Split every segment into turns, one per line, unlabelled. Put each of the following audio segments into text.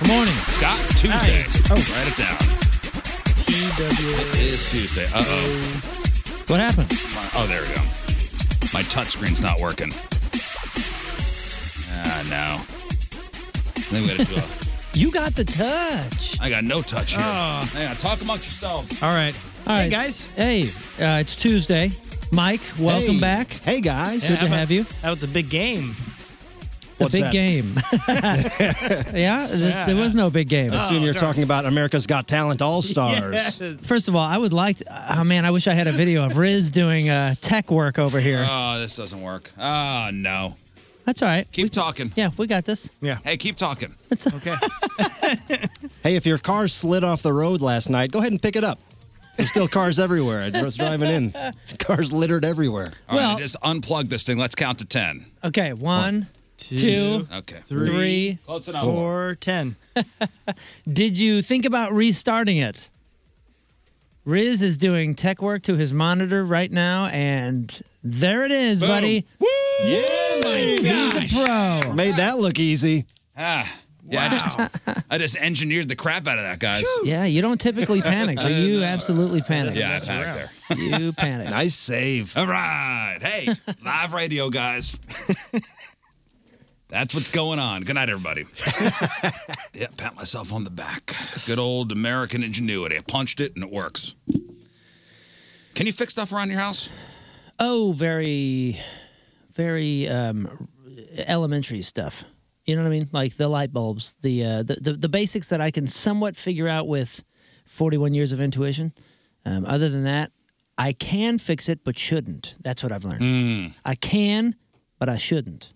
Good morning. Scott, Tuesday. Oh. Write it down. It is Tuesday. Uh oh.
What happened?
Oh, there we go. My touchscreen's not working. Ah, no. I think we gotta do a.
You got the touch.
I got no touch here.
Oh.
Hang on, talk amongst yourselves.
All right. All right.
guys.
Hey, uh, it's Tuesday. Mike, welcome
Hey.
back.
Hey guys.
Good to have you.
Out the big game.
The
What's
big
that?
game. yeah, this, there was no big game.
I assume you're talking about America's Got Talent All Stars.
First of all, I would like. To, oh man, I wish I had a video of Riz doing uh, tech work over here.
Oh, this doesn't work. Oh, no.
That's all right.
Keep talking.
Yeah, we got this.
Hey, keep talking.
Oh.
It's
Okay.
Hey, if your car slid off the road last night, go ahead and pick it up. There's still cars everywhere. I was driving in. Cars littered everywhere.
All right,
Well-
just unplug this thing. Let's count to 10.
okay. One, two, three.
two,
Okay.
Three,
Close enough.
four, ten.
Did you think about restarting it? Riz is doing tech work to his monitor right now, and there it is, buddy.
Yeah,
He's a pro.
Made that look easy.
Ah, yeah, I, just, I just engineered the crap out of that, guys.
Yeah, you don't typically panic, but you absolutely panic.
Yeah, I panicked there.
You panic.
Nice save.
All right. Hey, live radio, guys. That's what's going on. Good night, everybody. yeah, pat myself on the back. Good old American ingenuity. I punched it and it works. Can you fix stuff around your house?
Oh, very, very um, elementary stuff. You know what I mean? Like the light bulbs, the, uh, the the the basics that I can somewhat figure out with 41 years of intuition. Um, other than that, I can fix it, but shouldn't. That's what I've learned.
Hmm.
I can, but I shouldn't,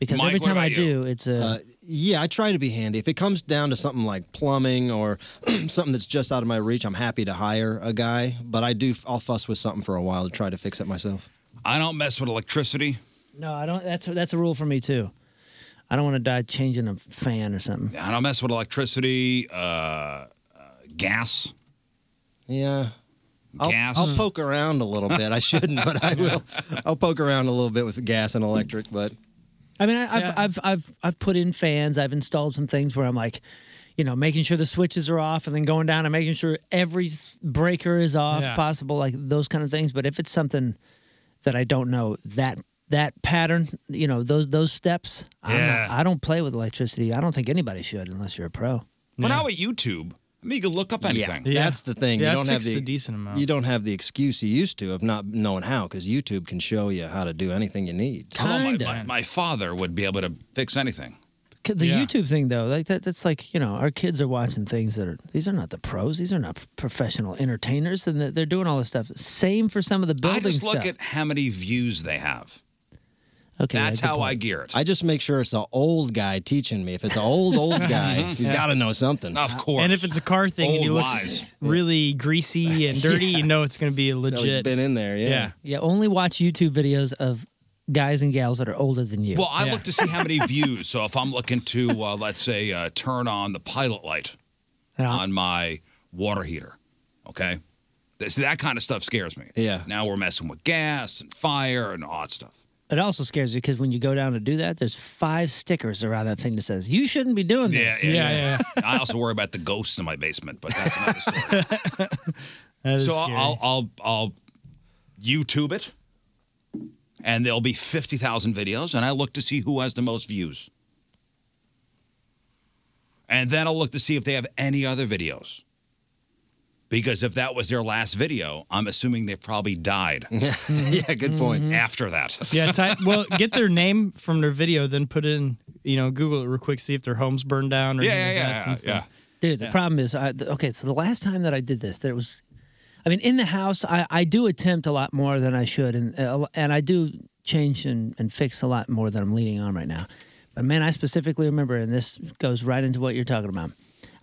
because
Mike,
every
what
time I
about you? Uh,
do, it's a
Yeah, I try to be handy. If it comes down to something like plumbing or something that's just out of my reach, I'm happy to hire a guy. But I do, I'll fuss with something for a while to try to fix it myself.
I don't mess with electricity.
no. I don't. That's that's a rule for me too. I don't want to die changing a fan or something.
I don't mess with electricity, uh, uh, gas.
Yeah. I'll,
Gas.
I'll poke around a little bit. I shouldn't, but I will. I'll poke around a little bit with gas and electric, but
I mean, I, I've,
Yeah.
I've I've I've put in fans. I've installed some things where I'm like, you know, making sure the switches are off, and then going down and making sure every th- breaker is off,
Yeah.
possible like those kind of things. But if it's something that I don't know that that pattern, you know, those those steps, I'm
Yeah.
not, I don't play with electricity. I don't think anybody should unless you're a pro.
But how about YouTube? I mean, you can look up anything.
Yeah, that's the thing.
Yeah, I
you don't have
fixed
the
a decent amount.
You don't have the excuse you used to of not knowing how, because YouTube can show you how to do anything you need.
Although my, my, my father would be able to fix anything.
C- The YouTube thing, though, like that, that's like you know, our kids are watching things that are these are not the pros, these are not professional entertainers, and that they're doing all this stuff. Same for some of the
I
building
just look
stuff.
at how many views they have.
okay,
That's how I gear it.
I just make sure it's an old guy teaching me. If it's an old old guy, he's got to know something.
Of course.
Uh, And if it's a car thing and he
Old
looks
lies.
really greasy and dirty, you know it's going to be a
Know he's
legit.
been in there. Yeah.
yeah.
yeah, only watch YouTube videos of guys and gals that are older than you.
Well, I look to see how many views. So if I'm looking to, uh, let's say, uh, turn on the pilot light
Yeah.
on my water heater, okay? Th- See, that kind of stuff scares me.
Yeah.
Now we're messing with gas and fire and all that stuff.
it also scares you because when you go down to do that, there's five stickers around that thing that says you shouldn't be doing
Yeah,
this.
yeah, yeah. I also worry about the ghosts in my basement, but that's another story.
That is
so I'll,
scary.
I'll, I'll, I'll YouTube it, and there'll be 50,000 videos, and I look to see who has the most views. And then I'll look to see if they have any other videos. Because if that was their last video, I'm assuming they probably died
yeah. Good point.
after that.
yeah. Ty- well, get their name from their video, then put in, you know, Google it real quick, see if their home's burned down or
Yeah,
anything
yeah,
like that
yeah,
since then.
yeah.
Dude, the problem is, I, th- okay, so the last time that I did this, there was, I mean, in the house, I, I do attempt a lot more than I should, and uh, and I do change and, and fix a lot more than I'm leading on right now. But man, I specifically remember, and this goes right into what you're talking about.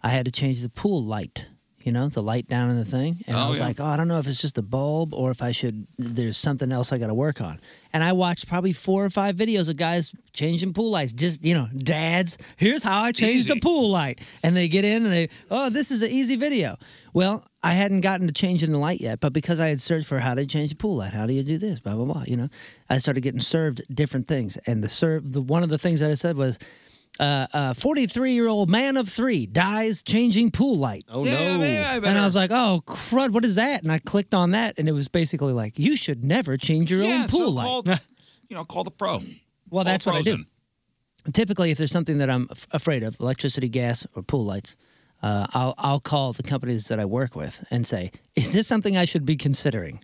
I had to change the pool light, you know, the light down in the thing, and I
Oh,
was
yeah.
like, oh, I don't know if it's just the bulb or if I should. There's something else I got to work on. And I watched probably four or five videos of guys changing pool lights. Just you know, dads, here's how I change the
Easy.
pool pool light and they get in and they oh this is an easy video well i hadn't gotten to changing the light yet but because i had searched for how to change the pool light how do you do this blah blah blah you know i started getting served different things and the serve the one of the things that i said was a 43 year old man of three dies changing pool light
Oh
Yeah,
no.
maybe I
and
better-
I was like, "Oh crud, what is that?" And I clicked on that, and it was basically like, "You should never change your
yeah,
own pool
so
light."
call, you know, call the pro.
well,
Call
that's what I do
Prozen.
typically if there's something that I'm af- afraid of, electricity, gas, or pool lights, uh, I'll I'll call the companies that I work with and say, "Is this something I should be considering?"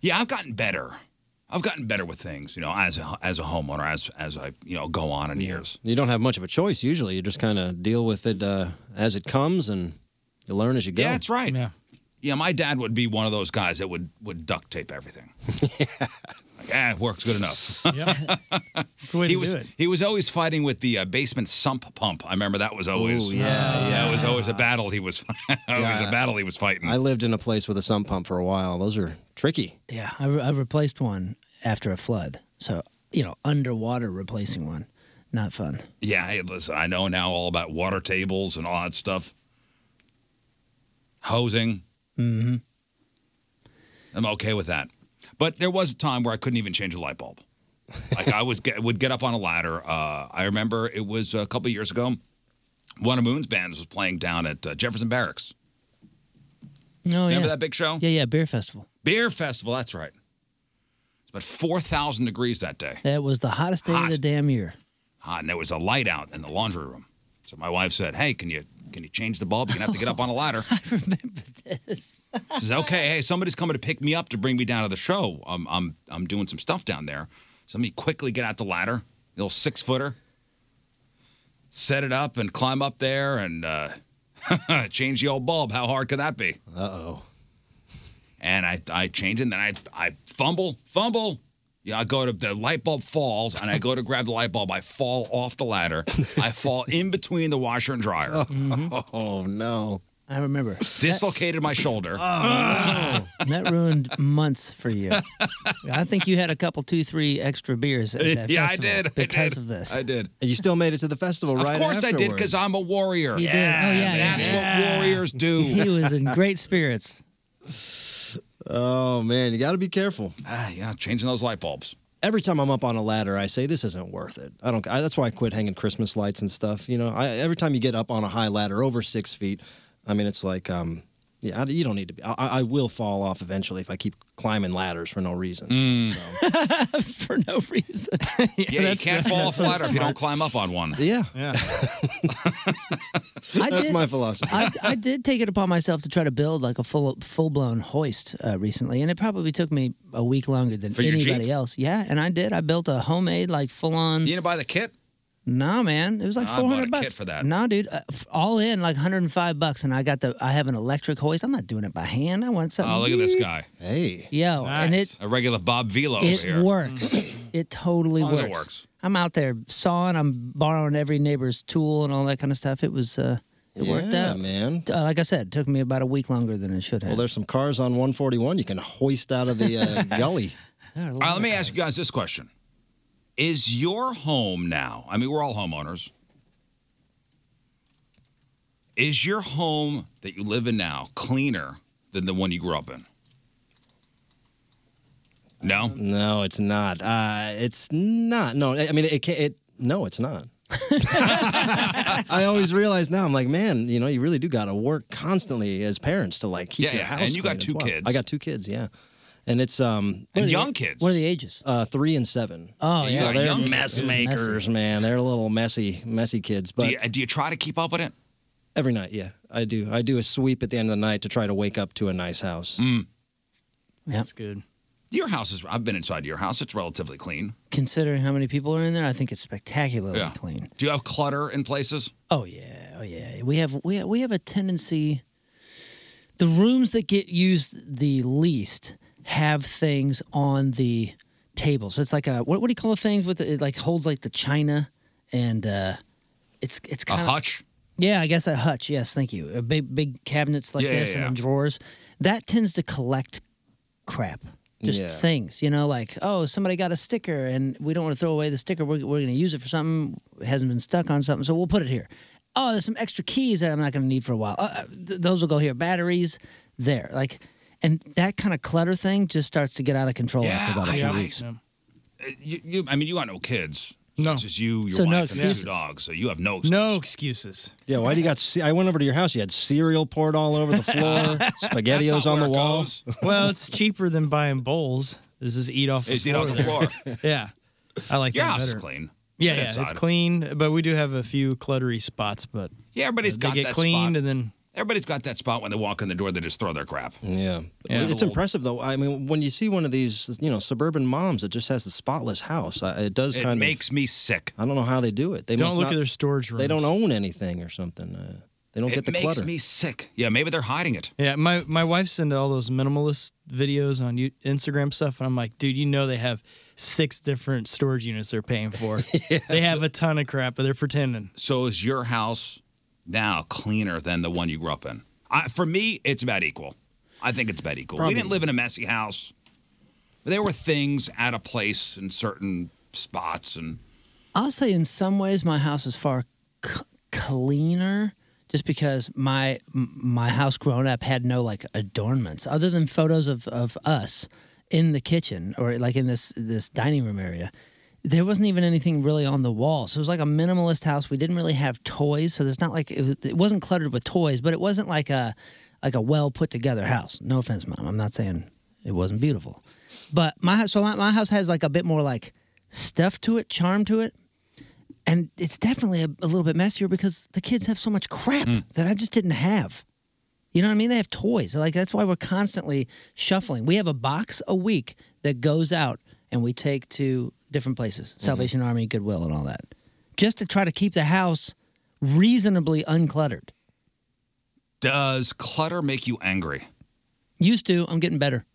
Yeah, I've gotten better. I've gotten better with things, you know, as a, as a homeowner, as as I you know go on in years.
You don't have much of a choice usually. You just kind of deal with it uh, as it comes and you learn as you go.
Yeah, that's right.
Yeah.
Yeah, my dad would be one of those guys that would would duct tape everything. Like, ah, works good enough.
That's the way
he
to
was
do it.
he was always fighting with the uh, basement sump pump. I remember that was always
Ooh, yeah,
yeah, it was always a battle he was always
Yeah.
a battle he was fighting.
I lived in a place with a sump pump for a while. Those are tricky.
Yeah, I, re- I replaced one after a flood, so you know, underwater replacing one, not fun.
yeah, hey, listen, I know now all about water tables and all that stuff. Hosing. Mm-hmm. I'm okay with that. But there was a time where I couldn't even change a light bulb. Like I was get, would get up on a ladder. Uh, I remember it was a couple years ago. One of Moon's bands was playing down at uh, Jefferson Barracks.
No,
Remember
Oh, yeah,
that big show?
yeah, yeah, beer festival.
Beer festival. That's right. It's about four thousand degrees that day.
That was the hottest day
Hot.
of the damn year.
hot, and there was a light out in the laundry room. So my wife said, "Hey, can you can you change the bulb? You're gonna have to get up on a ladder." I remember this. she says, "Okay, hey, somebody's coming to pick me up to bring me down to the show. I'm I'm I'm doing some stuff down there. So let me quickly get out the ladder, little six footer, set it up, and climb up there and uh, change the old bulb. How hard could that be?"
Uh oh.
and I, I change it, and then I, I fumble, fumble. Yeah, I go to the light bulb falls, and I go to grab the light bulb. I fall off the ladder. I fall in between the washer and dryer.
Oh no.
I remember
Dislocated my shoulder.
that ruined months for you. I think you had a couple, two, three extra beers at that
yeah, I
festival
did. I
because
did.
of this.
I did.
And you still made it to the festival, right?
of course I did,
afterwards.
because I'm a warrior.
You did.
yeah,
Oh, yeah, yeah,
that's what warriors do.
he was in great spirits.
Oh man, you got to be careful.
ah, yeah, changing those light bulbs.
Every time I'm up on a ladder, I say this isn't worth it. I don't. I, that's why I quit hanging Christmas lights and stuff. You know, I, every time you get up on a high ladder over six feet, I mean, it's like, um, yeah, I, you don't need to be. I, I I will fall off eventually if I keep climbing ladders for no reason.
Mm,
So,
for no reason.
Yeah, you can't fall off a ladder if you don't climb up on one.
yeah,
Yeah.
I
That's
did-
my philosophy.
I, I did take it upon myself to try to build like a full full blown hoist uh, recently, and it probably took me a week longer than
For your Jeep?
anybody else. Yeah, and I did. I built a homemade like full on.
You didn't buy the kit?
Nah, man, it was like
I
four
bought a
hundred
kit
bucks
for that.
Nah, dude, uh, f- all in like hundred and five bucks, and I got the. I have an electric hoist. I'm not doing it by hand. I want something.
Oh, look at this guy.
Hey.
Yo, and it
a regular Bob Velo over
it
here.
works.
Mm.
it totally
As long as
works.
it works.
I'm out there sawing. I'm borrowing every neighbor's tool and all that kind of stuff. It was uh, it worked
Yeah,
out.
man.
Uh, like I said, it took me about a week longer than it should have.
Well, there's some cars on 141 you can hoist out of the uh, gully.
All right, let me ask you guys this question. Is your home now, I mean, we're all homeowners. Is your home that you live in now cleaner than the one you grew up in? No,
no, it's not. Uh, it's not. No, I I mean, it can't. It, no, it's not. I always realize now. I'm like, man, you know, you really do got to work constantly as parents to like keep
Yeah,
your
yeah,
house.
and you got
clean. It's
two
wild.
kids.
I got two kids. Yeah, and it's um
What are the-
kids.
What are the ages?
uh, three and seven.
Oh,
These
yeah.
are
they're
young
mess
kids.
makers, man. They're little messy, messy kids. But
do, you, uh, do you try to keep up with it?
every night, yeah, I do. I do a sweep at the end of the night to try to wake up to a nice house.
That's good.
Mm. Your house is, I've been inside your house, it's relatively clean.
Considering how many people are in there, I think it's spectacularly clean.
Do you have clutter in places?
Oh yeah, oh yeah. We have we have, we have a tendency. The rooms that get used the least have things on the table. So it's like a what, what do you call the things with the, it like holds like the china and uh it's it's
A
kind of
hutch?
yeah I guess a hutch yes thank you a big big cabinets like
Yeah,
this
yeah,
and then
yeah.
drawers that tends to collect crap just
Yeah.
things you know like oh somebody got a sticker and we don't want to throw away the sticker we're, we're going to use it for something it hasn't been stuck on something so we'll put it here oh there's some extra keys that i'm not going to need for a while uh, uh, th- those will go here batteries there like and that kind of clutter thing just starts to get out of control after about a few
I-
weeks
I- Uh, You, you, I mean, you got no kids.
No.
It's just you, your
So
wife,
no
and the
excuses.
two dogs. So you have no excuse.
No excuses.
Yeah, why do you got? ce- I went over to your house. You had cereal poured all over the floor,
That's not
spaghettios on
where
the
it
wall.
goes.
Well, it's cheaper than buying bowls. This is eat off. The
It's
floor
eat off the
there.
floor.
Yeah, I like
Your
that
house is
better.
clean.
Yeah, yeah,
Inside.
it's clean, but we do have a few cluttery spots. But
Yeah, everybody's
they
got
get
that
cleaned,
spot.
and then
Everybody's got that spot when they walk in the door. They just throw their crap.
Yeah.
Yeah.
It's impressive though. I mean, when you see one of these, you know, suburban moms that just has the spotless house, I- it does
It
kind
makes me sick.
of. I don't know how they do it. They
don't
must
look
not-
at their storage rooms.
They don't own anything or something. Uh, they don't get
It
the
makes
clutter.
me sick. Yeah, maybe they're hiding it.
Yeah, my my wife's into all those minimalist videos on you, Instagram stuff, and I'm like, dude, you know they have six different storage units they're paying for. they have a ton of crap, but they're pretending.
So is your house now cleaner than the one you grew up in? I, for me, it's about equal. I think it's about equal. We didn't live in a messy house. There were things out of place in certain spots, and
I'll say in some ways my house is far c- cleaner just because my m- my house growing up had no like adornments other than photos of, of us in the kitchen or like in this this dining room area. There wasn't even anything really on the wall. So it was like a minimalist house. We didn't really have toys, so there's not like it, was, it wasn't cluttered with toys, but it wasn't like a like a well put together house. No offense, mom. I'm not saying it wasn't beautiful. But my house, so my, my house has like a bit more like stuff to it, charm to it, and it's definitely a, a little bit messier because the kids have so much crap
Mm.
that I just didn't have. You know what I mean? They have toys. Like that's why we're constantly shuffling. We have a box a week that goes out and we take to different places,
Mm-hmm.
Salvation Army, Goodwill, and all that, just to try to keep the house reasonably uncluttered.
does clutter make you angry?
Used to, I'm getting better.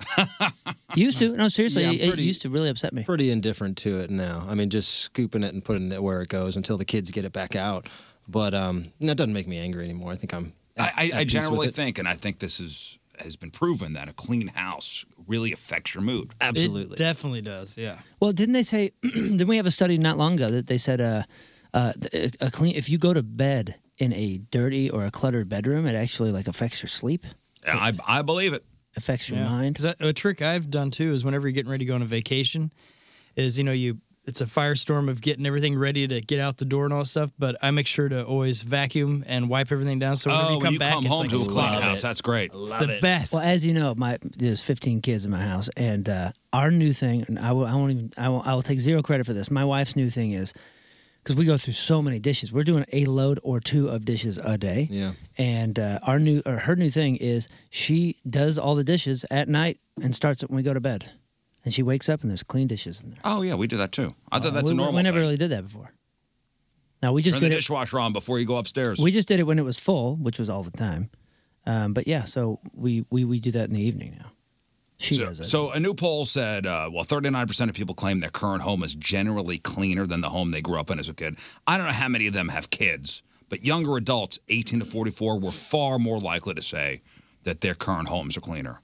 used to, no, seriously,
Yeah, I'm
it- it
pretty-
used to really upset me.
Pretty indifferent to it now. I mean, just scooping it and putting it where it goes until the kids get it back out. But um, that doesn't make me angry anymore. I think I'm. at- at
I, I, I
peace with
generally
it.
think, and I think this is has been proven that a clean house really affects your mood.
absolutely.
it definitely does. Yeah,
Well, didn't they say? didn't we have a study not long ago that they said uh, uh, th- a clean if you go to bed in a dirty or a cluttered bedroom, it actually like affects your sleep,
I, I believe it.
affects your mind.
because a trick I've done too is whenever you're getting ready to go on a vacation, is you know you it's a firestorm of getting everything ready to get out the door and all that stuff. But I make sure to always vacuum and wipe everything down. Uh, So whenever
Oh,
you
when
come
you
back,
come
it's
home
like
to a clean
spotless.
house, that's great.
It's the best.
Well, as you know, my there's 15 kids in my house, and uh, our new thing, and I will, I won't even, I will, I will take zero credit for this. My wife's new thing is because we go through so many dishes. We're doing a load or two of dishes a day.
Yeah.
And uh, our new or her new thing is she does all the dishes at night and starts it when we go to bed. And she wakes up and there's clean dishes in there.
Oh yeah, we do that too. I
Uh,
thought that's
we,
a normal.
We never really did that before. Now we
Turn
just
the
did it.
dishwasher on before you go upstairs.
We just did it when it was full, which was all the time. Um, but yeah, so we, we we do that in the evening now. She
so,
does it.
So a new poll said, uh, well, 39% of people claim their current home is generally cleaner than the home they grew up in as a kid. I don't know how many of them have kids, but younger adults, 18 to 44, were far more likely to say that their current homes are cleaner.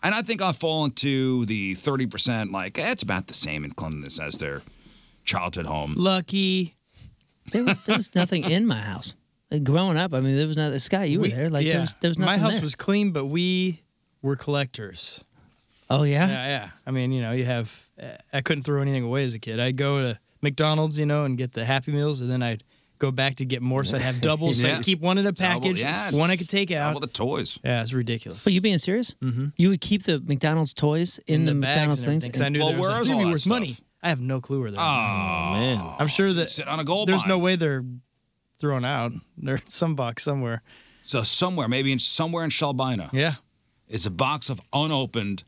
And I think I fall into the 30%, like, eh, it's about the same in cleanliness as their childhood home.
Lucky. There was there was nothing in my house. Like, growing up, I mean, there was nothing. Scott, you
We-
were there. Like
yeah.
there was there was nothing.
My house
there.
was clean, but we were collectors.
Oh yeah?
yeah, yeah. I mean, you know, you have. uh, I couldn't throw anything away as a kid. I'd go to McDonald's, you know, and get the Happy Meals, and then I'd go back to get more, so I'd have doubles. So
Yeah.
I'd keep one in a
Double,
package,
yeah.
one I could take out.
the toys.
Yeah, it's ridiculous.
But you being serious? Mm-hmm. You would keep the McDonald's toys in, the,
bags
McDonald's
and
things.
everything, 'cause I knew there was like, "Dude, worth money. I have no clue where they're.
Oh
man, I'm sure that
sit on a gold
There's
mine.
no way they're thrown out. They're in some box somewhere.
So somewhere, maybe in somewhere in Shelbina,
yeah,
is a box of unopened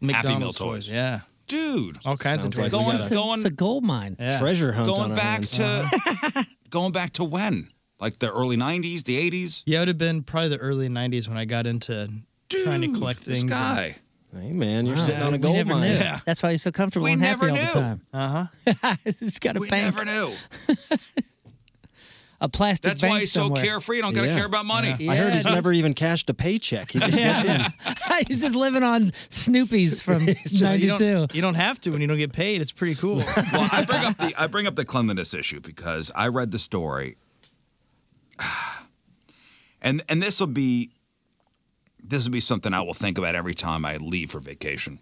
Happy Meal
McDonald's
toys.
Yeah,
dude,
all kinds of toys.
Sounds like we Going- gotta- going-
It's a gold mine.
Treasure hunt
Going
on our
back
hands.
to going back to when? Like the early '90s, the '80s.
Yeah, it would have been probably the early '90s when I got into trying to collect
this
things. and-
guy.
Hey man, you're
Wow.
sitting on
We
a gold
never
mine.
knew. Yeah.
That's why he's so comfortable
We
and happy
never
all
knew.
the time.
Uh
huh. it's got a
We
bank.
never knew.
A plastic.
That's why
bank
he's so
somewhere.
carefree. You don't gotta care about money.
I heard he's
Yeah.
never even cashed a paycheck. He just gets in.
he's just living on Snoopy's from
you,
'92.
don't, you don't have to when you don't get paid. It's pretty cool.
well, I bring up the I bring up the cleanliness issue because I read the story, and and this will be this will be something I will think about every time I leave for vacation.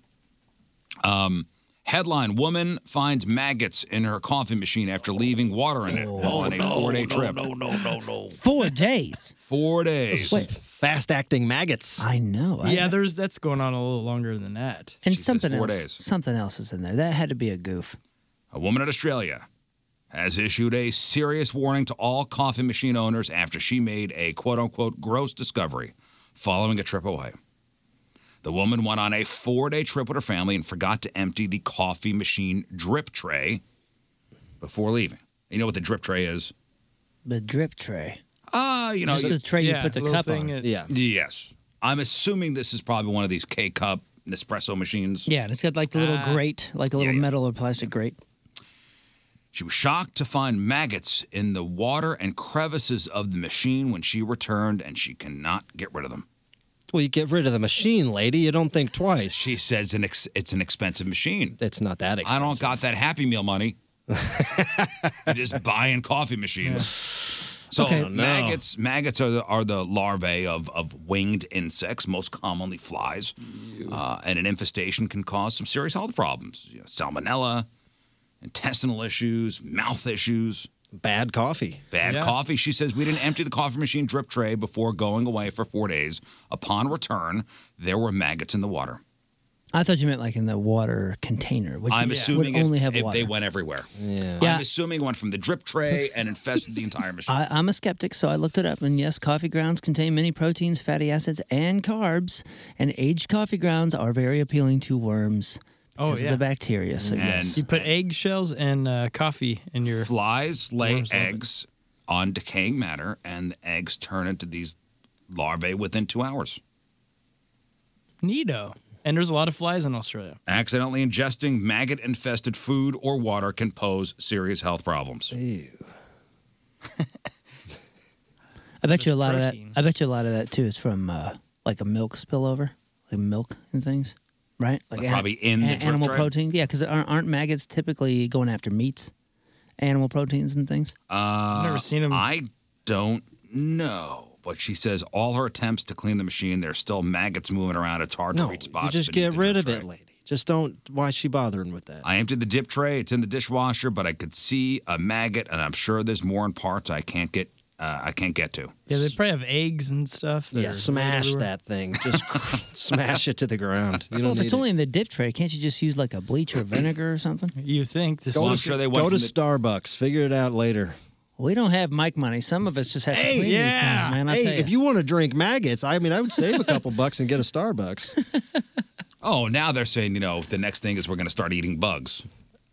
Um, headline: Woman finds maggots in her coffee machine after leaving water in it while on a four-day trip. Oh, No, no, no, no.
Four days.
Four days.
Fast acting maggots.
I know. I-
yeah, there's that's going on a little longer than that.
And something
four
else.
days.
Something else is in there. That had to be a goof.
A woman in Australia has issued a serious warning to all coffee machine owners after she made a quote unquote gross discovery following a trip away. The woman went on a four day trip with her family and forgot to empty the coffee machine drip tray before leaving. You know what the drip tray is?
The drip tray.
Ah, you know,
Just the tray you put the cup on.
Yes. I'm assuming this is probably one of these K cup Nespresso machines.
Yeah, and it's got like the little
Ah.
grate, like a little metal or plastic grate.
She was shocked to find maggots in the water and crevices of the machine when she returned, and she cannot get rid of them.
Well, you get rid of the machine, lady. You don't think twice. She
says an ex- it's an expensive machine.
That's not that expensive.
I don't got that Happy Meal money. You're just buying coffee machines. So
Okay. Oh, no.
maggots, maggots are the, are the larvae of, of winged insects, most commonly flies, uh, and an infestation can cause some serious health problems: you know, salmonella, intestinal issues, mouth issues.
Bad coffee.
Bad
Yeah.
coffee. She says we didn't empty the coffee machine drip tray before going away for four days. Upon return, there were maggots in the water.
I thought you meant like in the water container, which
I'm
would
assuming it-
only have
it-
water.
they went everywhere. Yeah.
Yeah.
I'm assuming it went from the drip tray and infested the entire machine.
I, I'm a skeptic, so I looked it up, and yes, coffee grounds contain many proteins, fatty acids, and carbs, and aged coffee grounds are very appealing to worms
Oh,
because
yeah.
of the bacteria. So yes,
you put eggshells and uh, coffee in your
Flies lay
Worms love it.
eggs on decaying matter, and the eggs turn into these larvae within two hours.
Nido. And there's a lot of flies in Australia.
Accidentally ingesting maggot infested food or water can pose serious health problems.
I bet you a lot
protein.
of that. I bet you a lot of that too is from uh, like a milk spillover, like milk and things, right? Like an-
probably in the
an-
drip
animal
tray?
protein. Yeah, because aren't, aren't maggots typically going after meats, animal proteins and things?
Uh,
Never seen 'em.
I don't know. But she says all her attempts to clean the machine, there's still maggots moving around. It's hard
No,
to reach spots.
you just
beneath
get
the
rid
drip
of
tray.
it, lady. Just don't. Why is she bothering with that?
I emptied the dip tray. It's in the dishwasher, but I could see a maggot, and I'm sure there's more in parts I can't get uh, I can't get to.
Yeah, they probably have eggs and stuff.
Yeah, smash that thing. Just smash it to the ground. You don't
well, if
need
it's
it.
only in the dip tray, can't you just use like a bleach or vinegar or something?
You think
Go to, go to Starbucks. Figure it out later.
We don't have mic money. Some of us just have
Hey,
to clean these things, man. I
hey,
tell ya.
if you want to drink maggots, I mean, I would save a couple bucks and get a Starbucks.
Oh, now they're saying you know the next thing is we're going to start eating bugs.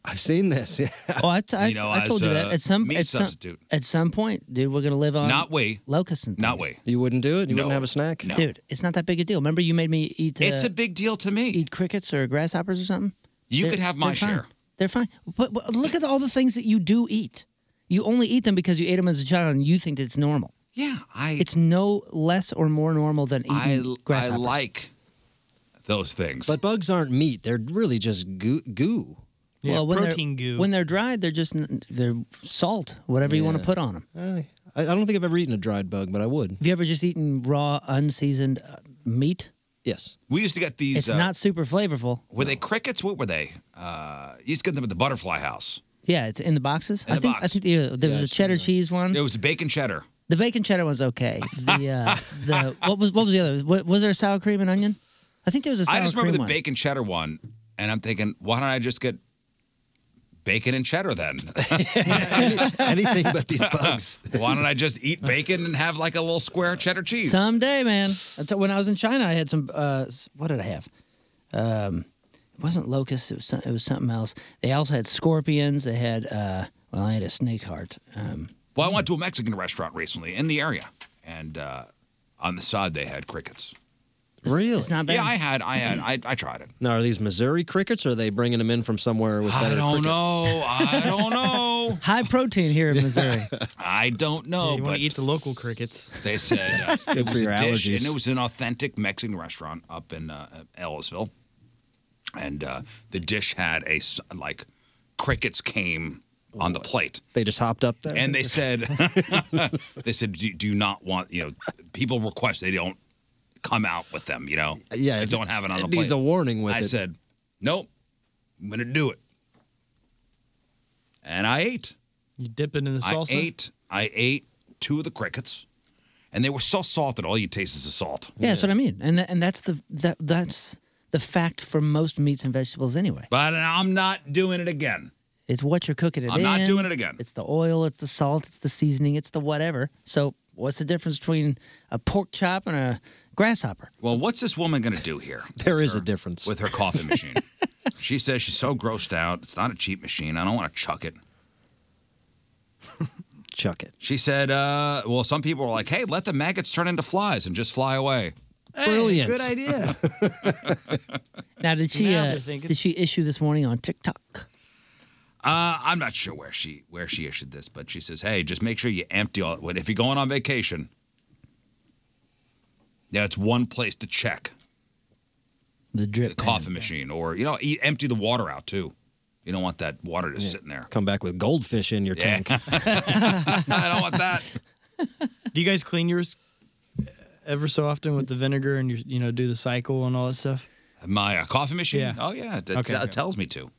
I've seen this. Yeah.
Oh, I, t- I
You
s-
know,
I told
as
you
a
that at some
meat
at some,
substitute.
at some point, dude, we're gonna live on
Not we.
locusts and
Not
things.
Um,
we.
You wouldn't do it. You
No.
wouldn't have a snack.
No.
dude. It's not that big a deal. Remember, you made me eat. Uh,
It's a big deal to me.
eat crickets or grasshoppers or something.
You
They're-
could have my
they're fine.
share.
They're fine. But, but look at all the things that you do eat. You only eat them because you ate them as a child, and you think that it's normal.
Yeah, I
It's no less or more normal than
I
eating
I
grasshoppers.
like those things.
But bugs aren't meat. They're really just goo. goo.
Yeah,
well, when
protein
they're,
goo.
When they're dried, they're just n- they're salt, whatever you want to put on them.
Eh, I, I don't think I've ever eaten a dried bug, but I would.
Have you ever just eaten raw, unseasoned uh, meat?
Yes.
we used to get these.
It's
uh,
not super flavorful.
Were they crickets? What were they? Uh, you used to get them at the Butterfly House.
Yeah, it's in the boxes.
In
I
the
think I
box.
think the, uh, there was a cheddar cheese one.
It was bacon cheddar.
The bacon cheddar was okay. The, uh, the what was what was the other? What, was there a sour cream and onion? I think there was a sour
I just
cream
remember the
one.
bacon cheddar one, and I'm thinking, why don't I just get bacon and cheddar then?
Anything but these bugs.
why don't I just eat bacon and have like a little square cheddar cheese?
Someday, man. I t- When I was in China, I had some. Uh, s- what did I have? Um, it wasn't locusts. It was some, it was something else. They also had scorpions. They had uh, well, I had a snake heart. Um,
Well, I went to a Mexican restaurant recently in the area, and uh, on the side they had crickets.
it's-
Really?
It's not bad.
Yeah, I had, I had, I, I tried it.
Now, are these Missouri crickets or are they bringing them in from somewhere with better
I don't
crickets?
know. I don't know.
High protein here in Missouri.
I don't know.
you want
but
to eat the local crickets.
They said uh,
Good
it
for
was a
your
dish,
allergies.
and it was an authentic Mexican restaurant up in uh, Ellisville, and uh, the dish had a s- like crickets came on the plate,
They just hopped up there.
and they said they said do, do you not want you know people request they don't come out with them you know
Yeah,
they
it-
don't have it on the
it
plate.
needs a warning with
I
it.
said nope, I'm gonna do it, and I ate.
You dip it in the salsa.
I ate. I ate two of the crickets, and they were so salted. All you taste is the salt.
Yeah, that's what I mean, and tha- and that's the that that's the fact for most meats and vegetables anyway.
But I'm not doing it again.
It's what you're cooking it
I'm
in.
not doing it again.
It's the oil, it's the salt, it's the seasoning, it's the whatever. So what's the difference between a pork chop and a grasshopper?
Well, what's this woman going to do here?
There is a difference.
with her coffee machine. she says she's so grossed out. It's not a cheap machine. I don't want to chuck it.
Chuck it.
She said, uh, well, some people are like, hey, let the maggots turn into flies and just fly away.
Brilliant.
Good idea.
Now did she
Now
uh,
they're thinking.
did she issue this warning on TikTok?
Uh, I'm not sure where she where she issued this, but she says, hey, just make sure you empty all. When If you're going on vacation, yeah, it's one place to check
The drip
the coffee machine, or you know, e empty the water out too. You don't want that water just sitting there.
Come back with goldfish in your
Yeah.
tank.
I don't want that.
do you guys clean yours ever so often with the vinegar and you, you know do the cycle and all that stuff?
My uh, coffee machine?
Yeah.
Oh, yeah. That
Okay,
that
okay.
tells me to.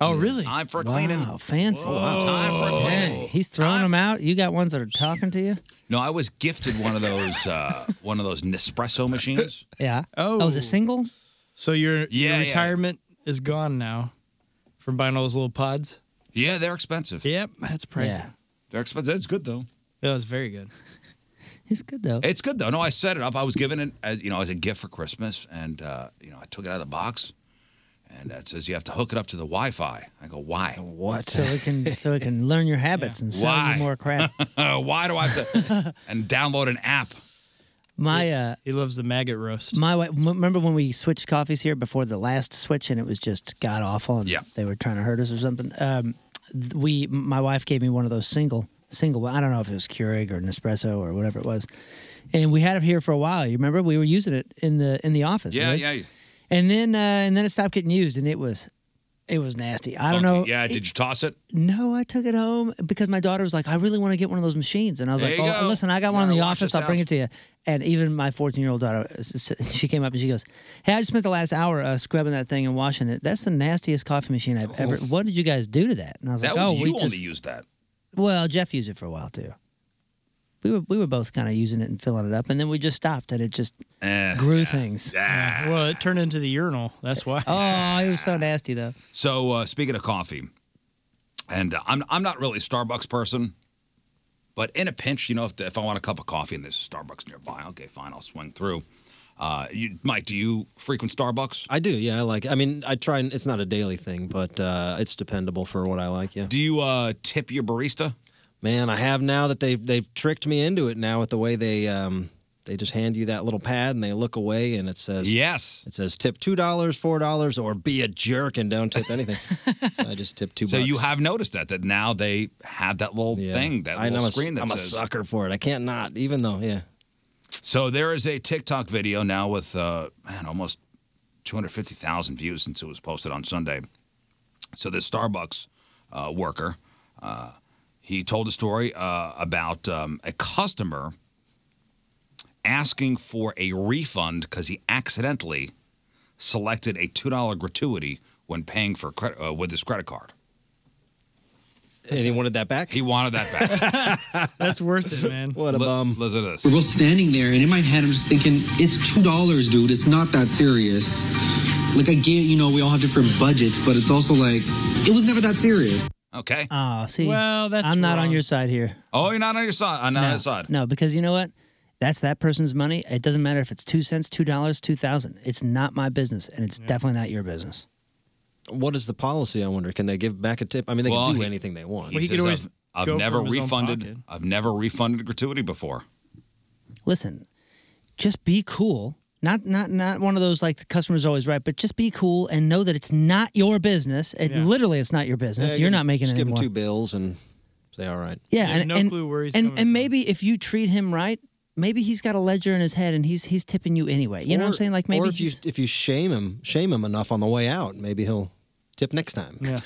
Oh, really?
Time for cleaning.
Wow, fancy.
Time for cleaning.
Hey, he's throwing them out. You got ones that are talking to you.
No, I was gifted one of those uh, one of those Nespresso machines.
Yeah.
Oh.
Oh, the single.
so your, your
Yeah, yeah.
retirement is gone now from buying all those little pods.
Yeah, they're expensive.
Yep, that's pricey.
Yeah.
They're expensive. It's good though.
That was very good.
It's good though.
It's good though. No, I set it up. I was given it, as, you know, as a gift for Christmas, and uh, you know, I took it out of the box, and it says you have to hook it up to the Wi-Fi. I go, why?
What?
So it can so it can learn your habits and sell
Why?
you more crap.
Uh, why do I have to? and download an app.
My uh,
He loves the maggot roast.
My wife, m- remember when we switched coffees here before the last switch, and it was just god awful, and
Yeah.
they were trying to hurt us or something. Um, th- we, my wife gave me one of those single, single. I don't know if it was Keurig or Nespresso or whatever it was, and we had it here for a while. You remember we were using it in the in the office.
Yeah,
right?
yeah. you-
And then uh, and then it stopped getting used, and it was. It was nasty. I don't
funky.
know.
Yeah, did you toss it?
No, I took it home because my daughter was like, I really want to get one of those machines. And I was
There
like,
you
oh,
go.
listen, I got one in
Now
the
wash
office.
this
I'll bring
out.
it to you. And even my 14 year old daughter, uh, s- s- she came up and she goes, Hey, I just spent the last hour uh, scrubbing that thing and washing it. That's the nastiest coffee machine I've ever. What did you guys do to that? And I was
Oh. That
like,
was
Oh,
you
we
only
just.
used that.
Well, Jeff used it for a while too. we were we were both kind of using it and filling it up, and then we just stopped, and it just
Eh,
grew things.
Well, it turned into the urinal. That's why.
Oh, he was so nasty though.
So uh, speaking of coffee, and uh, I'm I'm not really a Starbucks person, but in a pinch, you know, if, the, if I want a cup of coffee and there's a Starbucks nearby, okay, fine, I'll swing through. Uh, you, Mike, do you frequent Starbucks?
I do, yeah. I like. I mean, I try. and It's not a daily thing, but uh, it's dependable for what I like. Yeah.
Do you uh, tip your barista?
Man, I have now that they've they've tricked me into it now with the way they um, they just hand you that little pad and they look away and it says
yes.
It says tip two dollars, four dollars, or be a jerk and don't tip anything. so I just tip two.
So
bucks.
you have noticed that that now they have that little
Yeah.
thing, that
I know,
little
I'm a-
screen that
I'm a
says.
sucker for it. I can't not, even though yeah.
So there is a TikTok video now with uh, man almost 250,000 views since it was posted on Sunday. So this Starbucks uh, worker, uh, he told a story uh, about um, a customer asking for a refund because he accidentally selected a two dollar gratuity when paying for credit uh, with his credit card.
And he wanted that back.
He wanted that back.
That's worth it, man.
What a bum.
Listen to this.
We're both standing there, and in my head, I'm just thinking, it's two dollars, dude. It's not that serious. Like I get, you know, we all have different budgets, but it's also like, it was never that serious.
Okay.
Oh, see,
Well, that's
I'm not
wrong.
on your side here.
Oh, you're not on your side. I'm not on his side.
No, because you know what? That's that person's money. It doesn't matter if it's two cents, two dollars, two thousand. It's not my business, and it's definitely not your business.
What is the policy? I wonder. Can they give back a tip? I mean, they
Well,
can do
he-
anything they want.
he could
says,
always
I've,
go
I've
from
never
his own
refunded.
pocket."
I've never refunded a gratuity before.
Listen, just be cool. Not not not one of those like the customer's always right, but just be cool and know that it's not your business. It literally, it's not your business.
Yeah,
You're
give
not
him-
making
just
it
give
anymore.
him two bills and say, all right.
Yeah,
Yeah,
and,
no
and,
clue where he's
and,
coming
and
from.
maybe if you treat him right, maybe he's got a ledger in his head and he's he's tipping you anyway. You know what I'm
Or-
saying? Like maybe
or if you
he's-
if you shame him, shame him enough on the way out, maybe he'll tip next time.
Yeah.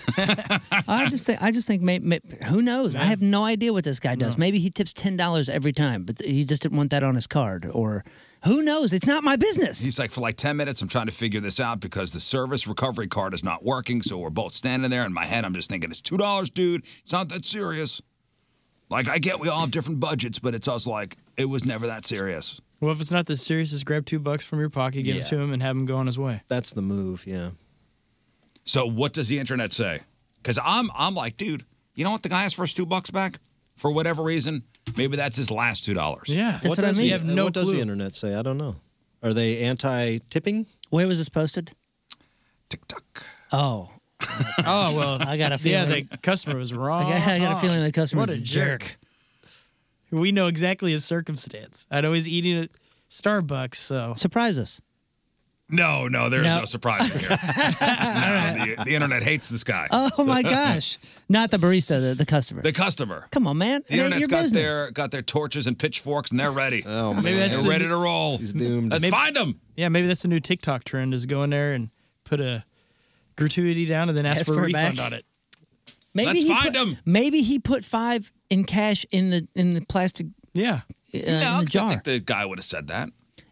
I just think I just think may, may, who knows? I have no idea what this guy does. Maybe he tips ten dollars every time, but he just didn't want that on his card, or who knows? It's not my business.
He's like, for like 10 minutes, I'm trying to figure this out because the service recovery card is not working. So we're both standing there. In my head, I'm just thinking, it's $2, dude. It's not that serious. Like, I get we all have different budgets, but it's us like, it was never that serious.
Well, if it's not this serious, just grab two bucks from your pocket, give it to him, and have him go on his way.
That's the move. Yeah.
So what does the internet say? Because I'm, I'm like, dude, you know what? The guy asked for his two bucks back for whatever reason. Maybe that's his last $2.
Yeah.
That's what I
does
mean.
The,
You
have no
what does
clue.
the internet say? I don't know. Are they anti-tipping?
Where was this posted?
TikTok.
Oh,
Oh well.
I got a
yeah,
feeling.
the customer was wrong.
I, got, I got a feeling the customer's
What a
a jerk.
We know exactly his circumstance. I'd always eating at Starbucks, so
Surprise us.
No, no, there's no,
No.
surprise in here. no, the, the internet hates this guy.
Oh my gosh! Not the barista, the, the customer.
the customer.
Come on, man.
The
it ain't
internet's
your
got
business.
their got their torches and pitchforks, and they're ready.
Oh, man.
maybe that's
they're
the-
ready to roll.
He's doomed.
Let's find them.
yeah, maybe that's the new TikTok trend is go in there and put a gratuity down and then ask,
Ask
for,
for
a
it
refund
back.
on it.
Maybe
Let's
he
find
put,
him.
Maybe he put five in cash in the in the plastic
Yeah.
uh,
no,
in the
'cause I
jar.
think the guy would have said that.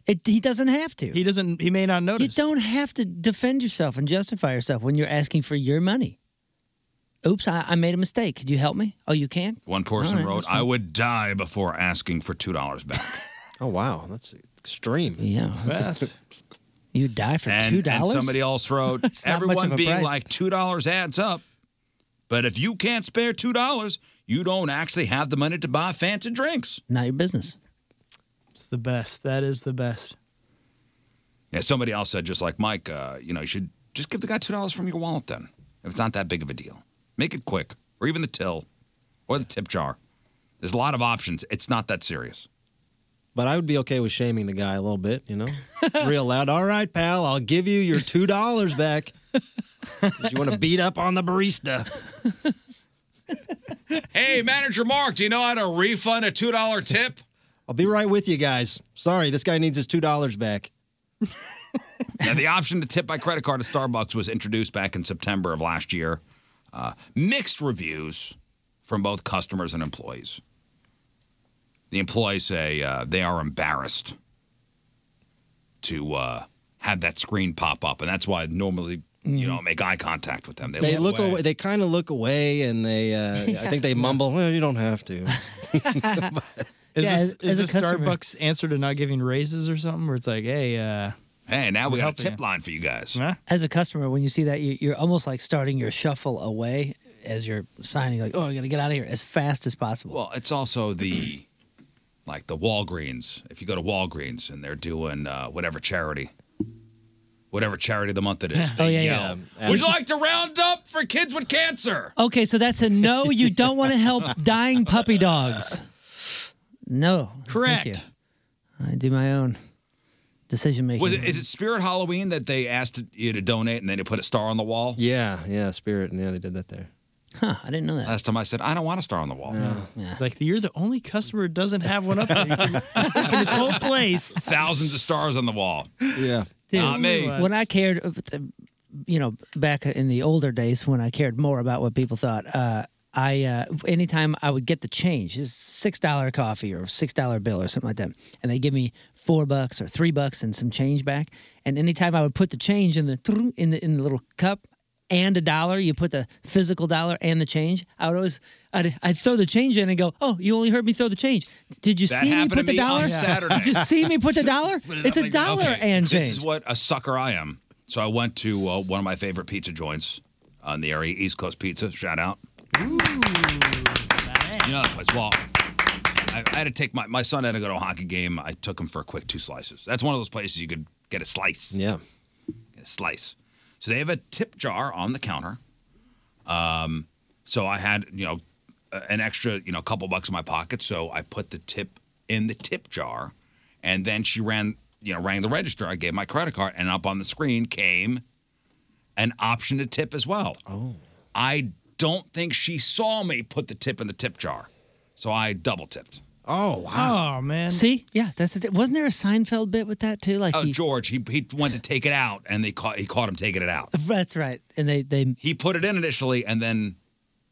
It, he doesn't have to.
He doesn't he may not
You
notice.
don't have to defend yourself and justify yourself when you're asking for your money. Oops, I, I made a mistake. Could you help me? Oh, you can?
One person
All right,
wrote,
that's fine.
"I would die before asking for two dollars back."
Oh wow, that's
Mm-hmm.
extreme.
Yeah.
That's-
You die for
And,
two
and
dollars.
somebody else wrote,
That's not much of
"Everyone
a
being
price.
like two dollars adds up, but if you can't spare two dollars, you don't actually have the money to buy fancy drinks."
Not your business.
It's the best. That is the best.
And somebody else said, just like Mike, uh, you know, you should just give the guy two dollars from your wallet then, if it's not that big of a deal. Make it quick, or even the till, or the tip jar. There's a lot of options. It's not that serious.
But I would be okay with shaming the guy a little bit, you know, real loud. All right, pal, I'll give you your two dollars back. 'Cause You want to beat up on the barista?
Hey, manager Mark, do you know how to refund a two dollar tip?
I'll be right with you guys. Sorry, this guy needs his two dollars back.
now, the option to tip by credit card at Starbucks was introduced back in September of last year. Uh, mixed reviews from both customers and employees. The employees say uh, they are embarrassed to uh, have that screen pop up, and that's why I normally you know make eye contact with them. They,
Mm. They
look-
look away. They kind of look away, and they. Uh, I think they mumble. Well, you don't have to.
Is
Yeah,
this
as-
is
as a
this
customer.
Starbucks answer to not giving raises or something? Where it's like, hey, uh,
hey, now
we're
we got a
helping
tip
you.
line for you guys.
As a customer, when you see that, you, you're almost like starting your shuffle away as you're signing. Like, oh, I got to get out of here as fast as possible.
Well, it's also the like the Walgreens. If you go to Walgreens and they're doing uh, whatever charity, whatever charity of the month it is, they
Oh, yeah, yeah.
yell, "Would you like to round up for kids with cancer?"
Okay, so that's a no. You don't want to help dying puppy dogs. No,
Correct.
Thank you. I do my own decision
Oh,
making.
Was it, is it Spirit Halloween that they asked you to donate and then they put a star on the wall?
Yeah, yeah, Spirit. Yeah, they did that there.
Huh, I didn't know that.
Last time I said, I don't want a star on the wall.
like you're the only customer who doesn't have one up there in this whole place.
Thousands of stars on the wall.
Yeah.
Dude,
Not me.
When I cared, uh, you know, back in the older days when I cared more about what people thought, uh, I uh, anytime I would get the change, this six dollar coffee or six dollar bill or something like that, and they give me four bucks or three bucks and some change back. And anytime I would put the change in the trrrr, in the in the little cup and a dollar, you put the physical dollar and the change. I would always I'd, I'd throw the change in and go, oh, you only heard me throw the change. Did you
That
see me
happened to
put the
me on
dollar?
Saturday.
Did you see me put the dollar?
Put it
it's
up
a
like-
dollar
okay,
and change.
This is what a sucker I am. So I went to uh, one of my favorite pizza joints on the area, East Coast Pizza. Shout out. You know that place. Well, I, I had to take my, my son had to go to a hockey game. I took him for a quick two slices. That's one of those places you could get a slice.
Yeah.
Get a slice. So they have a tip jar on the counter. Um, so I had, you know, a- an extra, you know, couple bucks in my pocket. So I put the tip in the tip jar. And then she ran, you know, rang the register. I gave my credit card, and up on the screen came an option to tip as well. Oh. I don't think she saw me put the tip in the tip jar. So I double tipped.
Oh
wow!
Oh man!
See, yeah, that's the. T- wasn't there a Seinfeld bit with that too? Like
oh,
he,
George, he, he went to take it out, and they caught he caught him taking it out.
that's right, and they they
He put it in initially, and then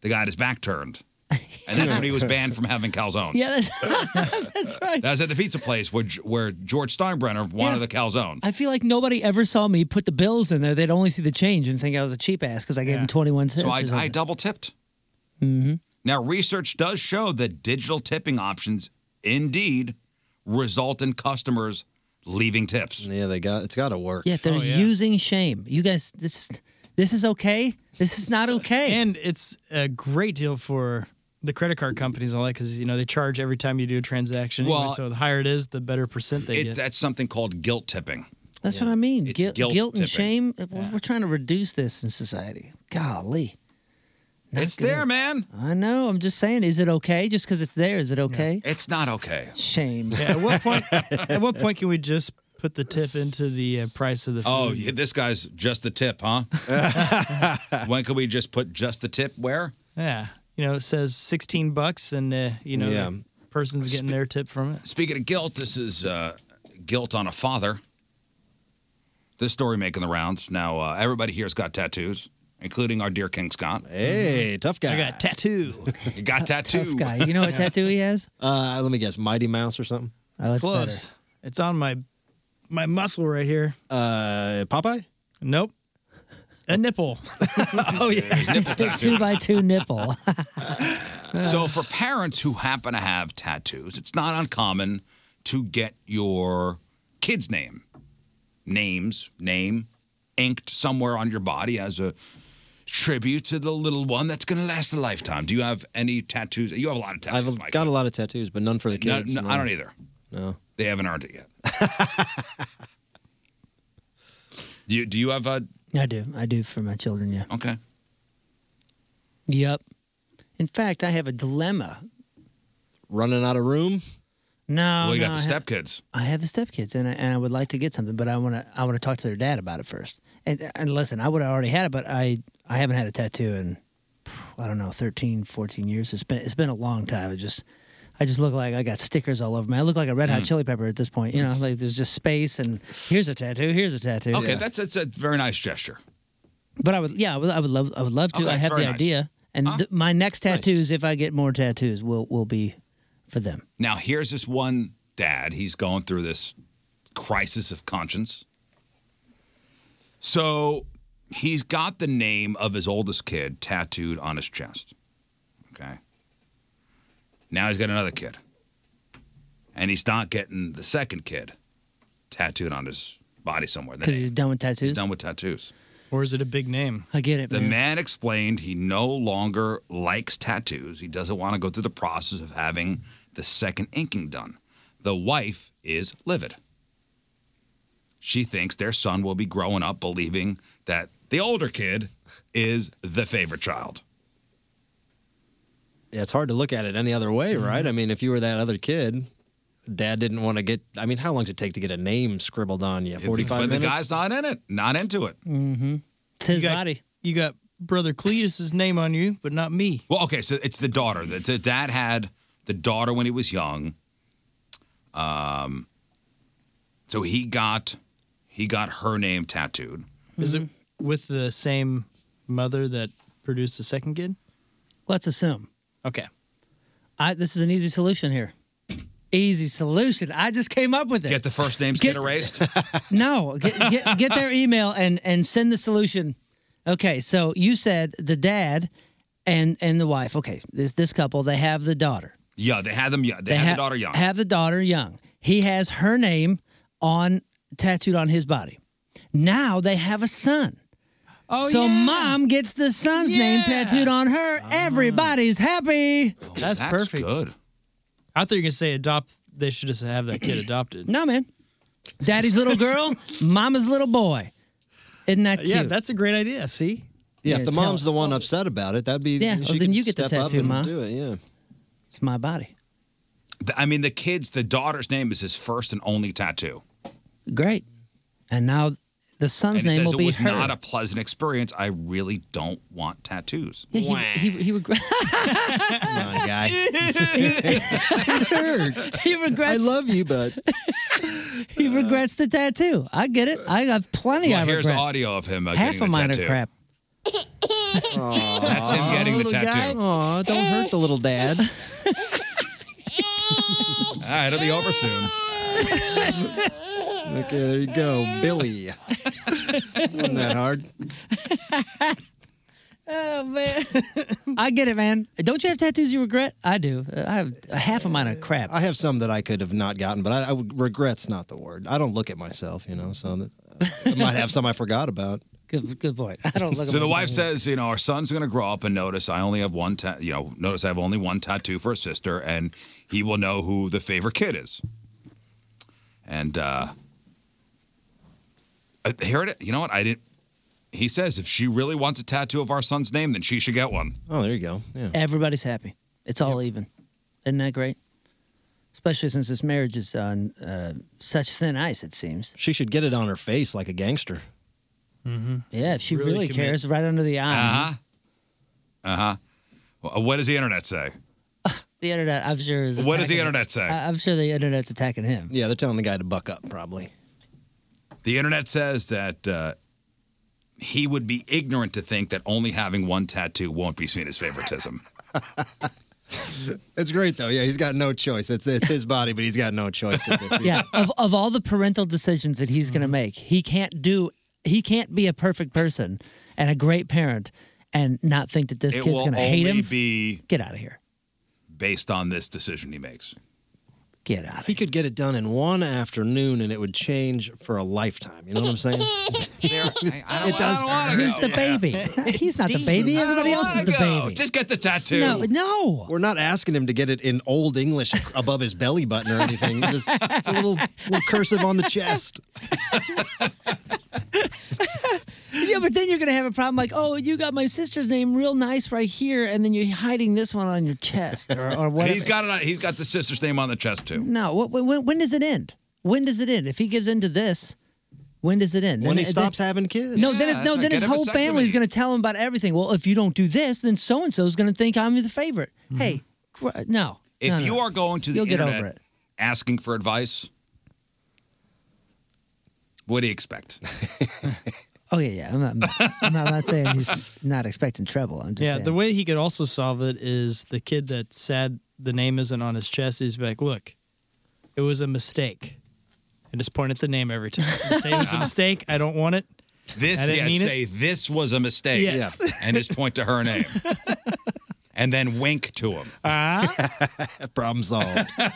the guy had his back turned, and that's when he was banned from having calzones.
yeah, that's, that's right.
That was at the pizza place where G- where George Steinbrenner wanted
Yeah.
the calzone.
I feel like nobody ever saw me put the bills in there. They'd only see the change and think I was a cheap ass because I gave them twenty one cents.
So I, I double tipped.
hmm
Now, research does show that digital tipping options indeed result in customers leaving tips.
Yeah, they got it's got to work.
Yeah, they're using shame. You guys, this this is okay. This is not okay.
And it's a great deal for the credit card companies and all that because you know they charge every time you do a transaction. anyway,
Well-
so the higher it is, the better percent they
It's-
get.
that's something called guilt tipping.
That's what I mean. Guilt,
guilt
guilt and
tipping.
shame. We're- We're trying to reduce this in society. Golly.
it's there, man.
I know. I'm just saying, is it okay? Just because it's there, is it okay?
It's not okay.
Shame.
Yeah, at what point? at what point can we just put the tip into the uh, price of the? Food?
Oh, yeah, this guy's just the tip, huh? when can we just put just the tip where?
yeah. You know, it says sixteen bucks, and uh, you know,
Yeah.
the person's getting their tip from it.
Speaking of guilt, this is uh, guilt on a father. This story making the rounds. Now, uh, everybody here's got tattoos, including our dear King Scott.
Hey, tough guy.
I got tattoo.
You got
Tough
tattoo.
guy. You know what tattoo he has?
Uh, let me guess, Mighty Mouse or something.
Oh, that's
Close. It's on my my muscle right here.
Uh, Popeye.
Nope. A nipple.
Oh yeah.
His nipple
better. Two
tattoo.
by two nipple.
Uh.
So, for parents who happen to have tattoos, it's not uncommon to get your kid's name, names, name inked somewhere on your body as a tribute to the little one that's going to last a lifetime. Do you have any tattoos? You have a lot of tattoos.
I've
Mike.
got a lot of tattoos, but none for the
No,
kids.
no, I don't either.
No.
They haven't earned it yet. do, you, do you have a.
I do. I do for my children, yeah.
Okay.
Yep. In fact, I have a dilemma.
Running out of room.
No.
well, you
no,
Um,
got the
I ha-
stepkids.
I have the stepkids, and I, and I would like to get something, but I want to I want to talk to their dad about it first. And, and listen, I would have already had it, but I I haven't had a tattoo in I don't know 13, 14 years. It's been it's been a long time. It just I just look like I got stickers all over me. I look like a red hot chili pepper at this point. You know, like there's just space, and here's a tattoo, here's a tattoo.
Okay, that's, that's a very nice gesture.
But I would, yeah, I would, I would love, I would love to.
Okay,
I
it's
have the
very nice.
idea, and th- my next tattoos, if I get more tattoos, will will be for them.
Now, here's this one dad. He's going through this crisis of conscience. So he's got the name of his oldest kid tattooed on his chest. Okay. Now he's got another kid. and he's not getting the second kid tattooed on his body somewhere. The
because
name.
he's done with tattoos.
He's done with tattoos.
Or is it a big name?
I get it.
The
man.
man explained he no longer likes tattoos. He doesn't want to go through the process of having the second inking done. The wife is livid. She thinks their son will be growing up believing that the older kid is the favorite child.
Yeah, it's hard to look at it any other
Mm-hmm.
way, right? I mean, if you were that other kid, dad didn't want to get. I mean, how long does it take to get a name scribbled on you?
It's-
Forty five
but
minutes.
The guy's not in it. Not into it.
Mm-hmm.
It's
his body. You got brother Cletus's name on you, but not me.
Well, okay, so it's the daughter. The, the dad had the daughter when he was young. Um, so he got he got her name tattooed.
Is it with the same mother that produced the second kid?
Let's assume.
Okay.
I, this is an easy solution here. Easy solution. I just came up with it.
Get the first names get erased.
No, get, get, get their email and and send the solution. Okay, so you said the dad and and the wife. Okay, this this couple they have the daughter.
yeah, they had them. Yeah, they, had
ha-
the daughter young.
Have the daughter young. He has her name on tattooed on his body. Now they have a son.
Oh,
so
yeah.
mom gets the son's name tattooed on her.
Ah.
Everybody's happy.
That's, perfect.
Oh, Good.
I thought you were gonna say adopt. They should just have that kid adopted.
No man, daddy's little girl, mama's little boy. Isn't that cute?
Yeah, that's a great idea. See.
Yeah,
Yeah,
if the
tell
mom's the one upset about it, that'd be
Yeah,
she
well, then
could
you get the
step up
tattoo,
and
Ma.
Do it, yeah.
It's my body.
The- I mean, the kids. The daughter's name is his first and only tattoo.
Great. And now the son's
and he
name
says
will be
it was
her.
not a pleasant experience. I really don't want tattoos.
Yeah, he- he, he, regrets.
Come on, guy.
he regrets. I love
you, but
he regrets the tattoo. I get it. I have plenty.
Well,
I
here's
regret.
audio of him. Uh,
Half
getting
of
the
mine are
tattoo.
crap.
That's him
Oh,
getting the tattoo.
Aw, don't hurt the little dad.
All right, it'll be over soon.
okay, there you go, Billy. Wasn't that hard?
Oh man, I get it, man. Don't you have tattoos you regret? I do. Uh, I have half of mine are crap.
I have some that I could have not gotten, but I, I would- regret's not the word. I don't look at myself, you know. So that, I might have some I forgot about.
Good, good point. I don't look.
So
at
the
myself.
wife says, you know, our son's going to grow up and notice I only have one, ta- you know, notice I have only one tattoo for a sister, and he will know who the favorite kid is. And uh, I here it, you know what? I didn't. He says if she really wants a tattoo of our son's name, then she should get one.
Oh, there you go.
Everybody's happy. It's all even. Isn't that great? Especially since this marriage is on uh, such thin ice, it seems.
She should get it on her face like a gangster.
Mm-hmm. Yeah, if she
Really
really,
commit.
cares, right under the eye.
Uh huh. Uh huh. Well, what does the internet say?
The internet, I'm sure, is.
What does the
attacking-
internet say?
I, I'm sure the internet's attacking him.
Yeah, they're telling the guy to buck up, probably.
The internet says that uh, he would be ignorant to think that only having one tattoo won't be seen as favoritism.
It's great though. Yeah, he's got no choice. It's it's his body, but he's got no choice. To this.
yeah, of, of all the parental decisions that he's going to
Mm-hmm.
make, he can't do. He can't be a perfect person and a great parent and not think that this
it
kid's
will
going to
only
hate him.
be
Get out of here.
based on this decision he makes.
Get out.
He could get it done in one afternoon, and it would change for a lifetime. You know what I'm saying?
it does.
He's the baby. He's not the baby. Everybody else is the baby.
Just get the tattoo.
No, no.
We're not asking him to get it in old English ac- above his belly button or anything. Just it's a little, little cursive on the chest.
yeah, but then you're going to have a problem like, oh, you got my sister's name real nice right here, and then you're hiding this one on your chest or, or whatever.
He's got it. On, he's got the sister's name on the chest too.
No. What, when, when does it end? When does it end? If he gives in to this, when does it end?
When
Then-
he stops
then-
having kids.
No, then, it, no, then his whole family's going to tell him about everything. Well, if you don't do this, then so and so is going to think I'm the favorite.
Mm-hmm.
Hey, gr- no.
If
no, no.
you are going to the
You'll get
internet
over it.
asking for advice, what do you expect?
Oh yeah, yeah. I'm not. I'm not, I'm not saying he's not expecting trouble. I'm just
yeah,
saying.
the way he could also solve it is the kid that's sad the name isn't on his chest. He's like, look, it was a mistake. And just point at the name every time. And say it was a
Yeah.
mistake. I don't want it.
This,
I didn't
yeah,
mean it.
say this was a mistake,
Yes. Yeah.
and just point to her name.
and then wink to him.
Ah.
Problem solved.
yeah,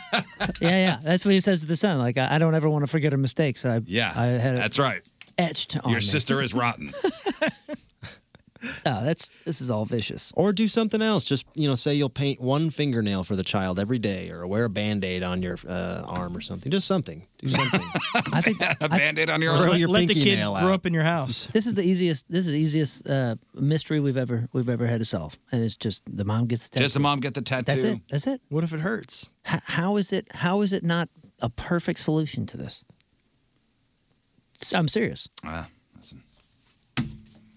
yeah. That's what he says to the son. Like, I, I don't ever want to forget a mistake. So I,
Yeah,
I had it
that's right.
etched on
Your
me.
sister is rotten.
No, that's this is all vicious.
Or do something else. Just you know, say you'll paint one fingernail for the child every day, or wear a band-aid on your uh, arm or something. Just something. Do something.
I think
a band-aid on your
Grow
arm.
your Let the pinky kid nail out. grow
up in your house.
This is the easiest. This is the easiest uh, mystery we've ever we've ever had to solve, and it's just the mom gets the tattoo.
Does the mom get the tattoo?
That's it. That's it.
What if it hurts?
H- how is it? How is it not a perfect solution to this? S- I'm serious.
Ah,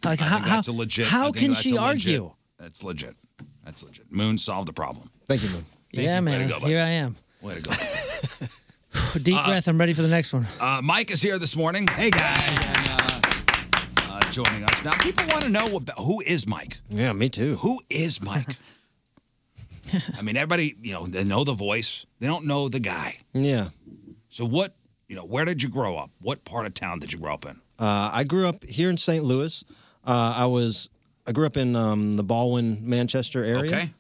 Like
I
how,
think
how
that's a legit. I
how
think
can
that's
she
a legit-
argue?
That's legit. That's legit. Moon solved the problem.
Thank you, Moon.
yeah,
Way to
man.
go, Uh, bud.
Here I am.
Way to go.
Deep breath. I'm ready for the next one.
Uh, Mike is here this morning. Hey guys. And, uh, uh, joining us now. People want to know about, who is Mike.
Yeah, me too.
Who is Mike? I mean, everybody, you know, they know the voice. They don't know the guy.
Yeah.
So what, you know, where did you grow up? What part of town did you grow up in?
Uh, I grew up here in St. Louis. Uh, I was I grew up in um, the Baldwin, Manchester area.
Okay.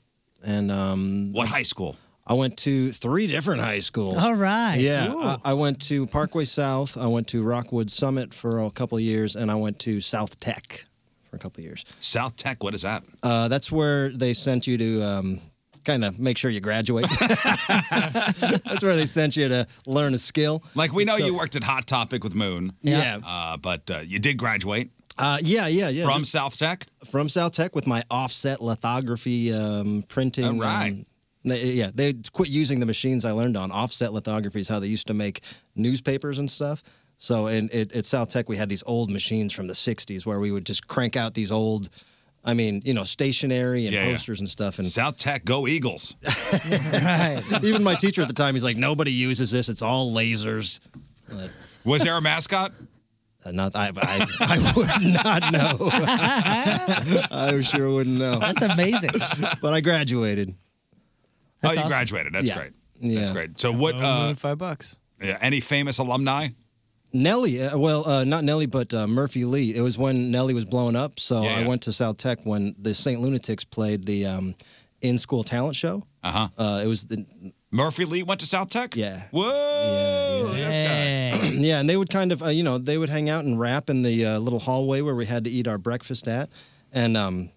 And um,
what high school?
I went to three different high schools.
All right.
Yeah.
Ooh.
I, I went to Parkway South. I went to Rockwood Summit for a couple of years, and I went to South Tech for a couple of years.
South Tech. What is that?
Uh, that's where they sent you to um, kind of make sure you graduate. that's where they sent you to learn a skill.
Like we know
So-
you worked at Hot Topic with Moon.
Yeah.
Uh, but uh, you did graduate
Uh, yeah, yeah, yeah.
from
just-
South Tech.
from South Tech with my offset lithography um, printing.
All right.
um, they- yeah, they quit using the machines I learned on. Offset lithography is how they used to make newspapers and stuff. So, in it, at South Tech, we had these old machines from the '60s where we would just crank out these old, I mean, you know, stationery and
Yeah, yeah.
posters and stuff. And
South Tech, go Eagles.
even my teacher at the time, he's like, "Nobody uses this. It's all lasers." But,
Was there a mascot?
uh, not I, I, I would not know. I sure wouldn't know.
That's amazing.
But I graduated.
oh,
That's
you
awesome.
graduated. That's
Yeah.
great.
Yeah.
That's great. So what?
Oh,
Uh,
five bucks.
yeah, any famous alumni?
Nelly, uh, well, uh, not Nelly, but uh, Murphy Lee. It was when Nelly was blown up, so
Yeah, yeah.
I went to South Tech when the St. Lunatics played the um, in-school talent show.
Uh-huh.
Uh, it was the
Murphy Lee went to South Tech.
Yeah.
Whoa. This guy.
yeah, and they would kind of, uh, you know, they would hang out and rap in the uh, little hallway where we had to eat our breakfast at, and um,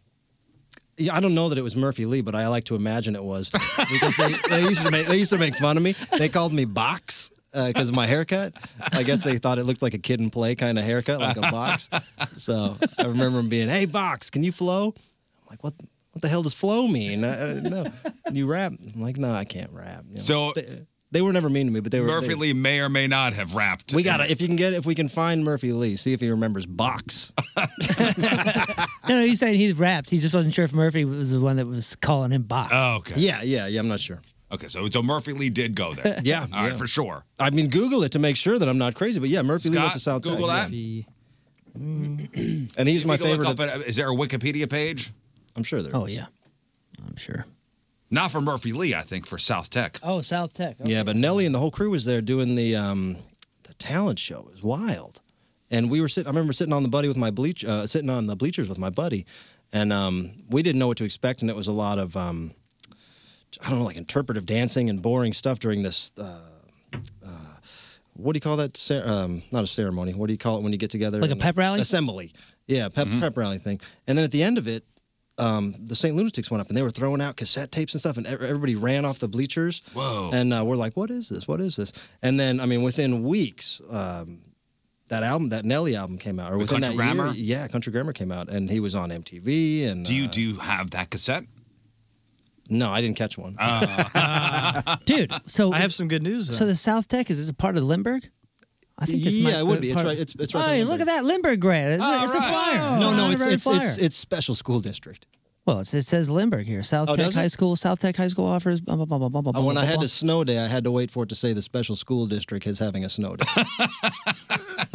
yeah, I don't know that it was Murphy Lee, but I like to imagine it was because they, they used to make they used to make fun of me. They called me Box because of my haircut. I guess they thought it looked like a kid in play kind of haircut, like a box. So I remember them being, "Hey, Box, can you flow?" I'm like, "What?" What the hell does flow mean? I, I, no, you rap. I'm like, no, I can't rap. You know,
So-
they, they were never mean to me, but they were
Murphy
they-
Lee may or may not have rapped.
we gotta if you can get if we can find Murphy Lee, see if he remembers box.
No, no, he's saying he rapped. He just wasn't sure if Murphy was the one that was calling him box.
Oh, okay.
yeah, yeah, yeah. I'm not sure.
Okay. So so Murphy Lee did go there.
Yeah,
All right,
yeah.
for sure.
I mean, Google it to make sure that I'm not crazy. But yeah, Murphy Lee
Scott,
went to South
Google
Tech,
that.
yeah.
The-
and he's
If
my
you go look
favorite.
up at- is there a Wikipedia page?
I'm sure there.
Oh,
is.
yeah. I'm sure.
Not for Murphy Lee, I think, for South Tech.
Oh, South Tech.
yeah. But Nelly and the whole crew was there doing the um, the talent show. It was wild, and we were sitting. I remember sitting on the buddy with my bleach, uh, sitting on the bleachers with my buddy, and um, we didn't know what to expect, and it was a lot of um, I don't know, like interpretive dancing and boring stuff during this. Uh, uh, what do you call that? Cer- um, not a ceremony. What do you call it when you get together?
Like a
and-
pep rally?
Assembly. Yeah, pep,
Mm-hmm.
pep rally thing. And then at the end of it, um, the St. Lunatics went up and they were throwing out cassette tapes and stuff, and ev- everybody ran off the bleachers.
Whoa.
And uh, we're like, "What is this? What is this?" And then, I mean, within weeks, um, that album, that Nelly album, came out. Or within
Country
that year-
Grammar?
yeah, Country Grammar came out, and he was on MTV. And
Do you
uh,
do you have that cassette? Oh.
no, I didn't catch one.
Dude, so
I have some good news. Though.
so the South Tech is this a part of Limburg? I think this
yeah,
might
it would
be
be. It's
part of-
right. It's, it's right.
Hey,
by
look
Limburg.
at that Limburg grad. It's, a- it's a
All right.
flyer.
Oh, No, no,
An
it's
honorary
it's, it's
flyer.
it's special school district.
well, it's, it says Limburg here. South
Oh,
Tech
does it?
High School. South Tech High School offers. Blah, blah, blah, blah, blah, blah,
Uh, when
blah,
I had
blah.
a snow day, I had to wait for it to say the special school district is having a snow day.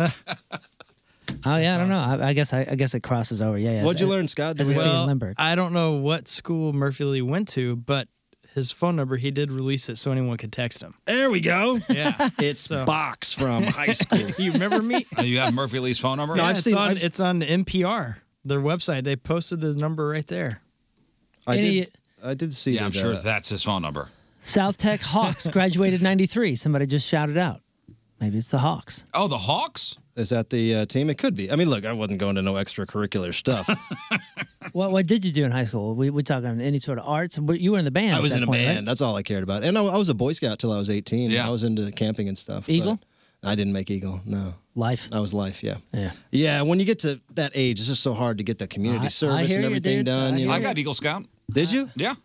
Oh yeah, I don't know. I, I guess I, I guess it crosses over. Yeah, yeah.
What'd you
It-
learn, Scott? Did
as
we
a
have-
student in Limburg.
I don't know what school Murphy Lee went to, but his phone number he did release it so anyone could text him.
there we go.
Yeah.
It's
So-
Box from high school.
you remember me?
Oh, you have Murphy Lee's phone number?
No,
Yeah,
I've
it's
seen-
on
I've-
it's on NPR, their website. They posted the number right there.
I
Any-
did.
I did see.
yeah, I'm
that,
sure
uh,
that's his phone number.
South Tech Hawks graduated 93. Somebody just shouted out. Maybe it's the Hawks.
Oh, the Hawks?
Is that the uh, team? It could be. I mean, look, I wasn't going to no extracurricular stuff.
What what did you do in high school? We we talking any sort of arts? But You were in the band.
I
at
was
that
in a
point,
band.
right?
That's all I cared about. And I, I was a Boy Scout till I was 18. Yeah. I was into camping and stuff. but
Eagle?
I didn't make Eagle. No.
Life.
I was life. Yeah.
Yeah.
Yeah. When you get to that age, it's just so hard to get the community
I- I
service
hear
and
you,
everything
dude.
done.
I
you
hear
know?
I got Eagle Scout.
Did you?
Yeah.
e-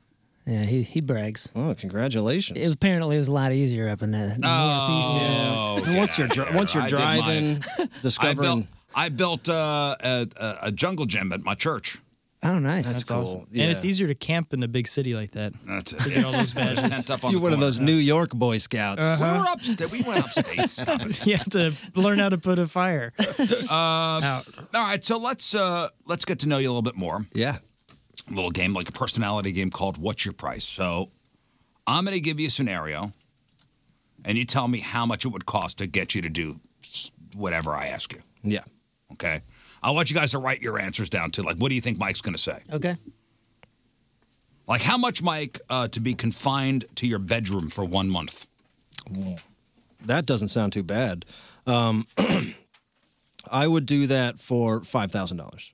Yeah, he he brags.
Oh, congratulations!
It, apparently, it was a lot easier up in the northeast.
Oh,
And once you're dri- once you're
I did
driving,
mine. I built,
discovering-
I built uh, a, a- a jungle gym at my church.
Oh, nice.
That's,
That's cool.
awesome.
Yeah.
And it's easier to camp in a big city like that.
That's
To get all those badges.
Tent up on
You're
the
one of
corner.
those New York Boy Scouts.
We were upstate. We went upstate. Stop it.
you have to learn how to put a fire.
Uh, all right, so let's uh, let's get to know you a little bit more.
Yeah,
a little game like a personality game called "What's Your Price." So I'm going to give you a scenario, and you tell me how much it would cost to get you to do s- whatever I ask you.
Yeah.
Okay. I want you guys to write your answers down too. Like, what do you think Mike's going to say?
Okay.
Like, how much, Mike, uh, to be confined to your bedroom for one month?
That doesn't sound too bad. Um, I would do that for five thousand dollars.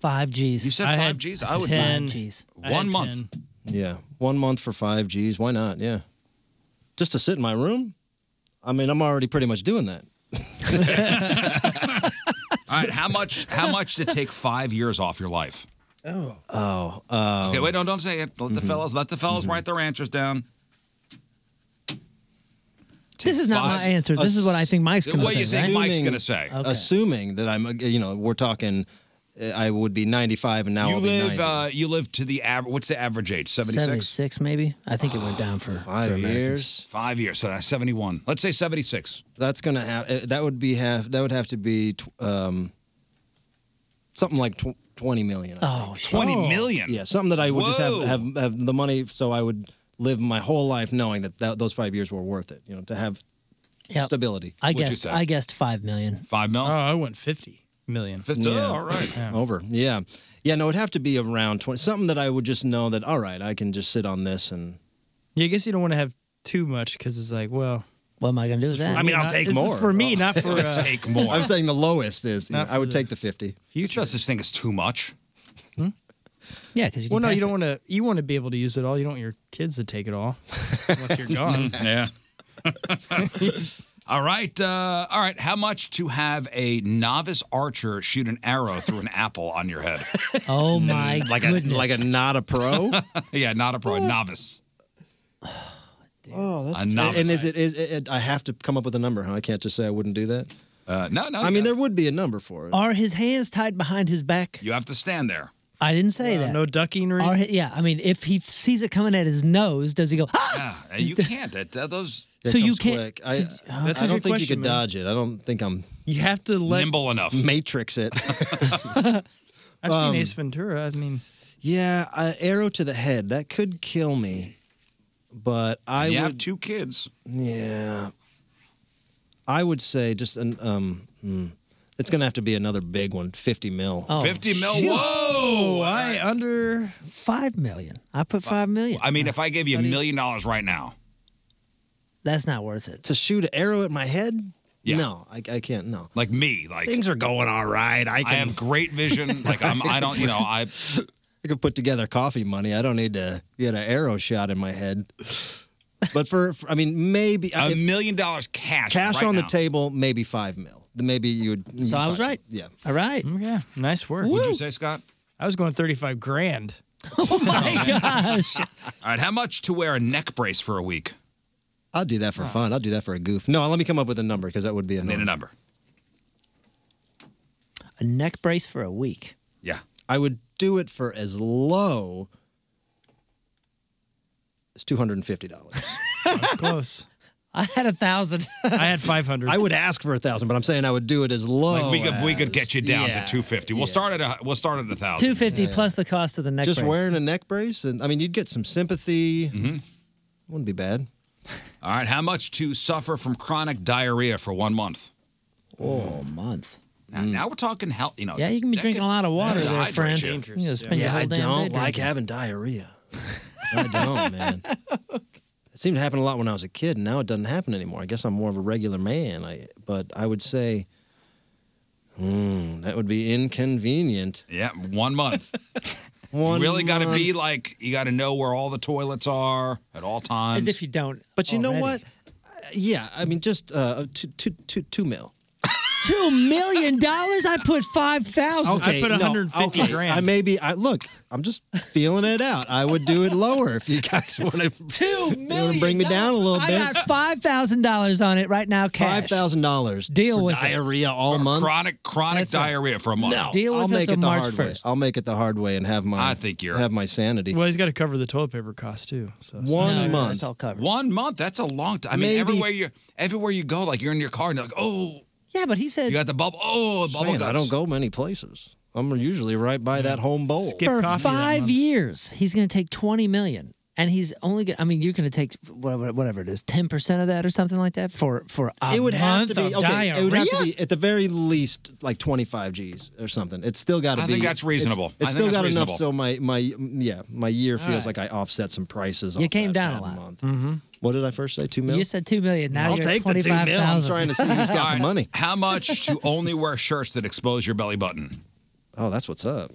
Five G's.
You said I five had- Gs? I I would-
five
ten.
G's.
I One had month.
Yeah, one month for five G's. Why not? Yeah, just to sit in my room. I mean, I'm already pretty much doing that.
All right. How much? How much to take five years off your life?
Oh.
Oh. Um, Mhm.
Okay. Wait. Don't don't say it. Let the fellas. Let the fellas write their answers down.
This is not my
Five.
answer. This is what I think Mike's going to
What
say.
you think
right?
Mike's gonna say? Assuming that I'm, uh, you know, we're talking. uh, I would be 95, and now
you
I'll be
live.
90.
Uh, you live to the average. What's the average age? Seventy six.
76, maybe. I think it went down for
Five
for Americans.
years.
Five years. So that's seventy one. Let's say seventy six.
That's gonna have. uh, That would be half. That would have to be tw- um, something like tw- 20 million. I
Oh,
think.
Twenty million.
Yeah, something that I would just have,
Whoa.
have have the money, so I would live my whole life knowing that, that those five years were worth it. You know, to have
Yep.
stability.
I
What'd you
guessed.
say?
I guessed five million.
Five mil.
Oh, I went 50 million.
Fifty. Oh, all right.
Over. Yeah, yeah. No, it'd have to be around 20. Something that I would just know that. All right, I can just sit on this and.
Yeah, I guess you don't want to have too much because it's like, well,
What am I going to do with that?
I mean, I'll
not-
take
this is
more.
for me, not for uh,
Oh. Take more.
I'm saying the lowest is. you know,
Not
I
for
would
the-
take the 50.
future.
Just this thing is too much.
yeah, because you.
Well,
can
no, you
pass
don't
it.
want to. You want to be able to use it all. You don't want your kids to take it all, unless you're gone.
Yeah. all right. Uh, all right. How much to have a novice archer shoot an arrow through an apple on your head?
Oh my
Like
goodness!
a like a not a pro.
yeah, not a pro, a novice.
oh,
A
and,
novice.
and is it is it, I have to come up with a number? Huh? I can't just say I wouldn't do that.
Uh, no, no.
I mean, there would be a number for it.
are his hands tied behind his back?
you have to stand there.
I didn't say that.
Uh, No ducking or
Are
anything.
hi- yeah, I mean, if he sees it coming at his nose, does he go? Ah!
Yeah, uh, you can't. That, that- those
That
so you
comes
can't- oh,
quick. I,
so-
I
That's a
don't
good
think you
question,
could
man.
dodge it. I don't think I'm
You have to let.
nimble enough.
matrix it. Um,
I've seen Ace Ventura. I mean,
Yeah, uh, arrow to the head. That could kill me. But I
you
would,
have two kids.
yeah. I would say just an um. hmm. It's gonna have to be another big one, fifty mil.
Oh,
Fifty mil.
shoot.
Whoa.
Oh, I under.
Five million. I put five million.
I mean, if I gave you a million dollars right now,
That's not worth it.
To shoot an arrow at my head?
Yeah.
No, I, I can't. No,
like me, like
things are going all right. I can.
I have great vision. Like I'm, I don't, you know, I.
I could put together coffee money. I don't need to get an arrow shot in my head. But for, for I mean, maybe
A
if
million dollars cash.
cash
right
on
now.
the table, maybe five mil. Then Maybe you would.
So I was
five-
right.
Yeah.
All right.
Yeah, nice work.
Would you say, Scott?
I was going 35 grand.
Oh my gosh.
All right, how much to wear a neck brace for a week?
I'll do that for fun. I'll do that for a goof. No, let me come up with a number because that would be a
I need a
number.
number.
A neck brace for a week.
Yeah.
I would do it for as low as two hundred and fifty dollars.
That's close.
I had a thousand.
I had 500.
I would ask for a thousand, but I'm saying I would do it as low.
Like we could we could get you down
yeah,
to 250. We'll start at a we'll start at a 1000.
Two fifty plus the cost of the neck
just
brace.
wearing a neck brace, and I mean, you'd get some sympathy. Wouldn't be bad.
Mm-hmm. All right, how much to suffer from chronic diarrhea for 1 month?
oh, a month.
Now, now we're talking health. You know,
Yeah, you can be
that
drinking a lot of water
that
there,
could
friend.
dehydrate
You know, spend your
yeah,
whole
I
damn day
don't like
drinking.
having diarrhea. I don't, man. It seemed to happen a lot when I was a kid, and now it doesn't happen anymore. I guess I'm more of a regular man. I, but I would say, hmm, that would be inconvenient.
Yeah, one month.
One
you really got to
month.
be like you got to know where all the toilets are at all times.
As if
you don't.
But you know what? Uh, Yeah, I mean, just uh, two, two, two, two mil. Two million dollars? I put five thousand.
I put 150 grand.
I maybe I look. I'm just feeling it out. I would do it lower if you guys want to. Two million. Bring me down a little
I
bit.
got five thousand dollars on it right now, cash.
Five thousand dollars.
Deal
for
with it.
diarrhea all month.
chronic chronic
That's right.
diarrhea for a month.
No, I'll make it the hard way. I'll make it the hard way and have my. I think you're have my sanity.
Well, he's got to cover the toilet paper cost too. So
One No, month. that's all
covered.
One month. That's a long time. I mean,
Maybe-
everywhere you everywhere you go, like you're in your car and you're like, oh,
Yeah, but he said
you got the bubble. Oh, bubble
Man,
guts.
I don't go many places. I'm usually right by that home bowl.
for five years he's going to take twenty million, and he's only. Gonna, I mean, you're going to take whatever, whatever it is, ten percent of that or something like that for for a
it would have
month
to be
of
okay, It would have to
diarrhea?
be at the very least like 25 G's or something. It's still got to
I
be.
think that's reasonable.
It's, it's
I think
still
that's
got enough so
reasonable.
my my yeah my year
All
feels
right.
like I offset some prices.
You
off that
came down a
bad
lot.
Month.
Mm-hmm.
What did I first say? Two mil.
You said two million. Now
I'll
you're
take the
twenty
two mil. I'm
five thousand.
trying to see who's got-
All
the money.
How much to only wear shirts that expose your belly button?
Oh, that's what's up.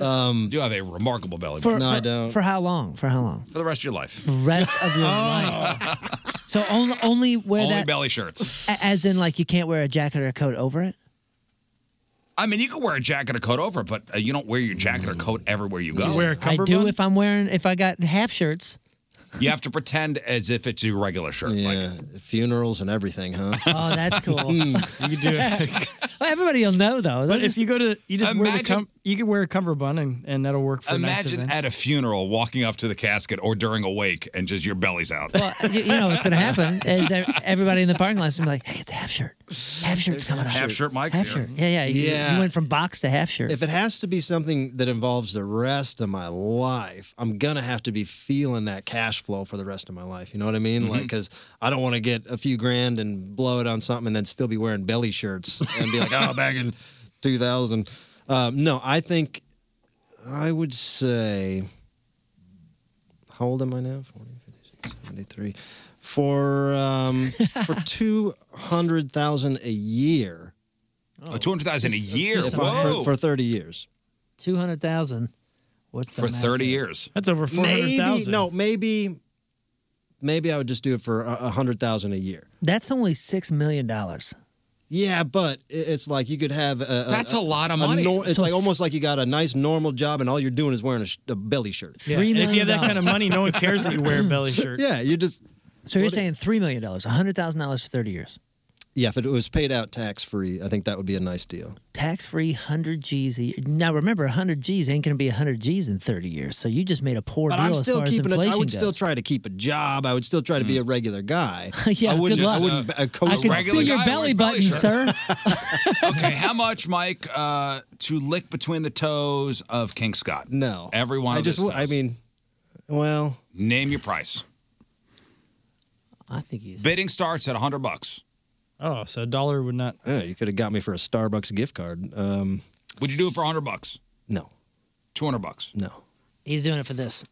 um, you have a remarkable belly
for,
button.
for, For how long? For how long?
For the rest of your life.
The rest of your
Oh.
life. So only only wear
only
that
belly shirts.
a- as in like you can't wear a jacket or a coat over it.
I mean, you can wear a jacket or coat over, it, but uh, you don't wear your jacket or coat everywhere you go.
I do if I'm wearing if I got half shirts.
You have to pretend as if it's your regular shirt.
Yeah, funerals and everything, huh?
Oh, that's cool.
Mm,
you could do it.
Well, everybody'll know though.
But if you go to, you just wear the
Imagine-
cum, you can wear a cummerbund and, and that'll work for nice
Imagine
events.
at a funeral walking up to the casket or during a wake and just your belly's out.
Well, you, you know what's going to happen is that everybody in the parking lot's going to be like, "Hey, it's a half shirt. Half shirt's coming up.
Half shirt Mike's
half
here.
shirt. Yeah, yeah. You,
Yeah.
you went from box to half shirt.
If it has to be something that involves the rest of my life, I'm gonna have to be feeling that cash flow for the rest of my life. You know what I
Mm-hmm.
mean? Like, because I don't want to get a few grand and blow it on something and then still be wearing belly shirts and be like, oh, back in 2000. Um, no, I think I would say, how old am I now? 40, 56, 73. For um, for two hundred thousand a year.
Oh, 200,000 a year.
If I-
Whoa.
for, for thirty years.
Two hundred thousand. What's the
For
math
30
there?
years.
That's over
Maybe no, maybe maybe I would just do it for a a hundred thousand a year.
That's only six million dollars.
Yeah, but i- it's like you could have. A, a-
That's a lot of money.
nor- it's
So
like
f-
almost like you got a nice normal job, and all you're doing is wearing a, sh- a belly shirt.
Yeah, Three and if you have that million kind of dollars. money, no one cares that you wear a belly shirt.
Yeah, you just
So you're saying three million dollars, hundred thousand dollars for thirty years,
yeah. If it was paid out tax free, I think that would be a nice deal.
tax free, hundred G's a year. Now remember, hundred G's ain't going to be hundred G's in thirty years. So you just made a poor
But
deal
I'm
as
still
far as
keeping. A,
inflation
I would
goes.
still try to keep a job. I would still try to be a regular guy.
Yeah,
I wouldn't.
good
I
luck.
wouldn't. A coach
I can
regular
see your
guy
belly
wearing
button,
shirts.
sir.
okay, how much, Mike, uh, to lick between the toes of King Scott?
No.
Every one
I
of
just.
his
w- I
toes.
mean, well.
Name your price.
I think he's.
Bidding starts at 100 bucks.
Oh, so a dollar would not.
Yeah, you could have got me for a Starbucks gift card. Um,
Would you do it for 100 bucks?
No.
200 bucks?
No.
He's doing it for this.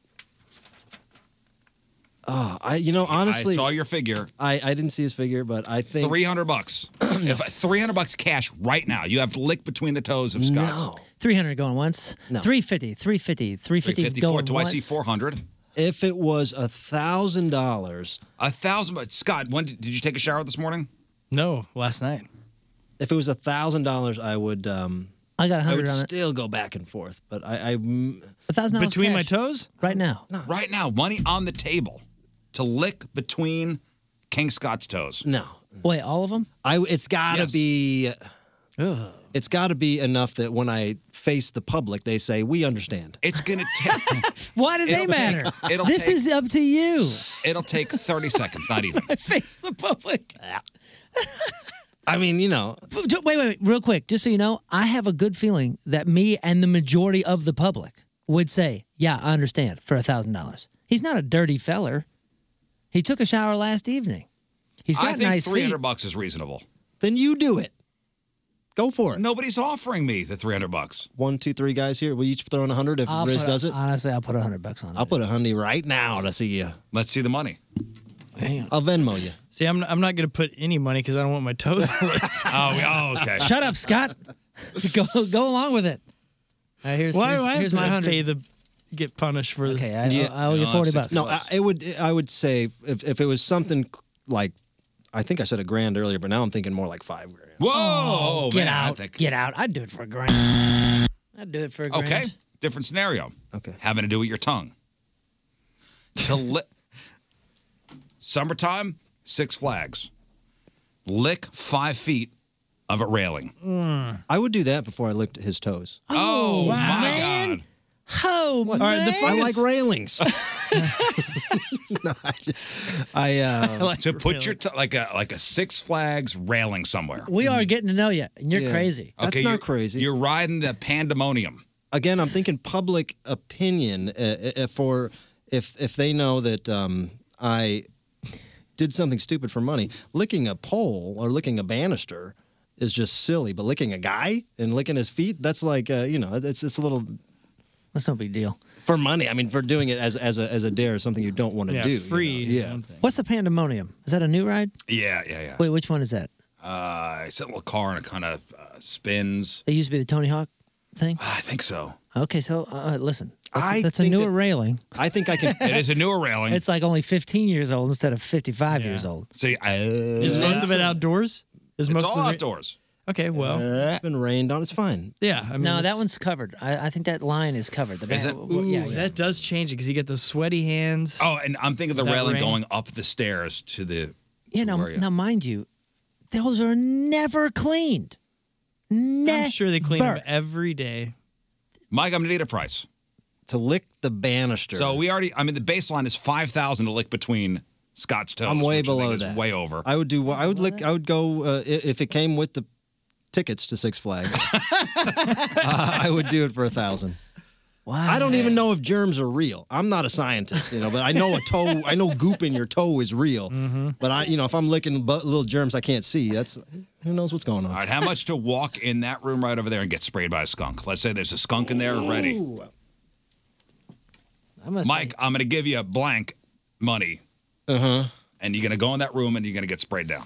Ah, I you know honestly,
I saw your figure.
I, I didn't see his figure, but I think
300 bucks. If 300 bucks cash right now. You have lick between the toes of Scott's.
Three hundred going once.
No.
350, 350, 350
354.
going
Do I
once.
see 400?
If it was a thousand dollars,
A thousand bucks. Scott, when did, did you take a shower this morning?
No, last night.
If it was a thousand dollars, I would. Um,
I got a
I would
hundred on it.
still go back and forth, but I, mm, I
A thousand dollars Between my cash.
toes,
right now.
Right now, money on the table to lick between King Scott's toes.
No,
Wait, all of them?
I it's got to
Yes.
be. It's got to be enough that when I face the public, they say we understand.
It's gonna take.
Why do they
It'll take-
matter?
it'll
this
take-
is up to you.
It'll take 30 seconds, not even.
Face the public.
I mean, you know,
Wait, wait, wait, real quick, just so you know, I have a good feeling that me and the majority of the public would say, "Yeah, I understand." For a thousand dollars, he's not a dirty feller. He took a shower last evening. He's got
I think
nice
300
feet.
bucks is reasonable.
Then you do it.
Go for it.
Nobody's offering me the 300 bucks.
One, two, three guys here. We each throw in a hundred if
I'll
Riz
put a-
does it.
Honestly, I'll put a hundred bucks on it.
I'll put a hundred right now to see you.
Let's see the money.
I'll Venmo you.
See, I'm, I'm not going to put any money because I don't want my toes licked.
oh, oh, okay.
Shut up, Scott. go go along with it. All right, here's,
Why
here's,
do I have
here's
to
my hundred.
pay the get punished for okay,
I-
Oh,
I owe you No, 40 bucks.
No, I, it would. I would say if, if it was something like, I think I said a grand earlier, but now I'm thinking more like five grand.
Whoa!
Oh, get
man, I
out!
think-
Get out! I'd do it for a grand. I'd do it for a grand.
Okay, different scenario.
Okay,
having to do with your tongue. To lick. Summertime, Six Flags. Lick five feet of a railing.
Mm. I would do that before I licked his toes.
Oh, my god!
Oh,
What?
man.
I like railings. No, I, I, uh,
to put your t- like a like a Six Flags railing somewhere.
We are getting to know you, and you're crazy.
Okay, you're- You're riding the pandemonium.
again, I'm thinking public opinion uh, uh, for if if they know that um, I did something stupid for money. Licking a pole or licking a banister is just silly, but licking a guy and licking his feet that's like uh, you know it's it's a little
that's no big deal
for money. I mean, for doing it as as a as a dare is something you don't want to
Yeah,
do. you
free
know? Yeah.
What's the pandemonium? Is that a new ride?
Yeah, yeah, yeah.
Wait, which one is that?
Uh, it's a little car and it kind of uh, spins.
It used to be the Tony Hawk thing.
I think so.
Okay, so uh, listen, that's,
I
that's a
think
newer
that-
railing.
I think I can.
it is a newer railing.
It's like only 15 years old instead of 55 years old.
See, I,
Is most of it outdoors? Is
It's
most
all
of the ra-
outdoors.
Okay, well,
it's been rained on. It's fine.
Yeah, I mean,
no, that
it's-
one's covered. I, I think that line is covered. The
Is
band-
it?
well, yeah,
Ooh,
yeah.
that does change it because you get the sweaty hands.
Oh, and I'm thinking of the
That
railing
ring.
going up the stairs to the.
You know, now mind you, those are never cleaned. Never.
I'm sure they clean them every day.
Mike, I'm gonna need a price
to lick the banister.
So we already. I mean, the baseline is five thousand to lick between Scott's toes.
I'm way
which I think
below
is
that.
Way over.
I would do. I would lick. I would go uh, i- if it came with the tickets to Six Flags. uh, I would do it for a thousand.
Wow.
I don't even know if germs are real. I'm not a scientist, you know, but I know a toe. I know goop in your toe is real.
Mm-hmm.
But I, you know, if I'm licking bu- little germs I can't see, that's who knows what's going on.
All right, how much to walk in that room right over there and get sprayed by a skunk? Let's say there's a skunk in there already. Mike, I'm gonna give you a blank money. Uh
Uh-huh.
huh. And you're gonna go in that room and you're gonna get sprayed down.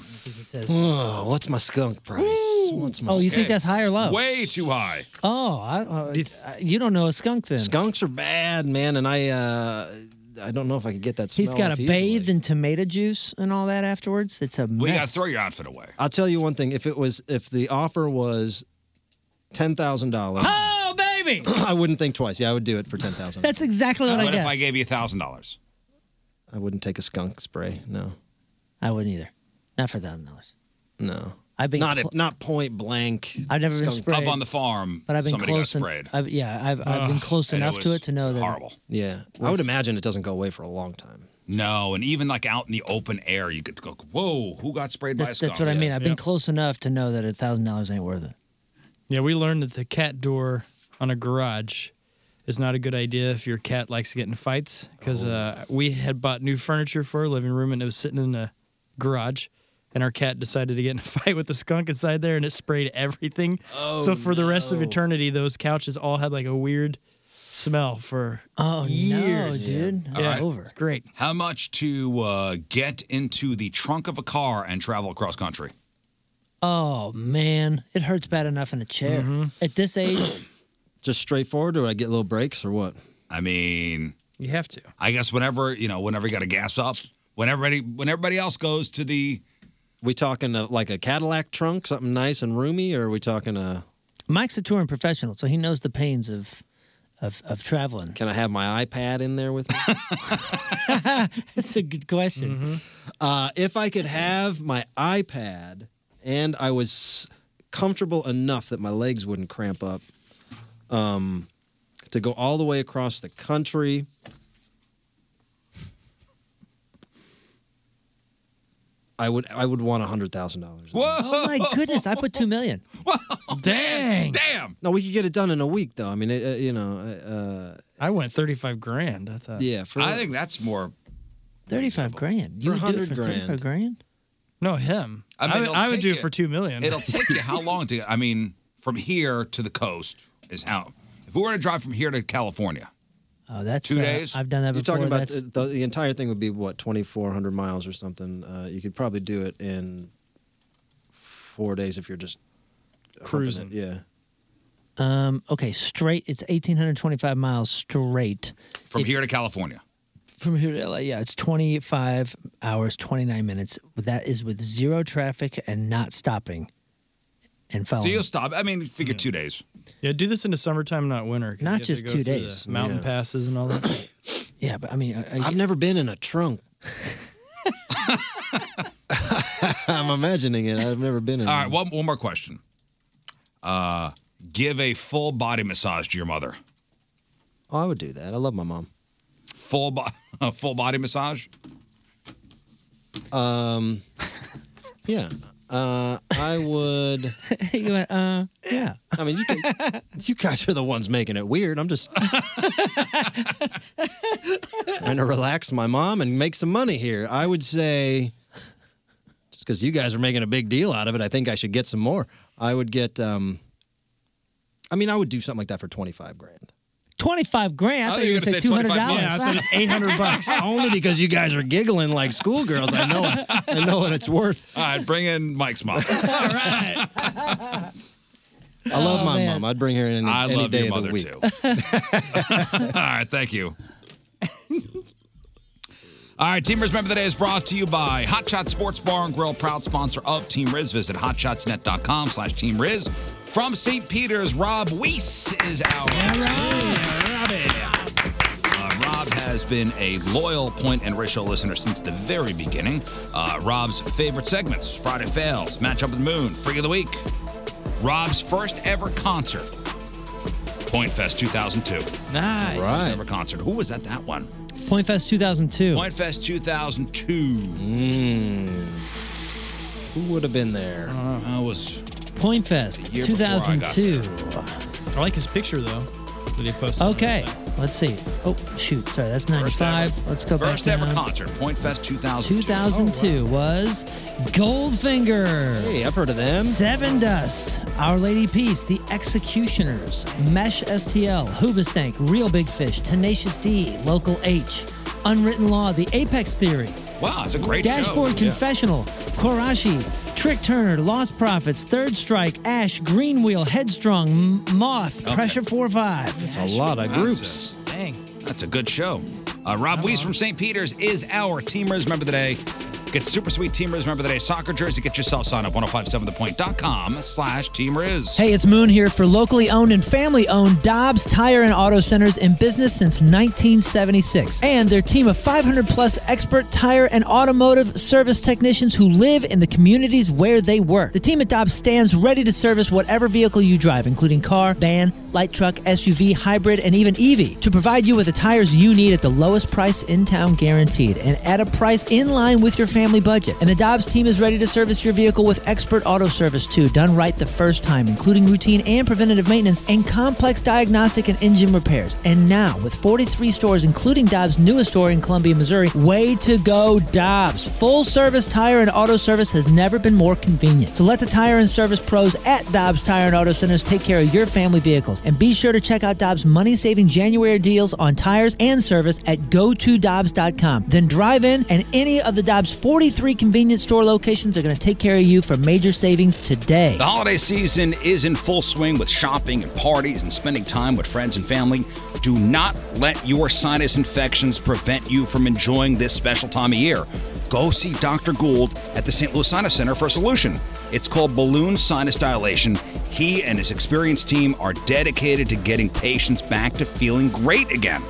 Oh, what's my skunk price? What's my
Oh, you think that's high or low?
Way too high.
Oh, I, uh, I- you don't know a skunk then.
Skunks are bad, man, and I. uh I don't know if I could get that smell.
He's got
off
to
easily.
bathe in tomato juice and all that afterwards. It's a mess.
Well, you gotta throw your outfit away.
I'll tell you one thing: if it was, if the offer was ten thousand dollars,
oh baby,
I wouldn't think twice. Yeah, I would do it for ten thousand.
That's exactly what, I
What if
guess.
I gave you thousand dollars?
I wouldn't take a skunk spray. No,
I wouldn't either. Not for thousand dollars.
no.
I've been
not
cl-
if- not point blank.
I've never been
skunk-
sprayed.
Up on the farm,
But I've been
somebody
close.
got
en-
sprayed.
I've, yeah, I've, I've been
Ugh.
close
And it
enough to
was
it to know that
horrible.
Yeah, I would imagine it doesn't go away for a long time.
No, and even like out in the open air, you could go, "Whoa, who got sprayed by a
That's,
skunk?"
that's what I mean. I've been
Yeah.
close enough to know that a thousand dollars ain't worth it.
Yeah, we learned that the cat door on a garage is not a good idea if your cat likes to get in fights because
Oh.
uh, we had bought new furniture for our living room and it was sitting in the garage. And our cat decided to get in a fight with the skunk inside there, and it sprayed everything.
Oh,
so for the rest of eternity, those couches all had like a weird smell for
Oh
years,
no, dude, that's
All right.
over.
It's great.
How much to uh, get into the trunk of a car and travel across country?
Oh man, it hurts bad enough in a chair at this age.
Just straightforward, or I get little breaks, or what?
I mean,
You have to.
I guess whenever you know, whenever you got to gas up, when everybody when everybody else goes to the
We talking uh like a Cadillac trunk, something nice and roomy, or are we talking a?
Mike's a touring professional, so he knows the pains of of, of traveling.
Can I have my iPad in there with me?
That's a good question.
Uh, if I could have my iPad and I was comfortable enough that my legs wouldn't cramp up, um, to go all the way across the country. I would I would want hundred thousand dollars.
whoa,
Oh my goodness, I put two million.
Dang!
damn.
No, we could get it done in a week though. I mean, it, uh, you know,
I went thirty-five grand. I
uh,
thought.
yeah. For,
I think that's more.
Thirty-five grand. You
For
would do it
100
for
grand.
thirty-five grand.
No, him. I, would-
it'll
I would
take
do it
you-
for two million.
It'll take you how long to? I mean, from here to the coast is how. If we were to drive from here to California,
Oh, that's
Two days?
I've done that
You're
before.
talking about
That's-
the, the, the entire thing would be what 2,400 miles or something. Uh, you could probably do it in four days if you're just humping it.
Cruising.
Yeah,
um, okay, straight. It's eighteen hundred twenty-five miles straight
from here to California,
from here to LA. Yeah, it's twenty-five hours twenty-nine minutes. That is with zero traffic and not stopping and
so
Oh.
following.
you'll stop. I mean, figure two days.
Yeah, do this in the summertime, not winter. 'cause
Not
you have to
just
go
two
through the
days.
Mountain
Yeah.
passes and all that.
yeah, but I mean, uh, I,
I've never been in a trunk. I'm imagining it. I've never been in.
All
one.
right, one, one more question. Uh, give a full body massage to your mother.
Oh, I would do that. I love my mom.
Full bo- full body massage.
Um, yeah. Uh, I would.
you went, uh, yeah.
I mean, you can, you guys are the ones making it weird. I'm just trying to relax my mom and make some money here. I would say, just because you guys are making a big deal out of it, I think I should get some more. I would get. Um, I mean, I would do something like that for 25 grand.
twenty-five grand. I, thought you were going to say two hundred dollars.
Only because you guys are giggling like schoolgirls. I know. it. I know what it's worth.
All right, bring in Mike's mom.
I love
Oh,
my
man.
mom. I'd bring her in any,
I
any
love
day
your
of
mother
the week.
too. All right, thank you. All right, Teamers Member of the Day is brought to you by Hot Shot Sports Bar and Grill, proud sponsor of Team Riz. Visit hotshotsnet.com slash Team Riz. From St. Peter's, Rob Weiss is our Uh, Rob has been a loyal Point and Ratio listener since the very beginning. Uh, Rob's favorite segments, Friday Fails, Match Up with the Moon, Freak of the Week. Rob's first ever concert, Point Fest 2002.
Nice.
First ever concert. Who was at that one?
Point Fest 2002.
Point Fest 2002.
Hmm. Who would have been there?
I Uh, was
Point Fest
The year before I got
2002.
I like his picture though that he posted. on
Okay, let's see. Oh, shoot. Sorry, that's 95. Let's go
First
back
ever
down.
concert, Point Fest 2002.
2002 was Goldfinger.
Oh, Hey, I've heard of them.
Seven Dust, Our Lady Peace, The Executioners, Mesh STL, Hoobastank, Real Big Fish, Tenacious D, Local H, Unwritten Law, The Apex Theory,
Oh, Wow, it's a great
Dashboard
show.
Confessional, Korashi, Trick Turner, Lost Prophets, Third Strike, Ash, Green Wheel, Headstrong, M- Moth, Pressure 4 5.
That's a lot of groups. Dang. That's a good show. Uh, Rob Weiss from St. Peter's is our Teamers Member of the Day. Get super sweet Teamers Member of the Day soccer jersey. Get yourself signed up 1057thepoint.com slash Teamers.
Hey, it's Moon here for locally owned and family owned Dobbs Tire and Auto Centers in business since 1976. And their team of 500 plus expert tire and automotive service technicians who live in the communities where they work. The team at Dobbs stands ready to service whatever vehicle you drive, including car, van, light truck, SUV, hybrid, and even EV, to provide you with the tires you need at the lowest price in town guaranteed and at a price in line with your family budget. And the Dobbs team is ready to service your vehicle with expert auto service too, done right the first time, including routine and preventative maintenance and complex diagnostic and engine repairs. And now, with 43 stores, including Dobbs' newest store in Columbia, Missouri, way to go, Dobbs! Full service tire and auto service has never been more convenient. So let the tire and service pros at Dobbs Tire and Auto Centers take care of your family vehicles. And be sure to check out Dobbs' money saving January deals on tires and service at gotodobbs.com. Then drive in, and any of the Dobbs' 43 convenience store locations are going to take care of you for major savings today.
The holiday season is in full swing with shopping and parties and spending time with friends and family. Do not let your sinus infections prevent you from enjoying this special time of year. Go see Dr. Gould at the St. Louis Sinus Center for a solution. It's called balloon sinus dilation. He and his experienced team are dedicated to getting patients back to feeling great again.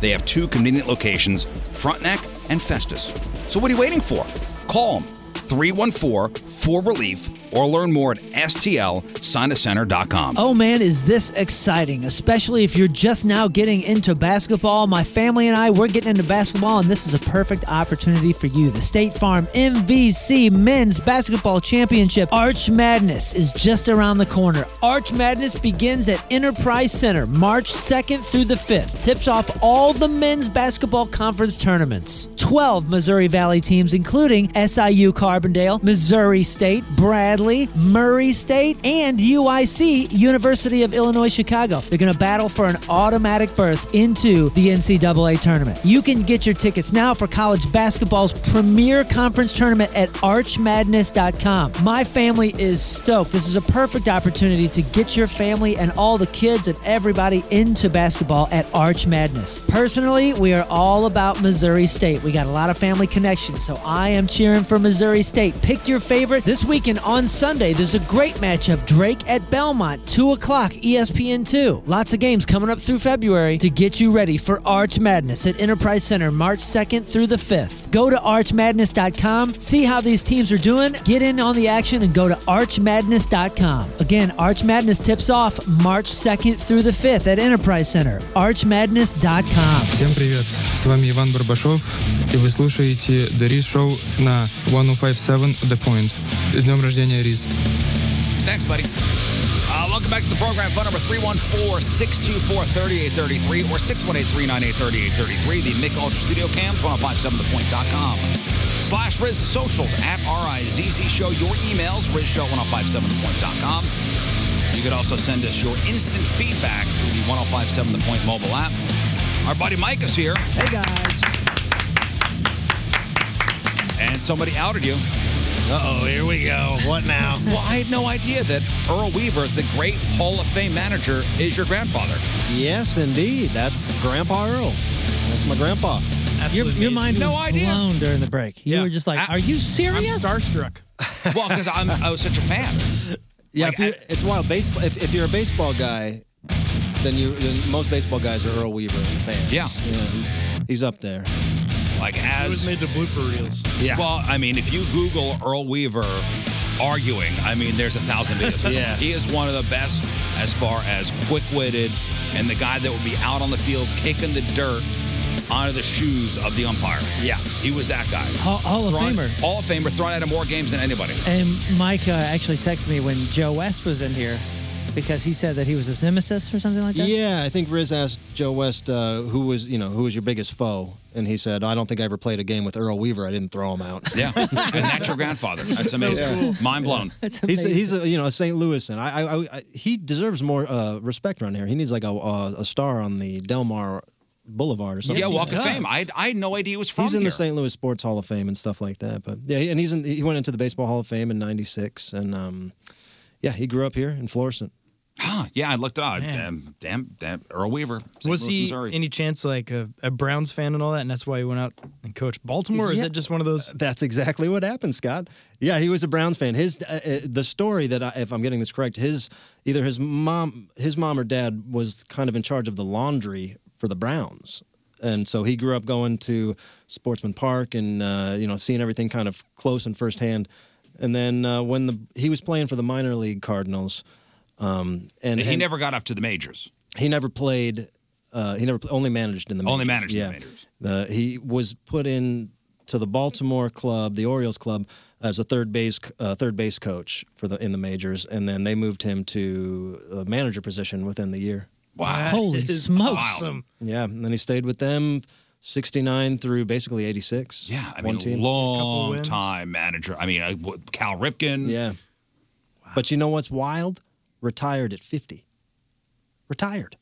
They have two convenient locations, Frontenac and Festus. So what are you waiting for? Call them 314 4 Relief or learn more at stlsinuscenter.com.
Oh man, is this exciting, especially if you're just now getting into basketball. My family and I, we're getting into basketball, and this is a perfect opportunity for you. The State Farm MVC Men's Basketball Championship Arch Madness is just around the corner. Arch Madness begins at Enterprise Center March 2nd through the 5th. Tips off all the men's basketball conference tournaments. 12 Missouri Valley teams, including SIU Carbondale, Missouri State, Bradley, Murray State, and UIC, University of Illinois Chicago. They're going to battle for an automatic berth into the NCAA tournament. You can get your tickets now for college basketball's premier conference tournament at archmadness.com. My family is stoked. This is a perfect opportunity to get your family and all the kids and everybody into basketball at Arch Madness. Personally, we are all about Missouri State. We got a lot of family connections, so I am cheering for Missouri State. Pick your favorite. This weekend on Sunday, there's a great matchup Drake at Belmont, 2 o'clock, E ESPN 2. Lots of games coming up through February to get you ready for Arch Madness at Enterprise Center, March 2nd through the 5th. Go to archmadness.com, see how these teams are doing, get in on the action, and go to archmadness.com. Again, Arch Madness tips off March 2nd through the 5th at Enterprise Center, archmadness.com.
Всем привет, с вами Иван Барбашов, и вы слушаете The Riz Show на 1057 The Point. С днем рождения, Риз.
Thanks, buddy. Uh, welcome back to the program. Phone number 314-624-3833 or 618-398-3833. The Mick Ultra Studio Cams, 1057thepoint.com. Slash Riz Socials at R-I-Z-Z Show. Your emails, rizshow1057thepoint.com. You could also send us your instant feedback through the 1057 The Point mobile app. Our buddy Mike is here. Hey, guys. And somebody outed you. Uh-oh, here we go. What now? well, I had no idea that Earl Weaver, the great Hall of Fame manager, is your grandfather.
Yes, indeed. That's Grandpa Earl. That's my grandpa.
Your, your mind was
No idea.
blown during the break. You were just like, are you serious?
I'm
starstruck. well, because I'm I was such a fan.
Yeah, if you, it's wild. Baseball. If, if you're a baseball guy, then you then most baseball guys are Earl Weaver fans.
Yeah.
he's, he's up there.
Like as
was made the blooper reels.
Yeah. Well, I mean, if you Google Earl Weaver arguing, I mean, there's a thousand videos.
Yeah.
He is one of the best as far as quick witted and the guy that would be out on the field kicking the dirt onto the shoes of the umpire. Yeah. He was that guy.
Hall- Hall of
Thrown-
Famer.
Hall of Famer, thrown out of more games than anybody.
And Mike uh, actually texted me when Joe West was in here because he said that he was his nemesis or something like that.
Yeah, I think Riz asked Joe West uh, who was you know who was your biggest foe, and he said, "I don't think I ever played a game with Earl Weaver. I didn't throw him out."
Yeah. and that's your grandfather. That's amazing. Mind blown.
He's he's a, you know a St. Louisan. I, I, I he deserves more uh, respect around here. He needs like a, a, a star on the Delmar Boulevard or something.
yeah,
like
Walk
that.
of Fame. I, I had no idea he was from
he's in
here.
the St. Louis Sports Hall of Fame and stuff like that. But yeah, he- and he's in, he went into the Baseball Hall of Fame in '96, and um, yeah, he grew up here in Florissant.
Huh, yeah, I looked it up. Damn, damn, damn, Earl Weaver. St.
Was
Louis,
he
Missouri.
any chance like a, a Browns fan and all that, and that's why he went out and coached Baltimore? Or is
Yeah.
it just one of those?
That's exactly what happened, Scott. Yeah, he was a Browns fan. His uh, uh, the story that I, if I'm getting this correct, his either his mom, his mom or dad was kind of in charge of the laundry for the Browns, and so he grew up going to Sportsman Park and uh, you know seeing everything kind of close and firsthand. And then uh, when the he was playing for the minor league Cardinals, um, and,
he
and
never got up to the majors.
he never played. Uh, he never pl- only managed in the majors.
Only managed in the
majors. he was put in to the Baltimore club, the Orioles club, as a third base c- uh, third base coach for the in the majors, and then they moved him to a manager position within the year.
Wow!
Holy smokes!
Yeah, and then he stayed with them sixty nine through basically eighty six. Yeah,
I mean, long time manager. I mean, uh, w- Cal Ripken.
Yeah, but you know what's wild? Retired at fifty. Retired.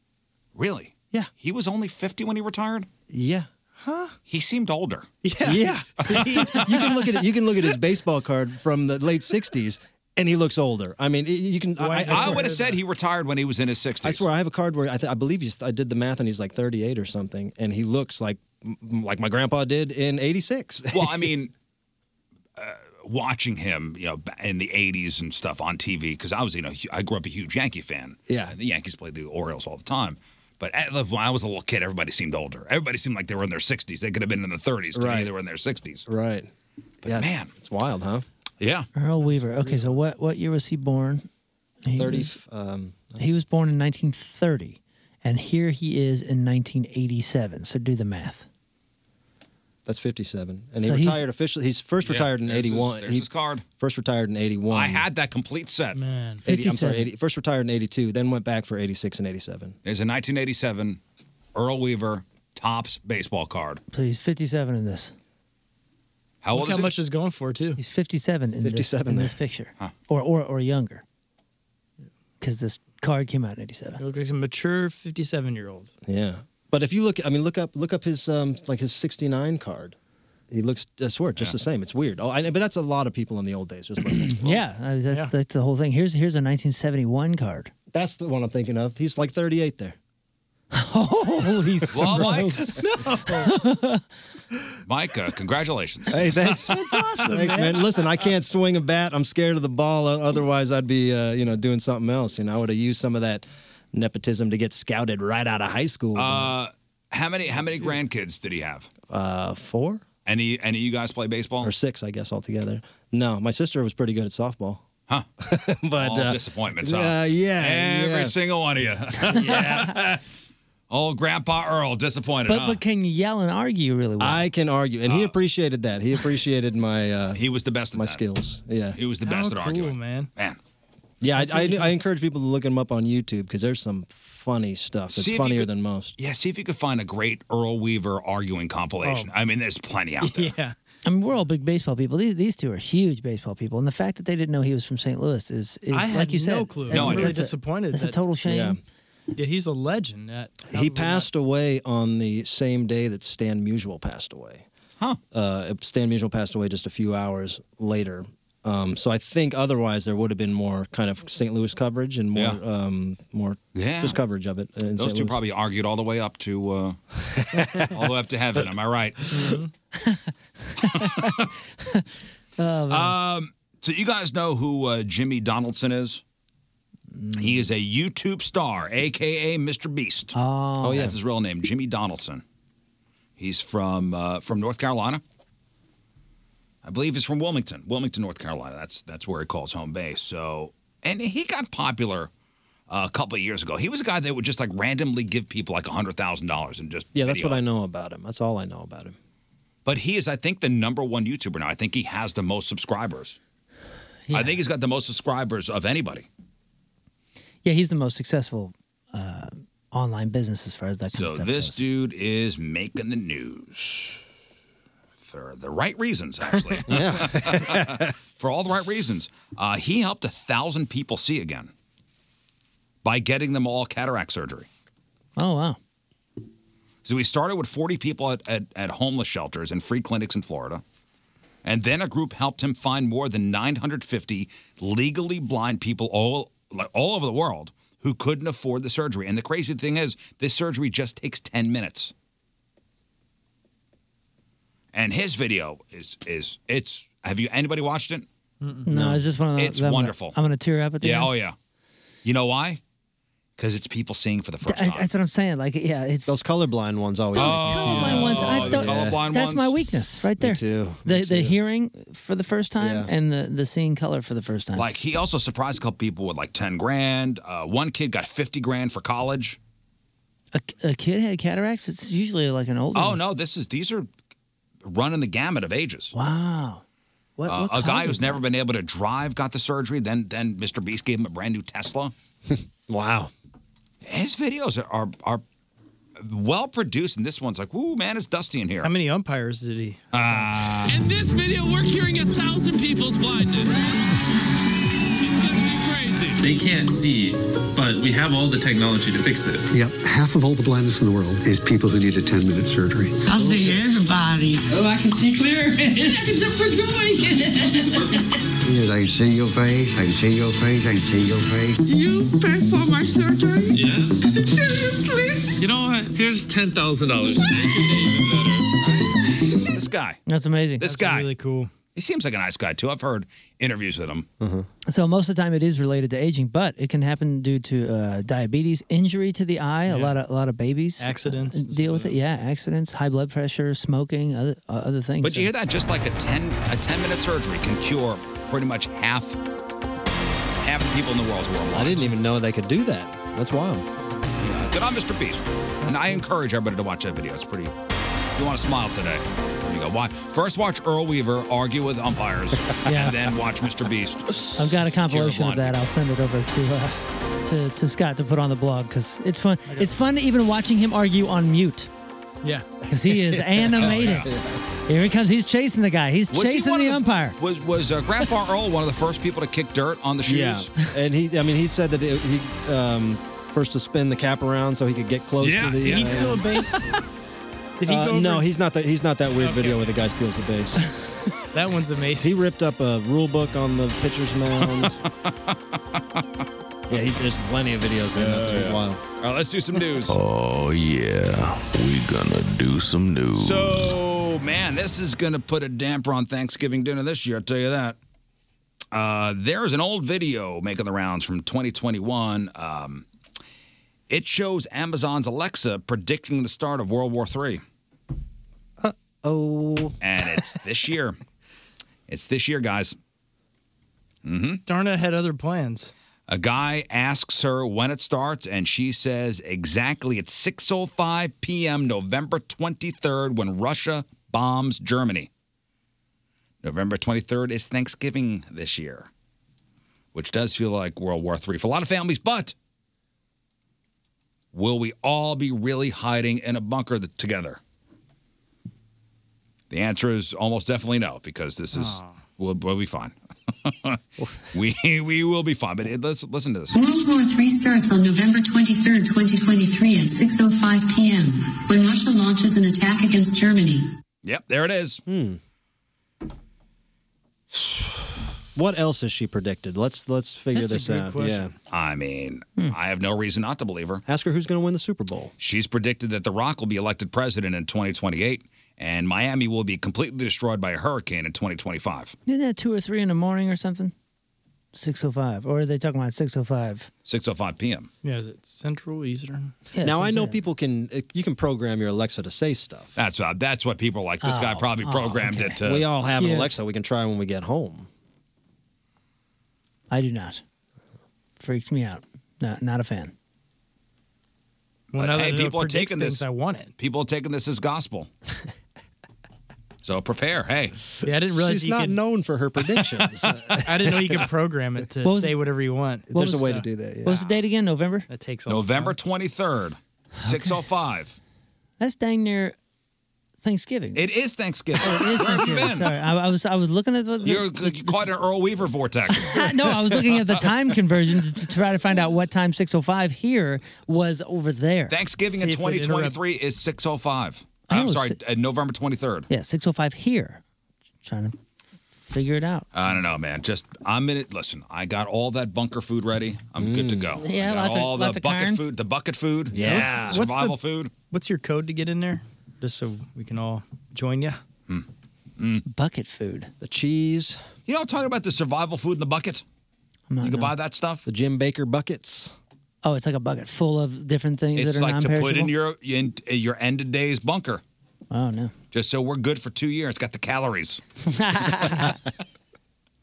Really?
Yeah.
He was only 50 when he retired?
Yeah.
Huh? He seemed older.
Yeah. you can look at it, you can look at his baseball card from the late '60s, and he looks older. I mean, y- you can.
I, would have said he retired when he was in his 60s.
I swear, I have a card where I, th- I believe he's, I did the math, and he's like 38 or something, and he looks like m- like my grandpa did in '86.
well, I mean, uh, watching him, you know, ba- in the '80s and stuff on TV, because I was, you know, hu- I grew up a huge Yankee fan.
Yeah.
the Yankees played the Orioles all the time. But at, like, when I was a little kid, everybody seemed older. Everybody seemed like they were in their 60s. They could have been in the 30s. To me,
Right.
they were in their 60s.
Right. But yeah,
man,
it's wild, huh?
Yeah.
Earl Weaver. Okay, so what what year was he born? He
30.
was-
Mm-hmm.
Um,
He was born in 1930, and here he is in 1987. So do the math.
that's 57, and
So
he
he's-
retired officially. He's first
Yeah,
retired in
there's his-
'81.
there's
he
his card.
First retired in '81.
I had that complete set. Man,
80, I'm sorry, 80, first retired in '82, then went back for '86 and '87.
There's a 1987 Earl Weaver tops baseball card.
Please, 57 in this.
How
Look
old is
how
he?
much is going for too?
He's 57 in,
57
this, in
there.
this picture,
Huh.
or or or younger, because this card came out in '87.
He looks like a mature fifty-seven-year-old.
Yeah, but if you look, I mean, look up, look up his um, like his '69 card. He looks, I swear, just the same. It's weird. Oh, I, but that's a lot of people in the old days. Just like that.
Yeah, I was- that's
Yeah.
that's the whole thing. Here's here's a 1971 card.
that's the one I'm thinking of. He's like 38 there.
Holy
Well, Mike.
smokes.
Mike, uh, congratulations.
Hey, thanks. Thanks, man. Listen, I can't swing a bat. I'm scared of the ball. O- Otherwise, I'd be, uh, you know, doing something else. You know, I would have used some of that nepotism to get scouted right out of high school.
Uh, how many how many grandkids did he have?
uh, four
Any any of you guys play baseball?
or six, I guess, altogether. No, my sister was pretty good at softball.
Huh?
but
All
uh,
disappointments. Huh?
uh, yeah,
Every
yeah.
single one of you. yeah. Old Grandpa Earl disappointed. huh?
can yell and argue really well.
I can argue, and he appreciated that. He appreciated my. Uh,
he was the best.
My skills. Yeah,
he was the best at arguing. man. Man.
Yeah, I,
That's
I,
what-
I encourage people to look him up on YouTube because there's some funny stuff. It's
See if you
funnier
could-
than most.
Yeah, see if you could find a great Earl Weaver arguing compilation. I mean, there's plenty out there.
yeah. I mean, we're all big baseball people. These, these two are huge baseball people, and the fact that they didn't know he was from St. Louis is, is
I
like
had
you said,
no clue.
that's-
I'm really
that's a-
disappointed.
That's a
that-
total shame.
Yeah, he's a legend. That
He passed away on the same day that Stan Musial passed away.
Huh.
Uh, Stan Musial passed away just a few hours later. Um, so I think otherwise there would have been more kind of St. Louis coverage and more
Yeah.
um, more
Yeah.
just coverage of it. in
Those
St.
two
Louis.
probably argued all the way up to uh, all the way up to heaven. Am I right? um, so you guys know who uh, Jimmy Donaldson is? He is a YouTube star, aka Mr. Beast.
Oh,
yeah.
that's his real name, Jimmy Donaldson. He's from uh, from North Carolina. I believe he's from Wilmington, Wilmington, North Carolina. That's that's where he calls home base. So, and he got popular uh, a couple of years ago. He was a guy that would just like randomly give people like hundred thousand dollars and just
Yeah, that's
video.
what I know about him. That's all I know about him.
But he is, I think, the number one YouTuber now. I think he has the most subscribers. I think he's got the most subscribers of anybody.
Yeah, he's the most successful uh, online business as far as that kind of
So
stuff.
this dude is making the news for the right reasons, actually. for all the right reasons. Uh, he helped a thousand people see again by getting them all cataract surgery.
Oh wow.
So we started with 40 people at, at, at homeless shelters and free clinics in Florida. And then a group helped him find more than 950 legally blind people all, like, all over the world who couldn't afford the surgery. And the crazy thing is, this surgery just takes 10 minutes. And his video is, is it's, have you, anybody watched it?
No, it's just one of those.
It's
I'm gonna-
wonderful.
I'm going to tear up at the
yeah,
end.
oh yeah. You know why? Because it's people seeing for the first
I,
time.
that's what I'm saying. Like, yeah, it's
Those colorblind ones always.
Oh,
colorblind ones. I
the
don't,
colorblind
that's
ones.
my weakness right there.
too.
The, the hearing for the first time and the, the seeing color for the first time.
Like he also surprised a couple people with like ten grand. Uh, one kid got fifty grand for college.
a kid had cataracts. It's usually like an older.
Oh no, this is these are running the gamut of ages.
Wow. What,
Uh, a guy who's never been able to drive got the surgery. Then then Mr. Beast gave him a brand new Tesla.
wow.
His videos are are, are well produced, and this one's like, "Ooh, man, it's dusty in here."
How many umpires did he?
Ah.
In this video, we're curing a thousand people's blindness. It's gonna be crazy.
They can't see, but we have all the technology to fix it.
Yep, half of all the blindness in the world is people who need a 10 minute surgery.
I'll see everybody. Oh, I can see clear. I can jump for joy.
I can see your face, I can see your face, I can see your face.
you pay for my surgery?
Yes.
Seriously?
You know what? Here's ten thousand dollars.
This guy.
That's amazing.
This guy really cool. He seems like a nice guy too. I've heard interviews with him.
So most of the time it is related to aging, but it can happen due to uh, diabetes, injury to the eye. A lot of a lot of babies uh,
Accidents and
deal with it. Yeah, accidents, high blood pressure, smoking, other uh, other things.
But
So-
you hear that? Just like a ten a ten minute surgery can cure pretty much half half the people in the world who are blind.
I didn't even know they could do that. That's wild.
Good on Mr. Beast. and I encourage everybody to watch that video. It's pretty. You want to smile today? There you go. Watch, first, watch Earl Weaver argue with umpires, and then watch Mr. Beast.
I've got a compilation
Cure
of
blind
that. I'll send it over to uh, to, to Scott to put on the blog because it's fun. It's fun even watching him argue on mute
Yeah.
because he is animated.
Here he comes. He's chasing the guy. He's
Was he
chasing
one
the,
of the-
umpire.
Was was uh, Grandpa Earl one of the first people to kick dirt on the shoes?
Yeah, and he, I mean, he said that it, he um, first to spin the cap around so he could get close
Yeah,
to the.
yeah. He's still
uh,
a base?
Did he
uh,
go over-
no, he's not that. He's not that weird video where the guy steals the base.
that one's amazing.
He ripped up a rule book on the pitcher's mound. yeah, he, there's plenty of videos of him out there. It was wild.
All right, let's do some news.
Oh yeah, we gonna do some news.
So, man, this is going to put a damper on Thanksgiving dinner this year, I'll tell you that. Uh, there's an old video making the rounds from 2021. Um, it shows Amazon's Alexa predicting the start of World War III.
Oh.
And it's this year. It's this year, guys. Mm-hmm.
Darna had other plans.
A guy asks her when it starts, and she says exactly at 6:05 p.m. November 23rd when Russia bombs Germany. November 23rd is Thanksgiving this year, which does feel like World War III for a lot of families. But will we all be really hiding in a bunker th- together? The answer is almost definitely no, because this is we'll, we'll be fine. we we will be fine. But it, let's listen to this.
World War III starts on November 23, 2023 at 6.05 p.m. when Russia launches an attack against Germany.
Yep, there it is.
What else has she predicted? Let's let's figure this out. Yeah.
I mean,
Hmm.
I have no reason not to believe her.
Ask her who's going to win the Super Bowl.
She's predicted that The Rock will be elected president in 2028, and Miami will be completely destroyed by a hurricane in 2025.
Isn't that two or three in the morning or something? Six oh five, or are they talking about six oh five?
6:05 p.m.
Yeah, is it Central Eastern?
now I know people can uh, you can program your Alexa to say stuff.
That's what that's what people like. This guy
Oh,
probably
oh,
programmed it to.
we all have an
Yeah.
Alexa. We can try when we get home.
I do not. Freaks me out. No, not a fan.
But
now
hey,
that it
people are
predicts
taking
things,
this.
I
want it.
People are taking this as gospel. so prepare. Hey.
Yeah, I didn't realize
She's
you
not
could-
known for her predictions.
I didn't know you could program it to
What was-
say whatever you want.
There's What a was way the- to do that, yeah. what was
date again? November.
That takes all
November oh 23rd, 6:05.
That's dang near Thanksgiving.
It is Thanksgiving.
Where have you
been?
Sorry, I, I was I was looking at the.
You're you caught in an Earl Weaver vortex.
Ah, no, I was looking at the time conversion to to try to find out what time 6:05 here was over there.
Thanksgiving in 2023 is 6:05.
I
I'm
know,
sorry,
si-
uh, November 23rd.
Yeah, 6:05 here. Trying to figure it out.
I don't know, man. Just I'm in it. Listen, I got all that bunker food ready. I'm good to
Mm.
go.
Yeah,
I got
lots of-
all the
lots of
bucket
carn.
food. The bucket food.
Yeah. What's- what's
survival
the-
food.
What's your code to get in there? Just so we can all join you.
Bucket food.
The cheese.
You know, I'm talking about the survival food in the bucket.
not-
You can buy that stuff.
The Jim Baker buckets.
Oh, it's like a bucket full of different things
it's
that are
like to
non-perishable.
put in your in uh, your end of days bunker,
oh no.
just so we're good for two years. Got the calories.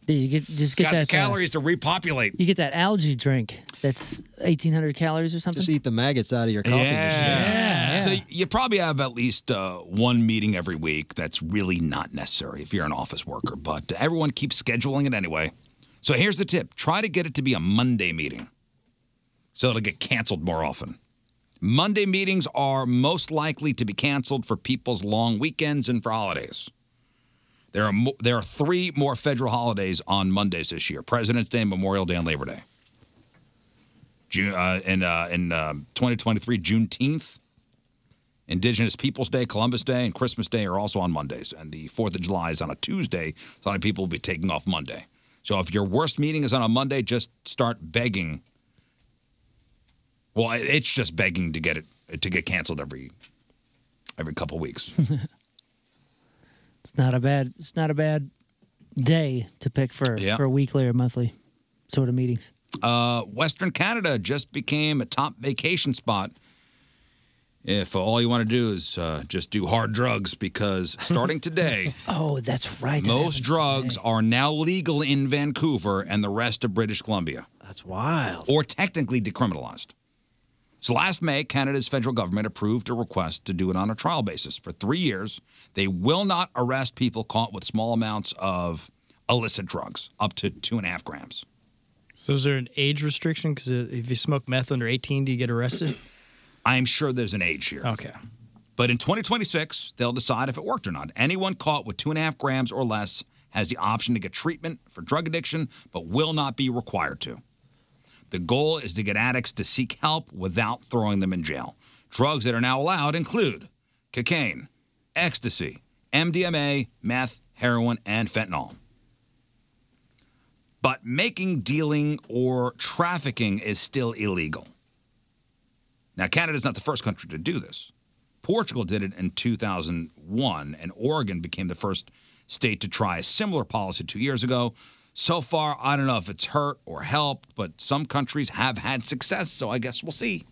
Dude, you get just get
got the
that uh,
calories to repopulate.
you get that algae drink that's 1800 calories or something.
Just eat the maggots out of your coffee.
Yeah. So you probably have at least uh, one meeting every week that's really not necessary if you're an office worker, but everyone keeps scheduling it anyway. So here's the tip try to get it to be a Monday meeting so it'll get canceled more often. Monday meetings are most likely to be canceled for people's long weekends and for holidays. There are, mo- there are three more federal holidays on Mondays this year President's Day, Memorial Day, and Labor Day. June, uh, in uh, in uh, 2023, Juneteenth, Indigenous Peoples Day, Columbus Day, and Christmas Day are also on Mondays. And the 4th of July is on a Tuesday. So a lot of people will be taking off Monday. So if your worst meeting is on a Monday, just start begging. Well, it- it's just begging to get it to get canceled every every couple weeks.
It's not a bad. It's not a bad day to pick for
Yeah.
for weekly or monthly sort of meetings.
Uh, Western Canada just became a top vacation spot. If all you want to do is uh, just do hard drugs, because starting today,
Oh, that's right. that
most drugs are now legal in Vancouver and the rest of British Columbia. That's wild. Or technically decriminalized. So last May, Canada's federal government approved a request to do it on a trial basis. For three years, they will not arrest people caught with small amounts of illicit drugs, up to two and a half grams.
So is there an age restriction? uh, Because if you smoke meth under 18, do you get arrested?
I'm sure there's an age here.
Okay.
But in 2026, they'll decide if it worked or not. Anyone caught with two and a half grams or less has the option to get treatment for drug addiction, but will not be required to. The goal is to get addicts to seek help without throwing them in jail. Drugs that are now allowed include cocaine, ecstasy, MDMA, meth, heroin, and fentanyl. But making, dealing, or trafficking is still illegal. Now, Canada's not the first country to do this. Portugal did it in 2001, and Oregon became the first state to try a similar policy two years ago. So far, I don't know if it's hurt or helped, but some countries have had success, so I guess we'll see.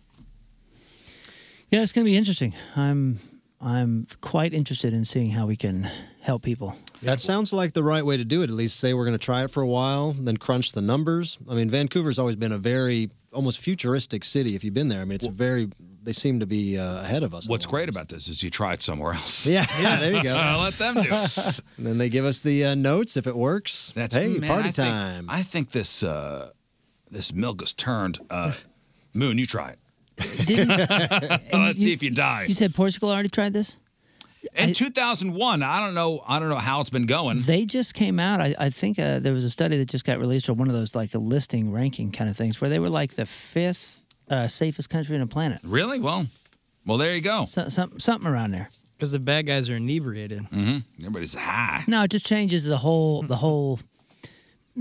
Yeah, it's going to be interesting. I'm I'm quite interested in seeing how we can help people.
That sounds like the right way to do it. At least say we're going to try it for a while, then crunch the numbers. I mean, Vancouver's always been a very almost futuristic city. If you've been there, I mean, it's a very. They seem to be uh, ahead of us.
What's great about this is you try it somewhere else.
Yeah, yeah, there you go.
Let them do it.
And then they give us the uh, notes if it works.
That's
hey,
man,
party
I think-
time.
I think this uh, this milk has turned. Uh, Moon, you try it. Uh, Let's see if you die.
You said Portugal already tried this?
In 2001, I don't know. I don't know how it's been going.
They just came out. I, I think uh, there was a study that just got released, or one of those like a listing ranking kind of things, where they were like the fifth uh, safest country on the planet.
Really? Well, well, there you go.
So, some, something around there.
Because the bad guys are inebriated.
Mm-hmm. Everybody's high.
No, it just changes the whole the whole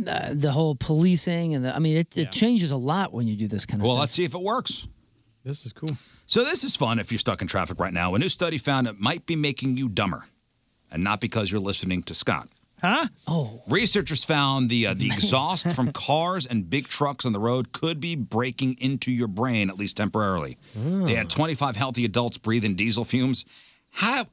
uh, the whole policing and the. I mean, it, it changes a lot when you do this kind of
Well,
stuff.
let's see if it works.
This is cool.
So this is fun if you're stuck in traffic right now. A new study found it might be making you dumber, and not because you're listening to Scott.
Huh? Oh,
Researchers found the uh, the exhaust from cars and big trucks on the road could be breaking into your brain at least temporarily. They had 25 healthy adults breathe in diesel fumes. How?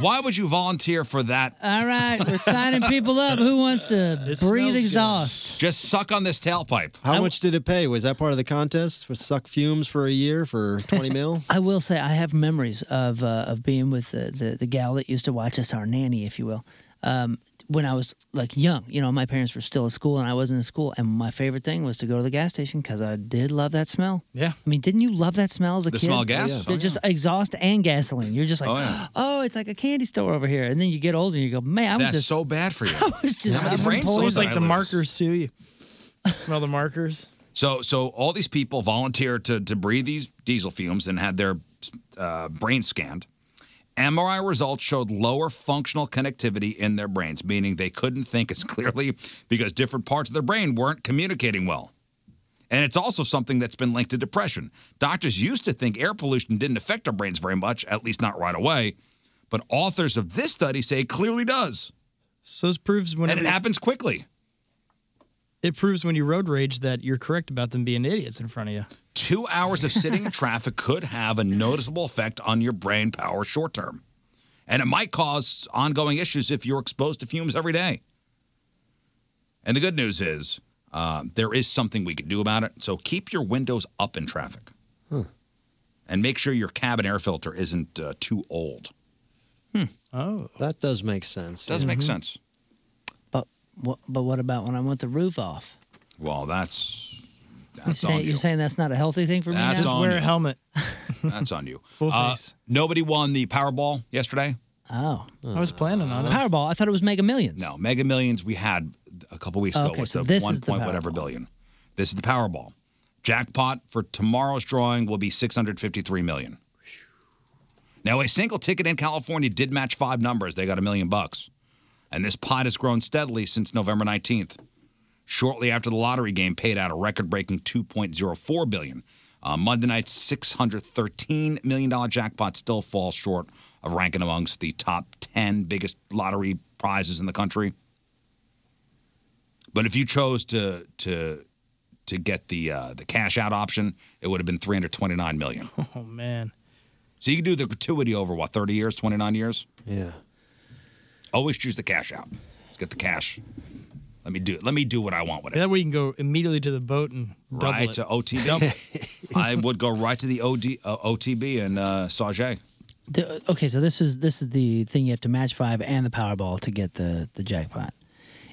why would you volunteer for that?
all right. We're signing people up. Who wants to breathe exhaust?
Just suck on this tailpipe.
How much did it pay? Was that part of the contest? For suck fumes for a year for twenty mil?
I will say I have memories of uh, of being with the, the the gal that used to watch us, our nanny, if you will. Um, when I was like young, you know, my parents were still at school and I wasn't in school. And my favorite thing was to go to the gas station because I did love that smell.
Yeah.
I mean, didn't you love that smell as a
The
kid?
smell of gas? Oh, yeah.
They're Just exhaust and gasoline. You're just like,
Oh,
oh,
yeah.
it's like a candy store over here. And then you get older and you go, man, I was
That's
just
so bad for you.
I was just
How many
having
brain
poison.
cells did I lose?
markers too. You smell the markers.
So, so all these people volunteered to, to breathe these diesel fumes and had their uh, brain scanned. MRI results showed lower functional connectivity in their brains, meaning they couldn't think as clearly because different parts of their brain weren't communicating well. And it's also something that's been linked to depression. Doctors used to think air pollution didn't affect our brains very much, at least not right away. But authors of this study say it clearly does.
So this proves when
and it happens quickly.
It proves when you road rage that you're correct about them being idiots in front of you.
two hours of sitting in traffic could have a noticeable effect on your brain power short term. And it might cause ongoing issues if you're exposed to fumes every day. And the good news is uh, there is something we can do about it. So keep your windows up in traffic.
Huh.
And make sure your cabin air filter isn't uh, too old. Hmm.
Oh,
that does make sense.
Does make sense.
But what, but what about when I want the roof off?
Well, that's
You're
that's on
saying,
you.
you're saying that's not a healthy thing for me
That's
now?
on you.
helmet.
That's on you. Uh, nobody won the Powerball yesterday.
Oh,
I was planning on it.
Powerball. I thought it was Mega Millions.
No, Mega Millions we had a couple weeks ago
Okay,
was
so
the
this
one
is the
point whatever billion. This is the Powerball. Jackpot for tomorrow's drawing will be 653 million. Now, a single ticket in California did match five numbers. They got a million bucks. And this pot has grown steadily since November 19th. Shortly after the lottery game paid out a record-breaking 2.04 billion. Uh, Monday night's 613 million dollar jackpot still falls short of ranking amongst the top 10 biggest lottery prizes in the country. But if you chose to to to get the uh, the cash out option, it would have been 329 million.
Oh man.
So you can do the gratuity over what 30 years, 29 years. Yeah. Always choose the cash out. Let's get the cash. Let me do it. Let me do what I want with it.
That way you can go immediately to the boat and double
right
it.
to OTB. I would go right to the OD, uh, OTB and uh, Sauget.
The- okay, so this is this is the thing you have to match five and the Powerball to get the the jackpot.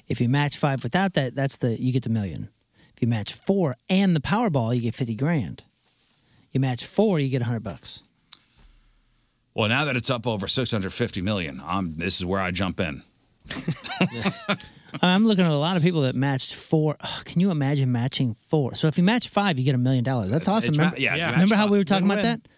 If you match five without that, that's the you get the million. If you match four and the Powerball, you get fifty grand. You match four, you get hundred bucks.
Well, now that it's up over 650 million, I'm, this is where I jump in.
I'm looking at a lot of people that matched four. Ugh, can you imagine matching four? So if you match five, you get a million dollars. That's
It's-
awesome.
it's ma-
remember,
yeah, if you match
remember how
five,
we were talking about
win-win.
that?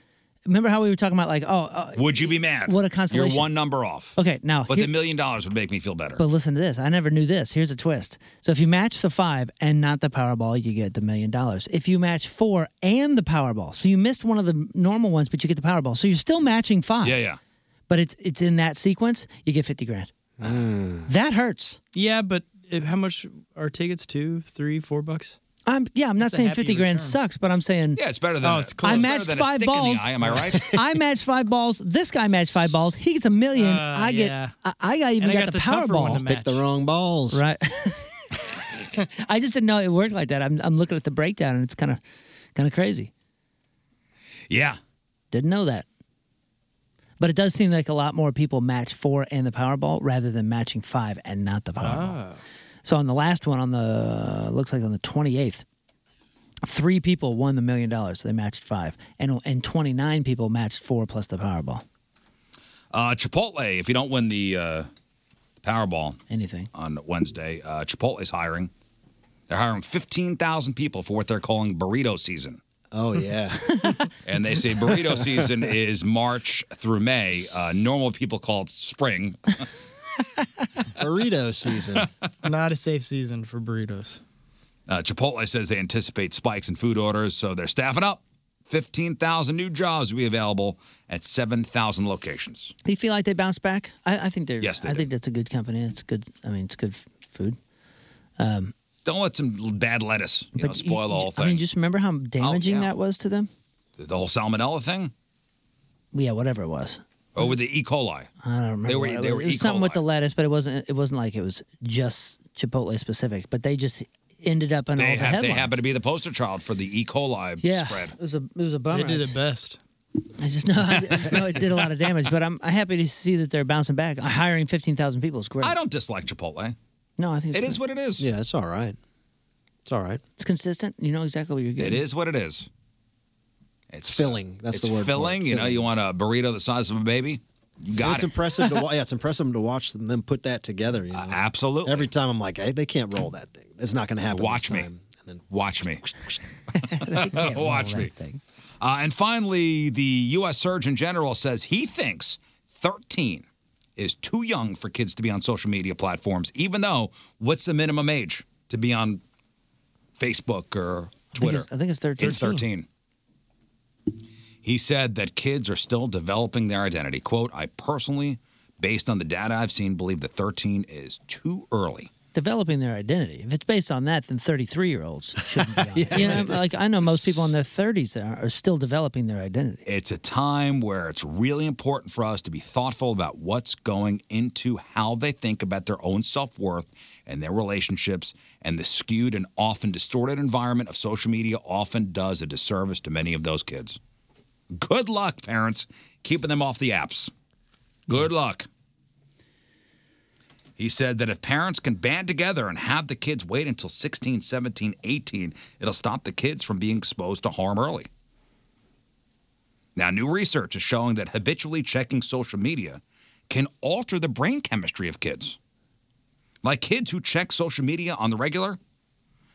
Remember how we were talking about like, oh, uh,
Would you be mad?
What a consolation.
You're one number off.
Okay, now
But
here-
the million dollars would make me feel better.
but listen to this. I never knew this. Here's a twist. So if you match the five and not the Powerball, you get the million dollars. If you match four and the Powerball, so you missed one of the normal ones, but you get the Powerball. So you're still matching five.
Yeah, yeah.
But it's it's in that sequence. You get fifty grand.
Mm.
That hurts.
Yeah, but if, how much are tickets? Two, three, four bucks.
I'm yeah. I'm not
That's a
saying
happy
fifty grand
return.
sucks, but I'm saying
Yeah, it's better than
Oh,
a-
it's close.
I
It's
matched
better than a
five
stick in the
balls.
eye, am I right?
I matched five balls. This guy matched five balls. He gets a million.
Uh,
I get.
yeah.
I, I got even
And I
got,
got
the,
the tougher one
Powerball.
to Picked the match.
wrong balls. Right. I just didn't know it worked like that. I'm, I'm looking at the breakdown and it's kind of kind of crazy.
Yeah.
Didn't know that. But it does seem like a lot more people match four and the Powerball rather than matching five and not the
Ah.
Powerball. So on the last one, on the looks like on the 28th, three people won the million dollars. So they matched five, and and 29 people matched four plus the Powerball.
Uh, Chipotle, if you don't win the uh, Powerball
anything
on Wednesday, uh, Chipotle's hiring. They're hiring 15,000 people for what they're calling burrito season.
Oh yeah.
And they say burrito season is March through May. Uh, normal people call it spring.
burrito season.
It's not a safe season for burritos.
Uh, Chipotle says they anticipate spikes in food orders, so they're staffing up. 15,000 new jobs will be available at 7,000 locations.
Do you feel like they bounce back? I, I think they're.
Yes, they
I
do.
think that's a good company. It's good. I mean, it's good f- food. Um,
Don't let some bad lettuce you know,
but
spoil the whole thing. Oh,
I mean, just remember how damaging
yeah.
that was to them.
the whole salmonella thing
Yeah, whatever it was.
or with the E. coli.
I don't remember.
They were-
what it
they
was.
were
It was
E.
something with the lettuce, but it wasn't. It wasn't like it was just Chipotle specific. But they just ended up in all
They,
the
ha- they
headlines.
happen to be the poster child for the E. coli
yeah,
spread.
it was a it was a bummer.
They did it best.
I just know I just know it did a lot of damage, but I'm happy to see that they're bouncing back. Uh, Hiring fifteen thousand people is great.
I don't dislike Chipotle.
No, I think
It
it's
is what it is.
Yeah, it's all right. It's all right.
It's consistent. You know exactly what you're getting.
It is what it is. It's
filling. That's
it's
the word.
filling.
For it.
You know, you want a burrito the size of a baby? You got
it's
it.
impressive to wa- yeah, it's impressive to watch them, them put that together. You know?
absolutely.
Every time I'm like, hey, they can't roll that thing. It's not going to happen.
Watch
this
me.
time.
Watch me.
can't roll
Watch
that
me. Uh, and finally, the U.S. Surgeon General says he thinks 13 is too young for kids to be on social media platforms, even though what's the minimum age to be on Facebook or Twitter?
it's- I think it's 13.
It's 13. He said that kids are still developing their identity. Quote, I personally, based on the data I've seen, believe that 13 is too early.
Developing their identity. If it's based on that, then 33 year olds shouldn't be on it. You know, like I know most people in their 30s that are, are still developing their identity.
It's a time where it's really important for us to be thoughtful about what's going into how they think about their own self worth and their relationships. And the skewed and often distorted environment of social media often does a disservice to many of those kids. Good luck, parents, keeping them off the apps. Good luck. He said that if parents can band together and have the kids wait until 16, 17, 18, it'll stop the kids from being exposed to harm early. Now, new research is showing that habitually checking social media can alter the brain chemistry of kids. Like kids who check social media on the regular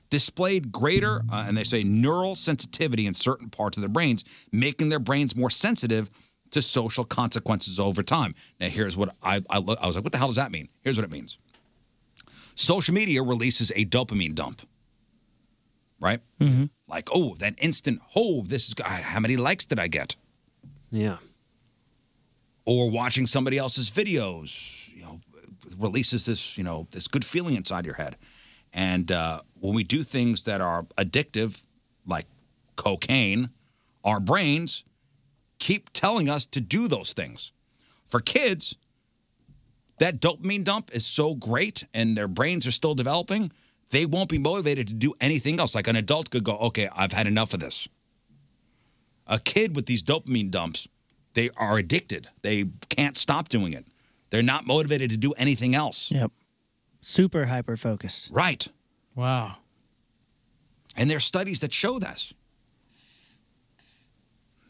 displayed greater, uh, and they say neural sensitivity in certain parts of their brains, making their brains more sensitive to social consequences over time. Now, here's what I, I, lo- I was like, what the hell does that mean? Here's what it means social media releases a dopamine dump, right? Mm-hmm. Like, oh, that instant, oh, this is, how many likes did I get?
Yeah.
or watching somebody else's videos, you know, releases this, you know, this good feeling inside your head. And uh, when we do things that are addictive, like cocaine, our brains keep telling us to do those things. For kids, that dopamine dump is so great and their brains are still developing, they won't be motivated to do anything else. Like an adult could go, okay, I've had enough of this. A kid with these dopamine dumps, they are addicted. They can't stop doing it. They're not motivated to do anything else.
Yep. Super hyper focused.
Right.
Wow.
And there are studies that show this.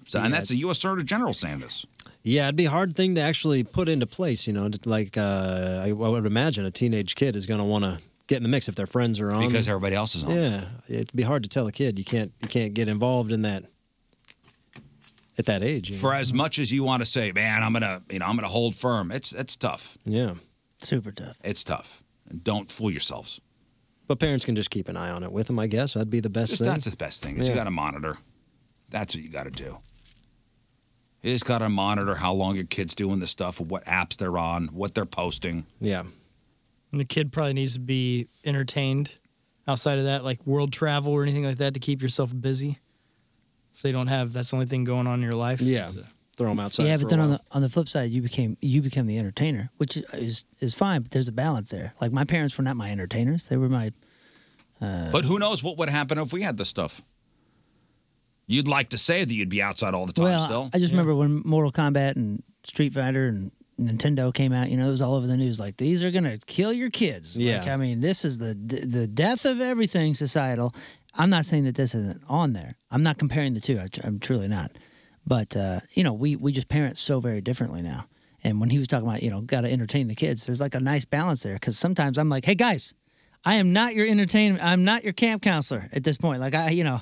So, and that's a U.S. Surgeon General saying this.
Yeah, it'd be a hard thing to actually put into place. You know, like uh, I, I would imagine a teenage kid is going to want to get in the mix if their friends are on
Because everybody else is on.
Yeah, it'd be hard to tell a kid you can't you can't get involved in that at that age. you
For as much as you want to say, man, I'm gonna, you know, I'm gonna hold firm. It's it's tough.
know? yeah,
super tough.
It's tough. And don't fool yourselves.
But parents can just keep an eye on it with them. I guess that'd be the best
Just-
thing.
That's the best thing. Is You
Yeah.
got to monitor. That's what you got to do. You just got to monitor how long your kid's doing this stuff, what apps they're on, what they're posting.
Yeah.
And the kid probably needs to be entertained outside of that, like world travel or anything like that, to keep yourself busy. So you don't have that's the only thing going on in your life.
Yeah.
So-
Throw them outside.
yeah,
for
but
a
then on
while.
the on the flip side, you became you become the entertainer, which is is fine. But there's a balance there. Like my parents were not my entertainers; they were my. Uh,
But who knows what would happen if we had this stuff? You'd like to say that you'd be outside all the time
well,
still.
I just remember when Mortal Kombat and Street Fighter and Nintendo came out. You know, it was all over the news. Like these are gonna kill your kids.
Yeah.
Like, I mean, this is the the death of everything societal. I'm not saying that this isn't on there. I'm not comparing the two. I, I'm truly not. But uh, you know, we we just parent so very differently now. And when he was talking about, you know, got to entertain the kids, there's like a nice balance there because sometimes I'm like, hey guys, I am not your entertainment. I'm not your camp counselor at this point. Like I, you know,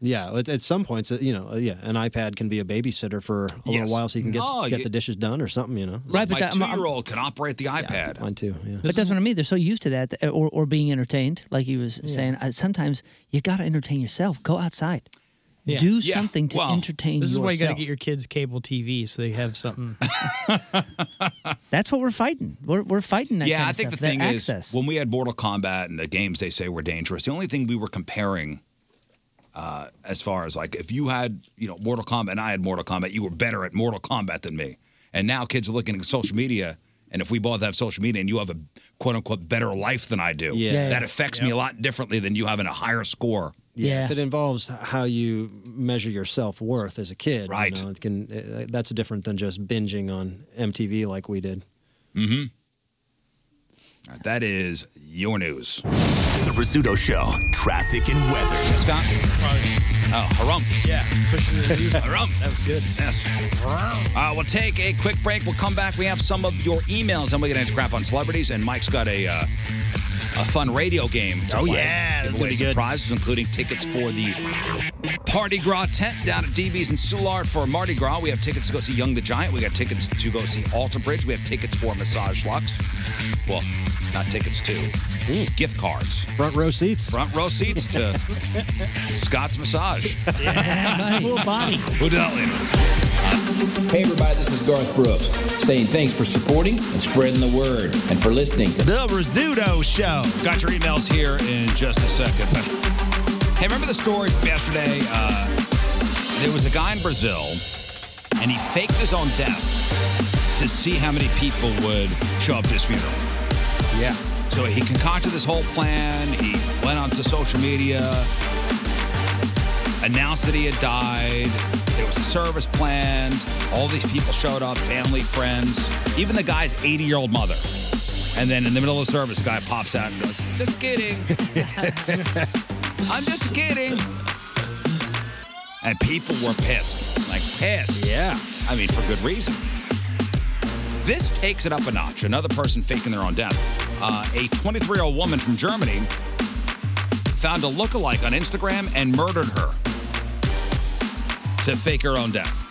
Yeah, at, at some points, uh, you know, yeah, an iPad can be a babysitter for a little
Yes.
while, so you can get
Oh,
get
you-
the dishes done or something, you know.
Right, but
My
that- I'm- I'm-
two-year-old can operate the iPad.
Mine too. Yeah.
But that's what I mean. They're so used to that, or, or being entertained, like he was saying. I, sometimes you got to entertain yourself. Go outside,
Yeah.
do
Yeah.
something to
Well,
entertain
This is why you got
yourself.
to get your kids cable TV so they have something.
that's what we're fighting. We're, we're fighting that.
yeah,
kind
I
of
think
stuff,
the
that
thing
access.
is when we had Mortal Kombat and the games they say were dangerous. The only thing we were comparing, uh, as far as like if you had you know Mortal Kombat and I had Mortal Kombat, you were better at Mortal Kombat than me. And now kids are looking at social media, and if we both have social media and you have a quote unquote better life than I do,
Yeah. Yeah.
that affects me a lot differently than you having a higher score.
Yeah. If it involves how you measure your self worth as a kid, right? You know, it can uh, that's different than just binging on MTV like we did.
Mm-hmm. That is your news.
The Rizzuto Show, traffic and weather.
Scott? Oh, harumph. Yeah, pushing
the news.
Harumph. That was good. Yes. Uh, we'll take a quick break. We'll come back. We have some of your emails, and we get into crap on celebrities. And Mike's got a uh, a fun radio game. to
Oh,
play.
yeah,
Give
that's gonna
away
be good.
Prizes including tickets for the Party Gras tent down at DB's in Soulard for Mardi Gras. We have tickets to go see Young the Giant. We got tickets to go see Alter Bridge. We have tickets for Massage Lux. Well, not tickets to gift cards.
Front row seats.
Front row seats to Scott's Massage.
Full body.
We'll do that later.
Hey, everybody, this is Garth Brooks saying thanks for supporting and spreading the word and for listening to The Rizzuto Show.
Got your emails here in just a second. hey, remember the story from yesterday? Uh, there was a guy in Brazil, and he faked his own death to see how many people would show up to his funeral. Yeah. So he concocted this whole plan. He went onto social media, announced that he had died. There was a service planned. All these people showed up family, friends, even the guy's 80 year old mother. And then in the middle of the service, the guy pops out and goes, Just kidding. I'm just kidding. And people were pissed. Like, pissed. Yeah. I mean, for good reason. This takes it up a notch. Another person faking their own death. Uh, a 23 year old woman from Germany found a lookalike on Instagram and murdered her to fake her own death.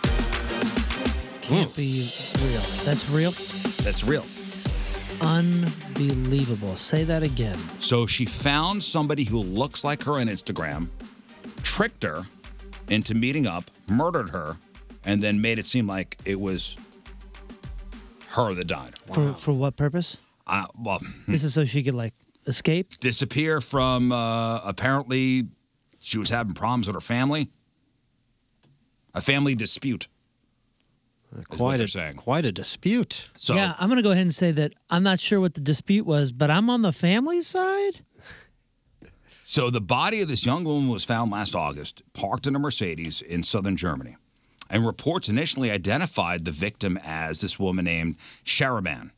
Can't be real. That's real.
That's real.
Unbelievable. Say that again.
So she found somebody who looks like her on Instagram, tricked her into meeting up, murdered her, and then made it seem like it was her that died.
For for what purpose?
Uh, well,
Hmm.
This is so she could like escape.
disappear from uh, apparently she was having problems with her family. A family dispute.
Uh, Quite a quite a dispute.
So
yeah, I'm gonna go ahead and say that I'm not sure what the dispute was, but I'm on the family side.
So the body of this young woman was found last August, parked in a Mercedes in southern Germany. And reports initially identified the victim as this woman named Sharaban,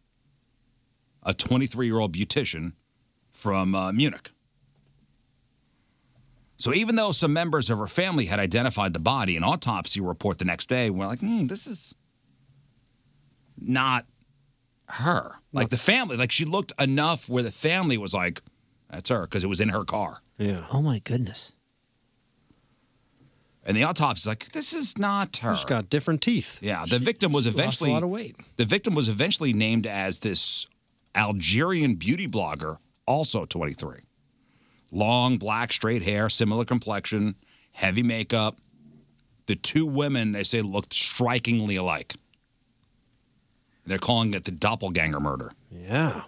a 23 year old beautician from uh, Munich. So even though some members of her family had identified the body, an autopsy report the next day, we're like, hmm, this is not her. Like the family, like she looked enough where the family was like, that's her, because it was in her car.
Yeah. Oh my goodness.
And the autopsy's like, this is not her.
She's got different teeth.
Yeah, the victim was
she lost a
eventually
lot of weight.
The victim was eventually named as this Algerian beauty blogger, also 23. Long black straight hair, similar complexion, heavy makeup. The two women they say looked strikingly alike. They're calling it the doppelganger murder.
Yeah.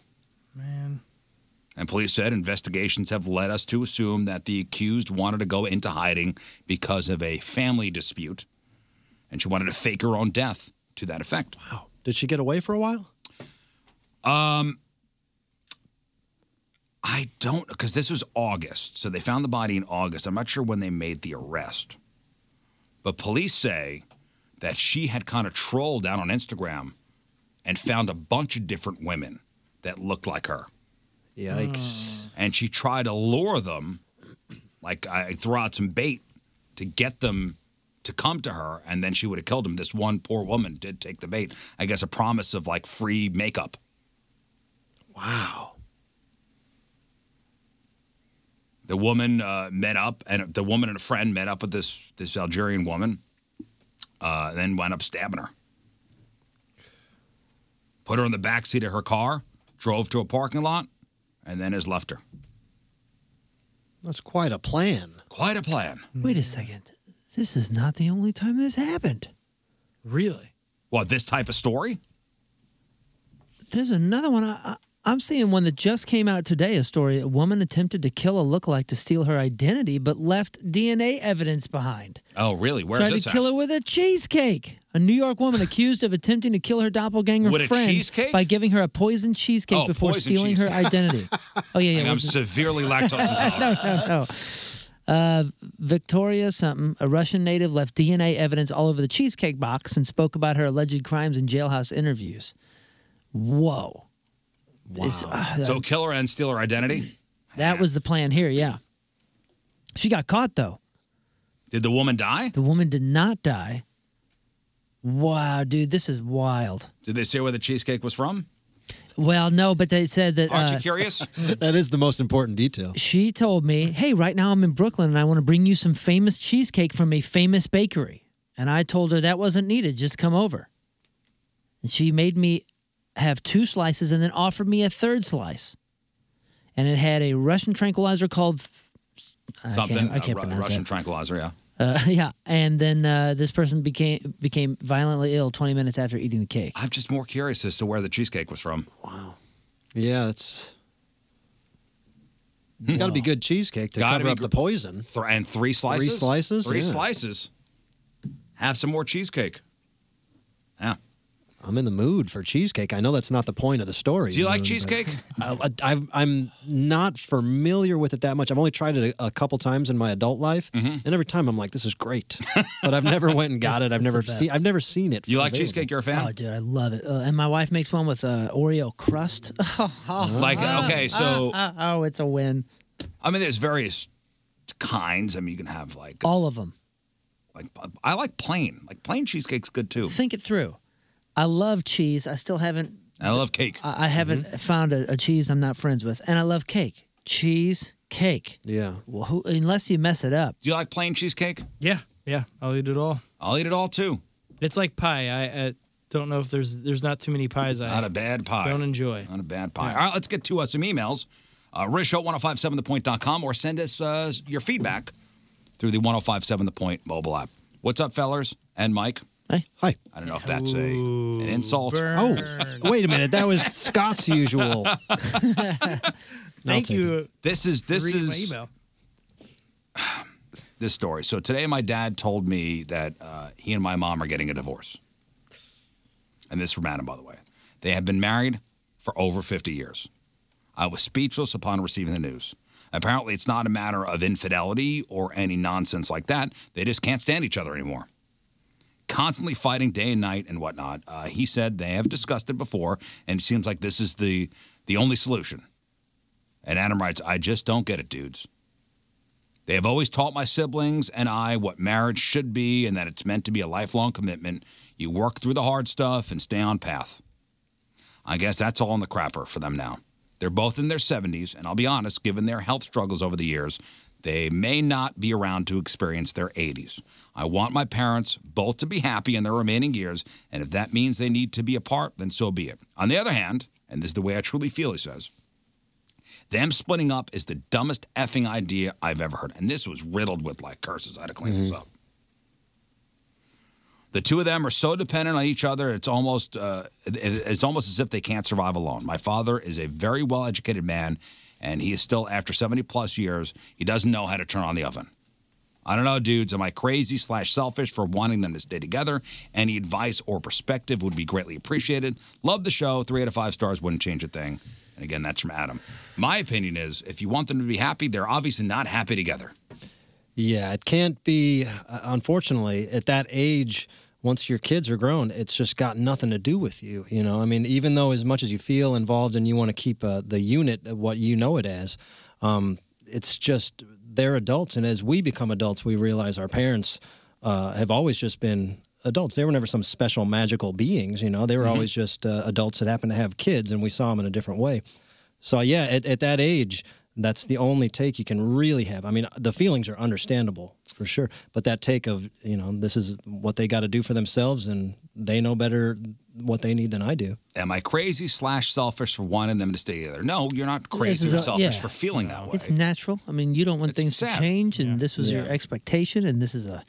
And police said investigations have led us to assume that the accused wanted to go into hiding because of a family dispute, and she wanted to fake her own death to that effect. Wow.
Did she get away for a while?
Um, I don't because this was August, so they found the body in August. I'm not sure when they made the arrest, but police say that she had kind of trolled out on Instagram and found a bunch of different women that looked like her.
Yikes.
and she tried to lure them, like I throw out some bait to get them to come to her, and then she would have killed them. This one poor woman did take the bait. I guess a promise of like free makeup. Wow. The woman uh, met up, and the woman and a friend met up with this this Algerian woman, uh, and then wound up stabbing her. Put her in the back seat of her car, drove to a parking lot, and then has left her.
That's quite a plan.
Quite a plan.
Wait a second. This is not the only time this happened.
Really? What, this type of story?
There's another one. I, I, I'm seeing one that just came out today. A story: a woman attempted to kill a lookalike to steal her identity, but left DNA evidence behind.
Oh, really? Where's
Tried
this
to
at?
kill her with a cheesecake. A New York woman accused of attempting to kill her doppelganger
With a
friend
cheesecake?
by giving her a poisoned cheesecake
Oh,
before
poisoned
stealing her
cheesecake.
identity. oh yeah, yeah.
Like, I'm
wasn't-
severely lactose intolerant.
no, no, no. Uh, Victoria something, a Russian native, left DNA evidence all over the cheesecake box and spoke about her alleged crimes in jailhouse interviews. Whoa. Wow.
so kill her and steal her identity?
that was the plan here, yeah. She got caught, though.
Did the woman die?
The woman did not die. Wow, dude, this is wild.
Did they say where the cheesecake was from?
Well, no, but they said that.
Aren't you
uh,
curious?
that is the most important detail.
She told me, "Hey, right now I'm in Brooklyn and I want to bring you some famous cheesecake from a famous bakery." And I told her that wasn't needed, just come over. And she made me have two slices and then offered me a third slice. And it had a Russian tranquilizer called I can't-
Something.
I can't
a Ru-
pronounce
Russian
that.
tranquilizer, yeah.
uh, yeah, and then uh, this person became became violently ill 20 minutes after eating the cake.
I'm just more curious as to where the cheesecake was from. Wow.
Yeah, that's. It's got to be good cheesecake to cover up the poison.
and three slices?
slices,
Three
yeah.
slices. Have some more cheesecake. Yeah.
I'm in the mood for cheesecake. I know that's not the point of the story.
Do you like
know, but
cheesecake?
I, I, I'm not familiar with it that much. I've only tried it a, a couple times in my adult life,
Mm-hmm.
and every time I'm like, "This is great," but I've never went and got it. I've
It's-
never
it's the
seen.
best.
I've never seen it. available.
Oh, dude, I love it. Uh, and my wife makes one with uh, Oreo crust.
Uh-huh.
Like, uh,
Ah,
okay, so-
ah, ah, oh, it's a win.
I mean, there's various kinds. I mean, you can have like
All of them.
like I like plain. Like plain cheesecake's good too.
Think it through. I love cheese. I still haven't.
I love cake.
I I haven't
Mm-hmm.
found a, a cheese I'm not friends with, and I love cake. Cheese cake.
Yeah.
Well, who, unless you mess it up.
Do you like plain cheesecake?
Yeah, yeah. I'll eat it all.
I'll eat it all too.
It's like pie. I, I don't know if there's there's not too many pies. I
Not a bad pie.
Don't enjoy.
Not a bad pie. All right, let's get to uh, some emails. Uh, Risho1057thepoint.com or send us uh, your feedback through the 1057 The Point mobile app. What's up, fellas? And Mike?
Hey.
Hi.
I don't know if that's a, an insult.
Oh, wait a minute. That was Scott's usual.
Thank
take
you.
This is this
Read my
is
email.
this story. So today, my dad told me that uh, he and my mom are getting a divorce. And this is from Adam, by the way. They have been married for over 50 years. I was speechless upon receiving the news. Apparently, it's not a matter of infidelity or any nonsense like that. They just can't stand each other anymore. Constantly fighting day and night and whatnot. Uh, he said they have discussed it before, and it seems like this is the the only solution. And Adam writes, "I just don't get it, dudes. They have always taught my siblings and I what marriage should be and that it's meant to be a lifelong commitment. You work through the hard stuff and stay on path. I guess that's all in the crapper for them now. They're both in their 70s, and I'll be honest, given their health struggles over the years, they may not be around to experience their 80s. I want my parents both to be happy in their remaining years, and if that means they need to be apart, then so be it. On the other hand, and this is the way I truly feel, he says, them splitting up is the dumbest effing idea I've ever heard. And this was riddled with like curses. I had to clean this up. The two of them are so dependent on each other, it's almost uh, it- it's almost as if they can't survive alone. My father is a very well educated man, and he is still after seventy plus years, he doesn't know how to turn on the oven. I don't know, dudes. Am I crazy slash selfish for wanting them to stay together? Any advice or perspective would be greatly appreciated. Love the show. Three out of five stars wouldn't change a thing. And again, that's from Adam. My opinion is if you want them to be happy, they're obviously not happy together.
Yeah, it can't be. uh, Unfortunately, at that age, once your kids are grown, it's just got nothing to do with you. You know, I mean, even though as much as you feel involved and you want to keep uh, the unit of what you know it as, um, it's just they're adults, and as we become adults, we realize our parents uh, have always just been adults. They were never some special magical beings. You know, they
Mm-hmm.
were
Mhm.
always just uh, adults that happened to have kids, and we saw them in a different way. So yeah, at, at that age, that's the only take you can really have. I mean, the feelings are understandable for sure, but that take of you know this is what they got to do for themselves, and they know better what they need than I do.
Am I crazy slash selfish for wanting them to stay together? No, you're not crazy
is
or
a-
selfish
yeah.
for feeling that way.
It's natural. I mean, you don't want things to change, and this was your
Yeah.
expectation, and this is a,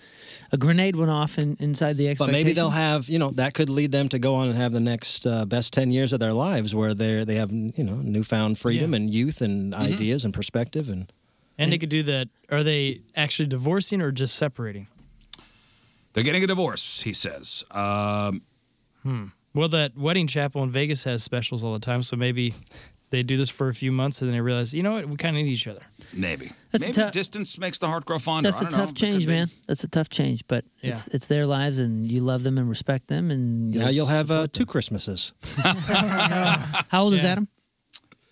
a grenade went off in, inside the
But
expectation.
maybe they'll have you know that could lead them to go on and have the next uh, best ten years of their lives where they they have you know newfound freedom and youth and
Mm-hmm.
ideas and perspective and
And they could do that. Are they actually divorcing or just separating?
They're getting a divorce, he says. Um,
Hmm. Well, that wedding chapel in Vegas has specials all the time, so maybe they do this for a few months and then they realize, you know what, we kind of need each other.
maybe.
That's a tou-
maybe distance makes the heart grow fonder.
That's
I
a
don't
tough
know. It
change,
could be.
man. That's a tough change, but it's it's their lives, and you love them and respect them, and
now you'll have uh, two Christmases.
How old is Adam?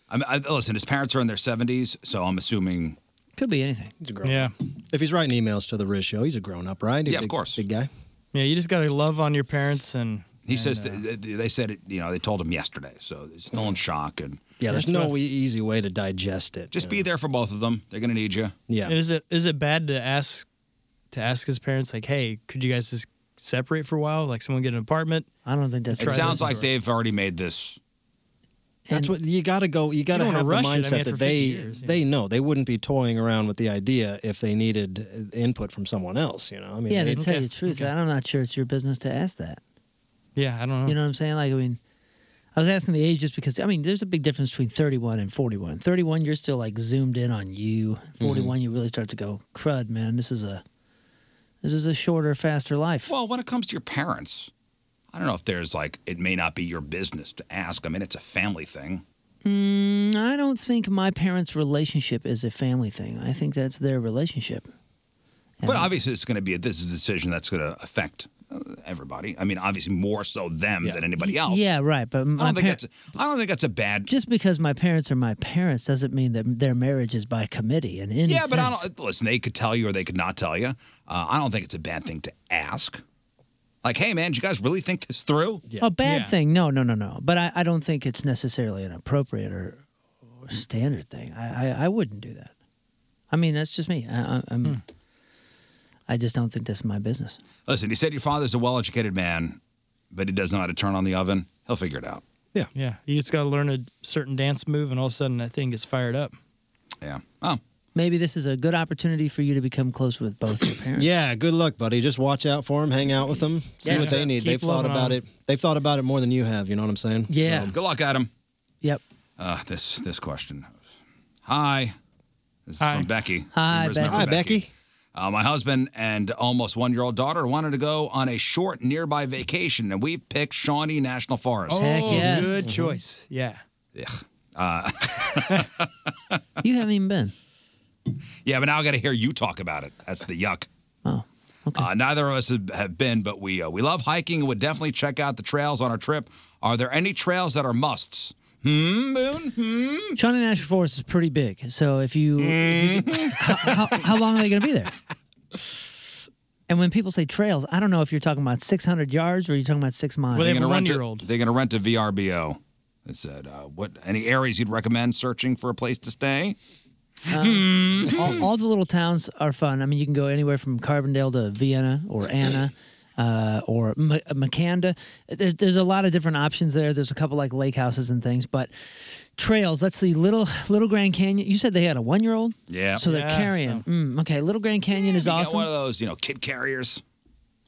I mean, I, listen, his parents are in their 70s, so I'm assuming.
Could be anything.
Yeah.
If he's writing emails to the Riz show, he's a grown up, right?
Yeah, of
Big-
course.
Big guy.
Yeah, you just got to love on your parents and. uh,
He says th- th- they said it, you know, they told him yesterday, so it's still in shock. And
Yeah, there's no e- easy way to digest it.
Just be there for both of them. They're going to need you.
And is it is it bad to ask to ask his parents like, hey, could you guys just separate for a while? Like, someone get an apartment?
I don't think that's.
it sounds like they've already made this.
That's what you got to go. You got to
don't wanna
have the
rush it, I mean,
mindset
after
that
50
they
years,
they know they wouldn't be toying around with the idea if they needed uh, input from someone else. You know, I mean,
yeah, they tell you the truth. I'm not sure it's your business to ask that.
Yeah, I don't know.
You know what I'm saying? Like, I mean, I was asking the age just because, I mean, there's a big difference between 31 and 41. 31, you're still like zoomed in on you.
Mm-hmm.
41, you really start to go, crud, man, this is a. This is a shorter, faster life.
Well, when it comes to your parents, I don't know if there's like, it may not be your business to ask. I mean, it's a family thing.
Mm, I don't think my parents' relationship is a family thing. I think that's their relationship.
But obviously, it's going to be a, this is a decision that's going to affect uh, everybody. I mean, obviously, more so them than anybody else.
Yeah, right. But
I
my
don't think
par-
that's. A, I don't think that's a bad.
just because my parents are my parents doesn't mean that their marriage is by committee. And any
yeah, but I
sense.
don't listen. They could tell you or they could not tell you. Uh, I don't think it's a bad thing to ask. Like, hey, man, do you guys really think this through?
A bad thing. No, no, no, no. But I, I don't think it's necessarily an appropriate or, or standard thing. I, I, I wouldn't do that. I mean, that's just me. I, I, I'm, I just don't think that's my business.
Listen, he said your father's a well-educated man, but he doesn't know how to turn on the oven. He'll figure it out.
Yeah.
Yeah. You just got to learn a certain dance move, and all of a sudden that thing gets fired up.
Yeah. Oh.
Maybe this is a good opportunity for you to become close with both your parents.
Yeah, good luck, buddy. Just watch out for them. Hang out with them. See
Yeah.
what they need.
Keep
They've thought
loving
about
on 'em.
it. They've thought about it more than you have. You know what I'm saying?
So, good luck, Adam.
Yep.
Uh, this this question. Hi. This is
Hi.
from Becky.
Hi,
Some
Becky. Hi,
Uh, my husband and almost one-year-old daughter wanted to go on a short nearby vacation, and we've picked Shawnee National Forest.
Heck yes.
Oh,
Mm-hmm.
Good choice. Yeah.
Uh,
You haven't even been.
Yeah, but now I got to hear you talk about it. That's the yuck.
Oh,
Uh, neither of us have- have been, but we uh, we love hiking and would definitely check out the trails on our trip. Are there any trails that are musts?
Hmm, Boone? Hmm? Shawnee National Forest is pretty big. So if you. if you- how, how, how long are they going to be there? And when people say trails, I don't know if you're talking about 600 yards or you're talking about six miles.
They're gonna rent They're going to rent a VRBO. They said, uh, "What? Any areas you'd recommend searching for a place to stay?"
Um, all, all the little towns are fun. I mean, you can go anywhere from Carbondale to Vienna or Anna uh, or M- Macanda. There's, there's a lot of different options there. There's a couple like lake houses and things, but trails. Let's see, Little Little Grand Canyon. You said they had a one year old.
Yeah.
So they're carrying. Mm, okay, Little Grand Canyon is
You
awesome.
Get one of those, you know, kid carriers.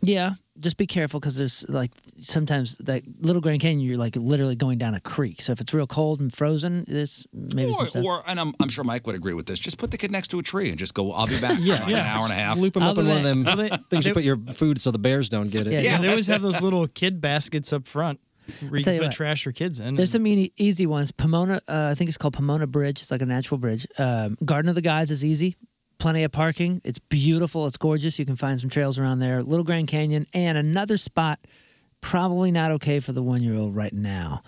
Yeah, just be careful because there's like sometimes that Little Grand Canyon, you're like literally going down a creek. So if it's real cold and frozen, there's maybe some
Or,
stuff.
or and I'm, I'm sure Mike would agree with this. Just put the kid next to a tree and just go. I'll be back
Yeah,
in like an
yeah.
hour and a half.
Loop them up in one of them things
they-
you put your food so the bears don't get it.
Yeah, they always have those little kid baskets up front where you
tell
can
you
put
what.
trash for kids in.
There's some easy, easy ones. Pomona, uh, I think it's called Pomona Bridge. It's like a natural bridge. Um, Garden of the Guys is easy. Plenty of parking. It's beautiful. It's gorgeous. You can find some trails around there. Little Grand Canyon and another spot, probably not okay for the one year old right now,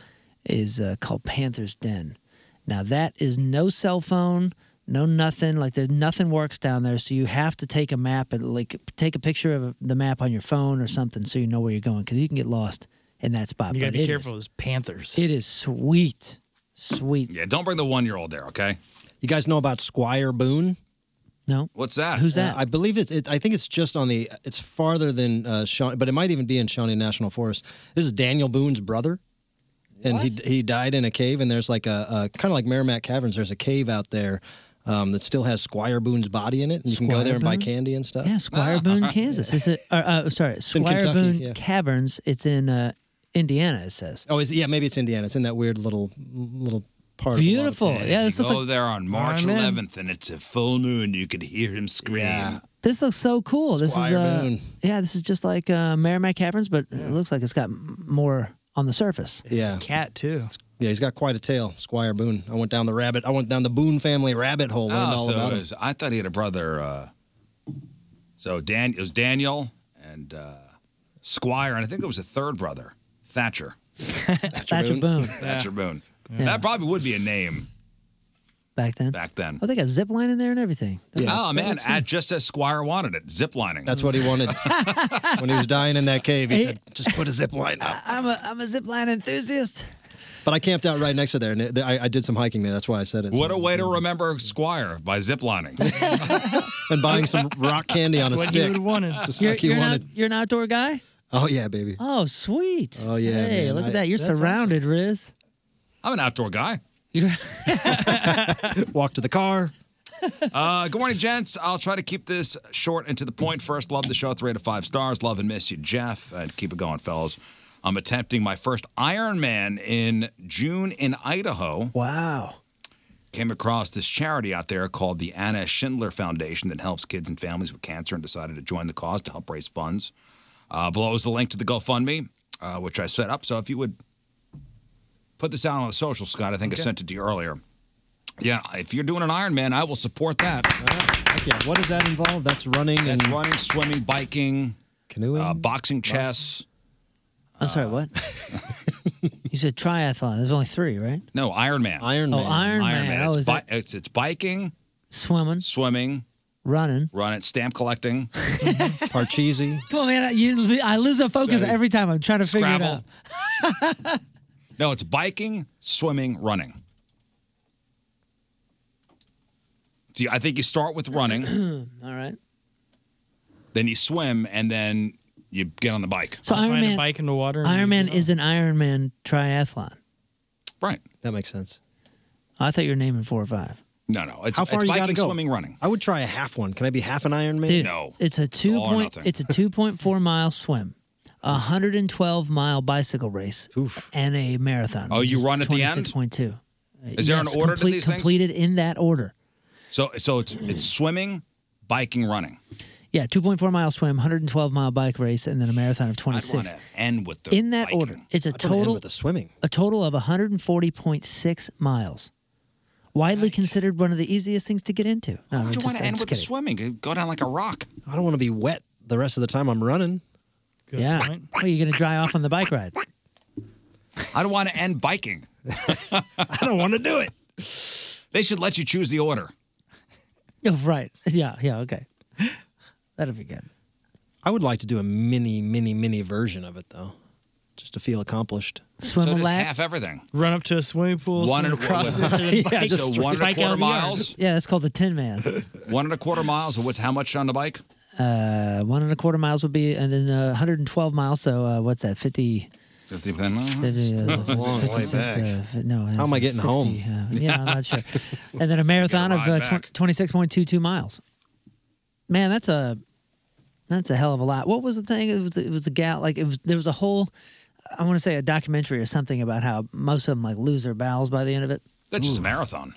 is uh, called Panther's Den. Now that is no cell phone, no nothing. Like there's nothing works down there, so you have to take a map and like take a picture of the map on your phone or something, so you know where you're going because you can get lost in that spot.
you got to
But
be
it
careful
is-
of those panthers.
it is sweet. Sweet.
Yeah, don't bring the one year old there. Okay.
You guys know about Squire Boone?
No.
What's that?
Uh, I believe it's. It, I think it's just on the. It's farther than uh, Shawnee, but it might even be in Shawnee National Forest. This is Daniel Boone's brother, and he he died in a cave. And there's like a, a kind of like Merrimack Caverns. There's a cave out there um, that still has Squire Boone's body in it, and you can go
Squire
there and buy
Boone?
candy and stuff.
Yeah, Squire Boone, Kansas. Is it? Uh, uh, sorry,
in
Squire
Kentucky,
Boone
yeah.
Caverns. It's in uh, Indiana. It says.
Oh, is it, yeah, maybe it's Indiana. It's in that weird little little part. of Oh, a lot of
Beautiful.
places.
Yeah, this
You
looks
go
like
there on March
I'm in.
11th, and it's a full moon. You could hear him scream.
This looks so cool. this is
Squire
uh,
Boone.
yeah, this is just like uh, Merrimack Caverns, but it looks like it's got m- more on the surface.
Yeah.
cat too.
Yeah, he's got quite a tail, Squire Boone. I went down the rabbit. I went down the Boone family rabbit hole. Learned all
Oh, so
about
it
him.
was- I thought he had a brother. Uh, so Dan, it was Daniel and uh, Squire, and I think it was a third brother, Thatcher.
Thatcher Boone. Boone.
Thatcher Boone.
Yeah.
That probably would be a name
Back then.
back then.
Oh, they got zip line in there and everything.
Oh man, at, just as Squire wanted it, ziplining.
That's what he wanted when he was dying in that cave. He
Hey.
said, "Just put a zip line up."
I'm a I'm a zipline enthusiast.
But I camped out right next to there, and it- I, I did some hiking there. That's why I said it.
What a way to remember Squire by ziplining.
and buying some rock candy on a stick. Just
you're,
like you
you're
wanted.
Not, you're an outdoor guy.
Oh yeah, baby.
Oh sweet.
Oh, yeah,
Hey,
man.
look
I-
at that. You're
that's
surrounded, Riz.
I'm an outdoor guy.
Walk to the car.
Uh, good morning, gents. I'll try to keep this short and to the point. First, love the show. Three out of five stars. Love and miss you, Jeff. And keep it going, fellas. I'm attempting my first Ironman in June in Idaho.
Wow.
Came across this charity out there called the Anna Schindler Foundation that helps kids and families with cancer and decided to join the cause to help raise funds. Uh, below is the link to the GoFundMe, uh, which I set up. So if you would put this out on the social, Scott, I think I sent it to you earlier. Yeah, if you're doing an Ironman, I will support that.
Uh-huh. Yeah. What does that involve? That's running
That's
and
running, swimming, biking,
canoeing,
uh, boxing, chess.
I'm sorry. What? you said triathlon. There's only three, right?
No, Ironman. Ironman.
Oh, Iron Man.
Ironman.
Oh,
It's,
is
bi- it's it's biking,
Swimming,
swimming,
running.
run it, stamp collecting,
parcheesi.
Come on, man. I, you, I lose a focus
Sorry.
every time. I'm trying to figure it out.
Scrabble. No, it's biking, swimming, running. See, I think you start with running,
All right.
then you swim, and then you get on the bike.
So Iron Man,
bike in the water.
Iron Man is an Iron Man triathlon.
Right.
That makes sense.
I thought you were naming four or five.
No, no. It's,
How far
it's
you got to
biking,
go?
Swimming, running.
I would try a half one. Can I be half an Iron Man?
Dude, It's a two
all or
point.
nothing.
It's a two point four mile swim, a hundred and twelve mile bicycle race, and a marathon.
Oh, you run at the end?
Twenty six point two.
Is there an order to these things?
completed in that order?
So, so it's it's
Mm.
swimming, biking, running.
Yeah, two point four mile swim, hundred and twelve mile bike race, and then a marathon of twenty
I'd want
six.
to end with the
In that order, it's a
wanna end
total
with the swimming.
a total of 140.6 miles. Widely considered one of the easiest things to get into. No, I'm
Why do you
just-
want to
I'm
end
just
with the
kidding.
swimming? Go down like a rock.
I don't want to be wet the rest of the time I'm running.
yeah. Well, you're going to dry off on the bike ride.
I don't want to end biking. I don't want to do it. They should let you choose the order.
Oh, right. Yeah, yeah, okay. That'll be good.
I would like to do a mini, mini, mini version of it though, just to feel accomplished.
so just half everything.
Run up to a swimming pool,
One
swim
and a-
across
one-
it,
Yeah,
bike-
just So one and a
bike out
quarter
in the yard.
miles?
Yeah, that's called the Tin Man.
One and a quarter miles, or what's how much on the bike?
uh, one and a quarter miles would be, and then uh, 112 miles. So uh, what's that? 50.
50 pen miles?
Fifty, uh, fifty-six, uh, fi- no, How am I getting 60, home? uh, yeah, I'm not sure. And then a marathon of
Gotta
uh,
ride
tw- 26.22 miles. Man, that's a that's a hell of a lot. What was the thing? It was it was a gal like it was there was a whole I want to say a documentary or something about how most of them like lose their bowels by the end of it.
That's just a marathon.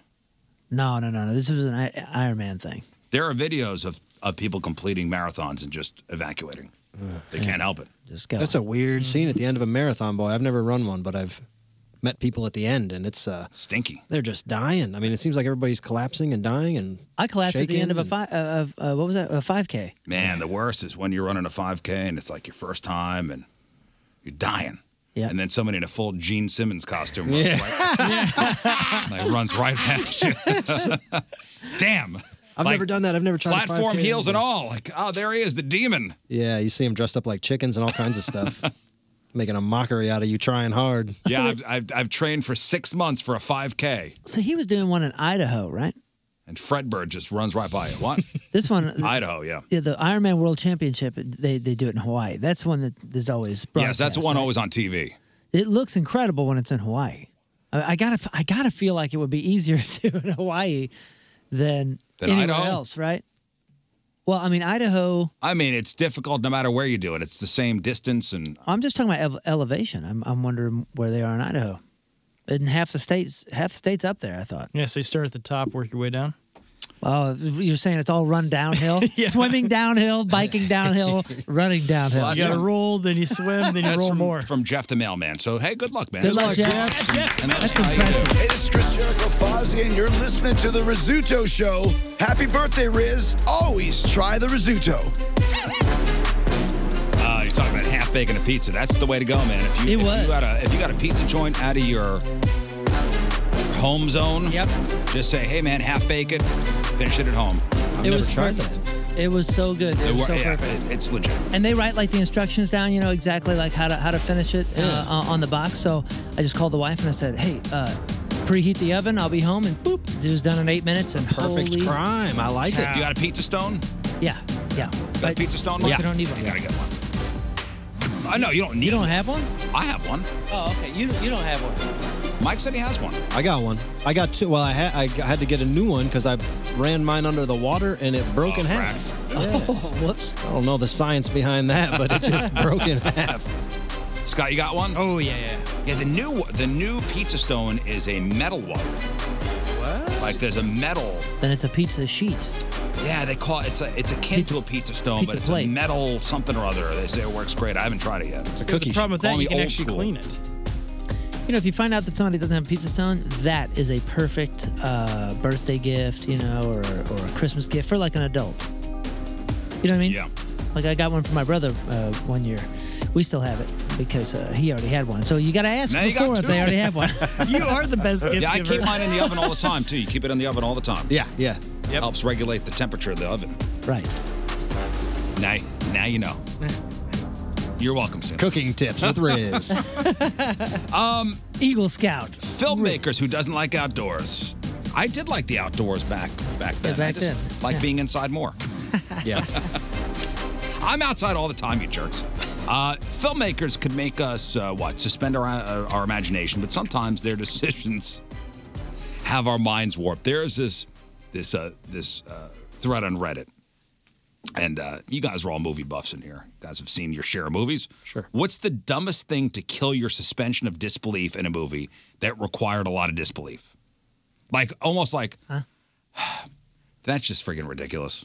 No, no, no, no. This was an I- Iron Man thing.
There are videos of, of people completing marathons and just evacuating. They can't help it.
Just
That's a
Mm.
weird scene at the end of a marathon, boy. I've never run one, but I've met people at the end, and it's uh,
stinky.
They're just dying. I mean, it seems like everybody's collapsing and dying, and
I collapsed at the
shaking
end of a
and-
five uh, of uh, what was that? A 5k.
Man, the worst is when you're running a 5K and it's like your first time and you're dying.
Yeah.
And then somebody in a full Gene Simmons costume runs,
Yeah.
right, like, runs right at you. Damn.
I've
Like,
never done that. I've never tried a
Platform
5K.
heels and all. Like, oh, there he is, the demon.
Yeah, you see them dressed up like chickens and all kinds of stuff, making a mockery out of you trying hard.
Yeah, I've, I've, I've trained for six months for a 5K,
So he was doing one in Idaho, right?
and Fred Bird just runs right by you. What?
This one,
Idaho, yeah.
Yeah, the Ironman World Championship, they, they do it in Hawaii. That's one that is always
Yes, that's the
broadcast,
one
right?
always on TV.
It looks incredible when it's in Hawaii. I, I gotta I gotta feel like it would be easier to do in Hawaii than,
Than
anywhere
Idaho?
else, right? Well, I mean Idaho.
I mean, it's difficult no matter where you do it. It's the same distance, and
I'm just talking about ev- elevation. I'm I'm wondering where they are in Idaho. And half the states half the states up there. I thought.
Yeah, so you start at the top, work your way down.
Oh, you're saying it's all run downhill, swimming downhill, biking downhill, running downhill.
Well,
you gotta
that's-
roll, then you swim, then you
That's
roll
from,
more.
From Jeff the Mailman. So, hey, good luck, man.
Good luck, Jeff.
And that's, impressive.
Hey, this is Chris Jericho Fozzy, and you're listening to The Rizzuto Show. Happy birthday, Riz. Always try The Rizzuto.
Uh, you're talking about half baking a pizza. That's the way to go, man. If you, if you got a if you got a pizza joint out of your home zone, yep. Just say, hey, man, half bake it, finish it at home. I've
it was perfect. It was so good. It, was so perfect.
it's legit.
And they write like the instructions down, you know, exactly like how to how to finish it uh, on- on the box. So I just called the wife and I said, "Hey, uh, preheat the oven. I'll be home." And boop, it was done in eight minutes. And
Perfect
holy
crime. I like
cow.
it. You got a pizza stone?
Yeah, yeah.
Got a pizza stone?
I don't need one.
You gotta get one. I know you don't need. You
don't have one?
I have one.
Oh, okay. You you don't have one.
Mike said he has one.
I got one. I got two. Well, I, ha- I g- had to get a new one because I ran mine under the water and it broke
Oh,
in half.
Oh, whoops.
I don't know the science behind that, but it just broke in half.
Scott, you got one?
Oh yeah, yeah.
Yeah, the new the new pizza stone is a metal one. What? Like there's a metal.
Then it's a pizza sheet.
Yeah, they call it, it's a it's akin to a pizza stone,
pizza
but it's
plate.
a metal something or other. They say it works great. I haven't tried it yet. It's a
The problem with that, you can actually clean it.
You know, if you find out that somebody doesn't have a pizza stone, that is a perfect uh, birthday gift, you know, or, or a Christmas gift for like an adult. You know what I mean? Yeah. Like I got one for my brother uh, one year. We still have it because uh, he already had one. So you got to ask
Now you got
before if
two.
they already have one.
you are the best gift
Yeah, I
giver.
keep mine in the oven all the time too. You keep it in the oven all the time.
Yeah, yeah.
Helps regulate the temperature of the oven.
Right.
Now, now you know. You're welcome, Sam.
Cooking tips with Riz.
um,
Eagle Scout.
Filmmakers who doesn't like outdoors. I did like the outdoors back back then.
back
I just
then.
Like
Yeah.
being inside more.
yeah.
I'm outside all the time, you jerks. Uh, filmmakers could make us uh, what suspend our uh, our imagination, but sometimes their decisions have our minds warped. There's this this uh, this uh, thread on Reddit, and uh, you guys are all movie buffs in here. You guys have seen your share of movies. Sure. What's the dumbest thing to kill your suspension of disbelief in a movie that required a lot of disbelief? Like almost like that's just freaking ridiculous.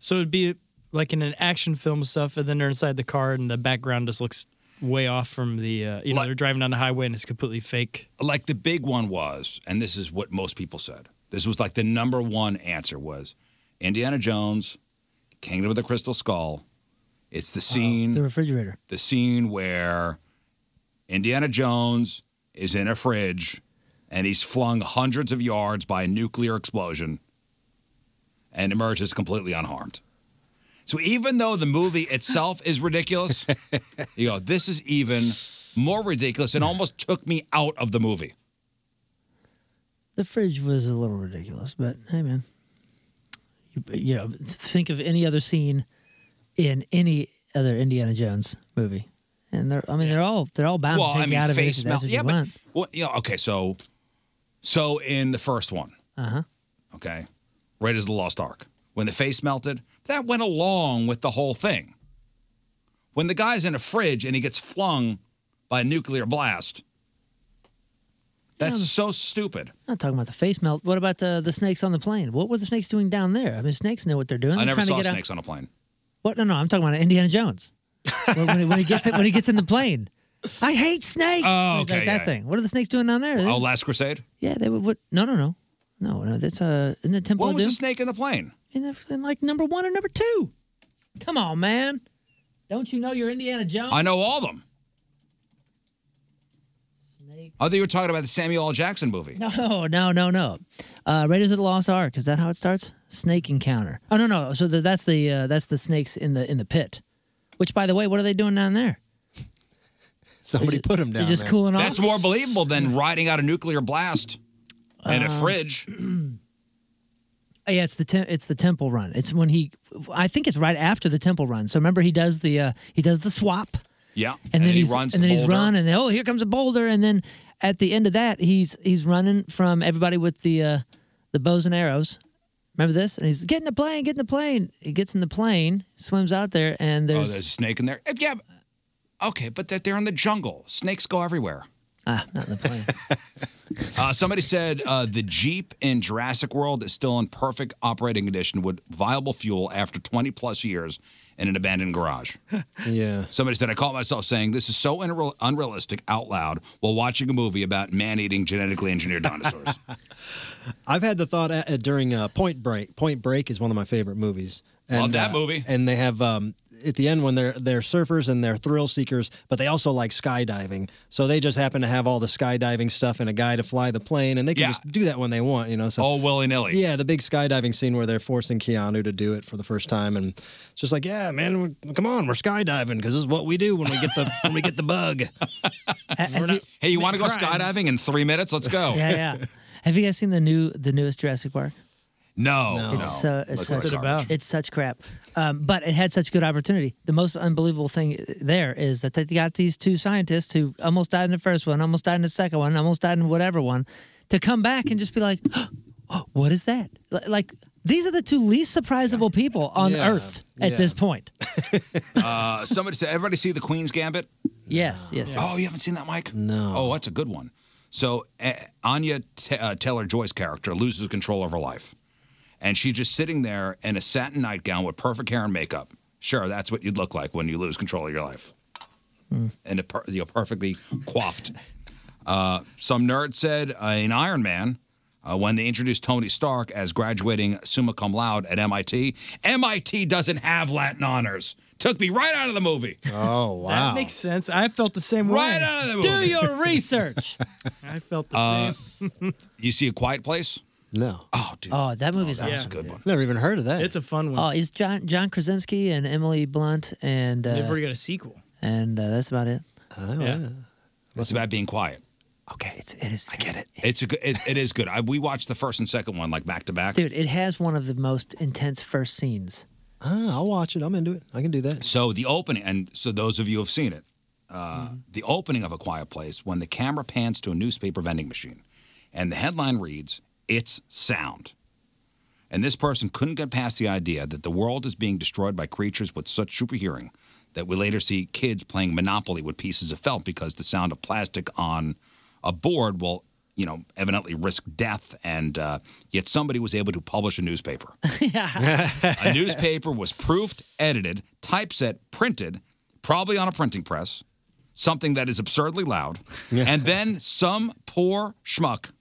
So it'd be like in an action film stuff, and then they're inside the car, and the background just looks way off from the. Uh, you know, they're driving down the highway, and it's completely fake.
like the big one was, and this is what most people said. This was like the number one answer was Indiana Jones, Kingdom of the Crystal Skull. It's the scene,
The refrigerator.
the scene where Indiana Jones is in a fridge and he's flung hundreds of yards by a nuclear explosion and emerges completely unharmed. So even though the movie itself is ridiculous, you go, this is even more ridiculous and almost took me out of the movie.
The fridge was a little ridiculous, but hey, man. You, you know, think of any other scene in any other Indiana Jones movie, and they're I mean they're all they're all bound
well,
to take
I
you
mean,
out of it.
face
if That's
melt.
what
Yeah,
you
but
want.
well, yeah, okay. So, so in the first one,
Uh huh.
okay, Raiders of the Lost Ark, when the face melted, that went along with the whole thing. When the guy's in a fridge and he gets flung by a nuclear blast, that's so stupid.
I'm not talking about the face melt. What about the the snakes on the plane? What were the snakes doing down there? I mean, snakes know what they're doing.
I
They're
never
trying
saw
to get
snakes
Out.
on a plane.
What? No, no. I'm talking about Indiana Jones. when, when he, when he gets it, when he gets in the plane, I hate snakes.
Oh,
Like-
okay,
like that
yeah.
thing. What are the snakes doing down there?
Oh, Last Crusade.
yeah, they would. What? No, no, no, no, no. That's uh, isn't it Temple
When
of
was
Doom?
the snake in the plane?
in, the, in like number one or number two. Come on, man. Don't you know you're Indiana Jones?
I know all of them. I thought you were talking about the Samuel L. Jackson movie.
No, no, no, no. Uh, Raiders of the Lost Ark. Is that how it starts? Snake encounter. Oh no, no. So the, that's the uh, that's the snakes in the in the pit. Which, by the way, what are they doing down there?
Somebody put him down.
They're just cooling off.
That's more believable than riding out a nuclear blast in a
Um,
fridge.
Oh, yeah, it's the tem- it's the temple run. It's when he, I think it's right after the temple run. So remember, he does the uh, he does the swap,
Yeah,
and, then, he's,
runs.
and
the
then he's
boulder.
run, and then, oh, here comes a boulder, and then at the end of that, he's he's running from everybody with the uh, the bows and arrows. Remember this? And he's get in the plane, get in the plane. He gets in the plane, swims out there, and
Oh,
there's,
there's a snake in there. Eh, Yeah. but- Okay, but they're- they're in the jungle. Snakes go everywhere.
ah, not in the plane.
Uh, somebody said uh, the Jeep in Jurassic World is still in perfect operating condition with viable fuel after 20 plus years in an abandoned garage.
Yeah.
Somebody said, I caught myself saying, This is so unreal- unrealistic out loud while watching a movie about man eating genetically engineered dinosaurs.
I've had the thought uh, uh, during uh, Point Break. Point Break is one of my favorite movies. And,
Love that
uh,
movie.
And they have um, at the end when they're they're surfers and they're thrill seekers, but they also like skydiving. So they just happen to have all the skydiving stuff and a guy to fly the plane, and they can
Yeah.
just do that when they want, you know. So
All willy nilly.
yeah, the big skydiving scene where they're forcing Keanu to do it for the first time, and it's just like, yeah, man, we- come on, we're skydiving because this is what we do when we get the when we get the bug.
hey, you want to go
crimes.
skydiving in three minutes? Let's go.
yeah, yeah. Have you guys seen the new the newest Jurassic Park?
Oh, No.
It's so it's
Looks
such,
like garbage.
It's such crap. Um, but it had such good opportunity. The most unbelievable thing there is that they got these two scientists who almost died in the first one, almost died in the second one, almost died in whatever one, to come back and just be like, "What is that?" L- Like these are the two least surprisable people on
Yeah.
earth at
Yeah.
this point.
uh, somebody said, everybody see The Queen's Gambit?
Yes, yes.
Oh, you haven't seen that, Mike? No. Oh, that's a good one. So uh, Anya T- uh, Taylor Joy's character loses control of her life, and she's just sitting there in a satin nightgown with perfect hair and makeup. Sure, that's what you'd look like when you lose control of your life, and it per- you know, perfectly coiffed. Uh, some nerd said uh, in Iron Man. Uh, when they introduced Tony Stark as graduating summa cum laude at MIT, MIT doesn't have Latin honors. Took me right out of the movie.
Oh
That makes sense. I felt the same way.
Right out of the Do movie. your
research.
I felt the
Uh,
same.
you see a quiet place?
No.
Oh, dude.
Oh, that movie's
that's
awesome,
a good one.
Never even heard of that.
It's a fun
Oh,
one.
is John John Krasinski and Emily Blunt and
They've already
uh,
got a sequel.
and uh, that's about it.
yeah. It's about being quiet.
Okay, it's it is. I
get it. It's a good. It, it is good. I, we watched the first and second one like back to back.
Dude, it has one of the most intense first scenes.
Ah, I'll watch it. I'm into it. I can do that.
So the opening, and so those of you who have seen it, uh, the opening of A Quiet Place, when the camera pans to a newspaper vending machine, and the headline reads, "It's sound," and this person couldn't get past the idea that the world is being destroyed by creatures with such super hearing that we later see kids playing Monopoly with pieces of felt because the sound of plastic on a board will, you know, evidently risk death. And uh, yet somebody was able to publish a newspaper. a newspaper was proofed, edited, typeset, printed, probably on a printing press, something that is absurdly loud. and then some poor schmuck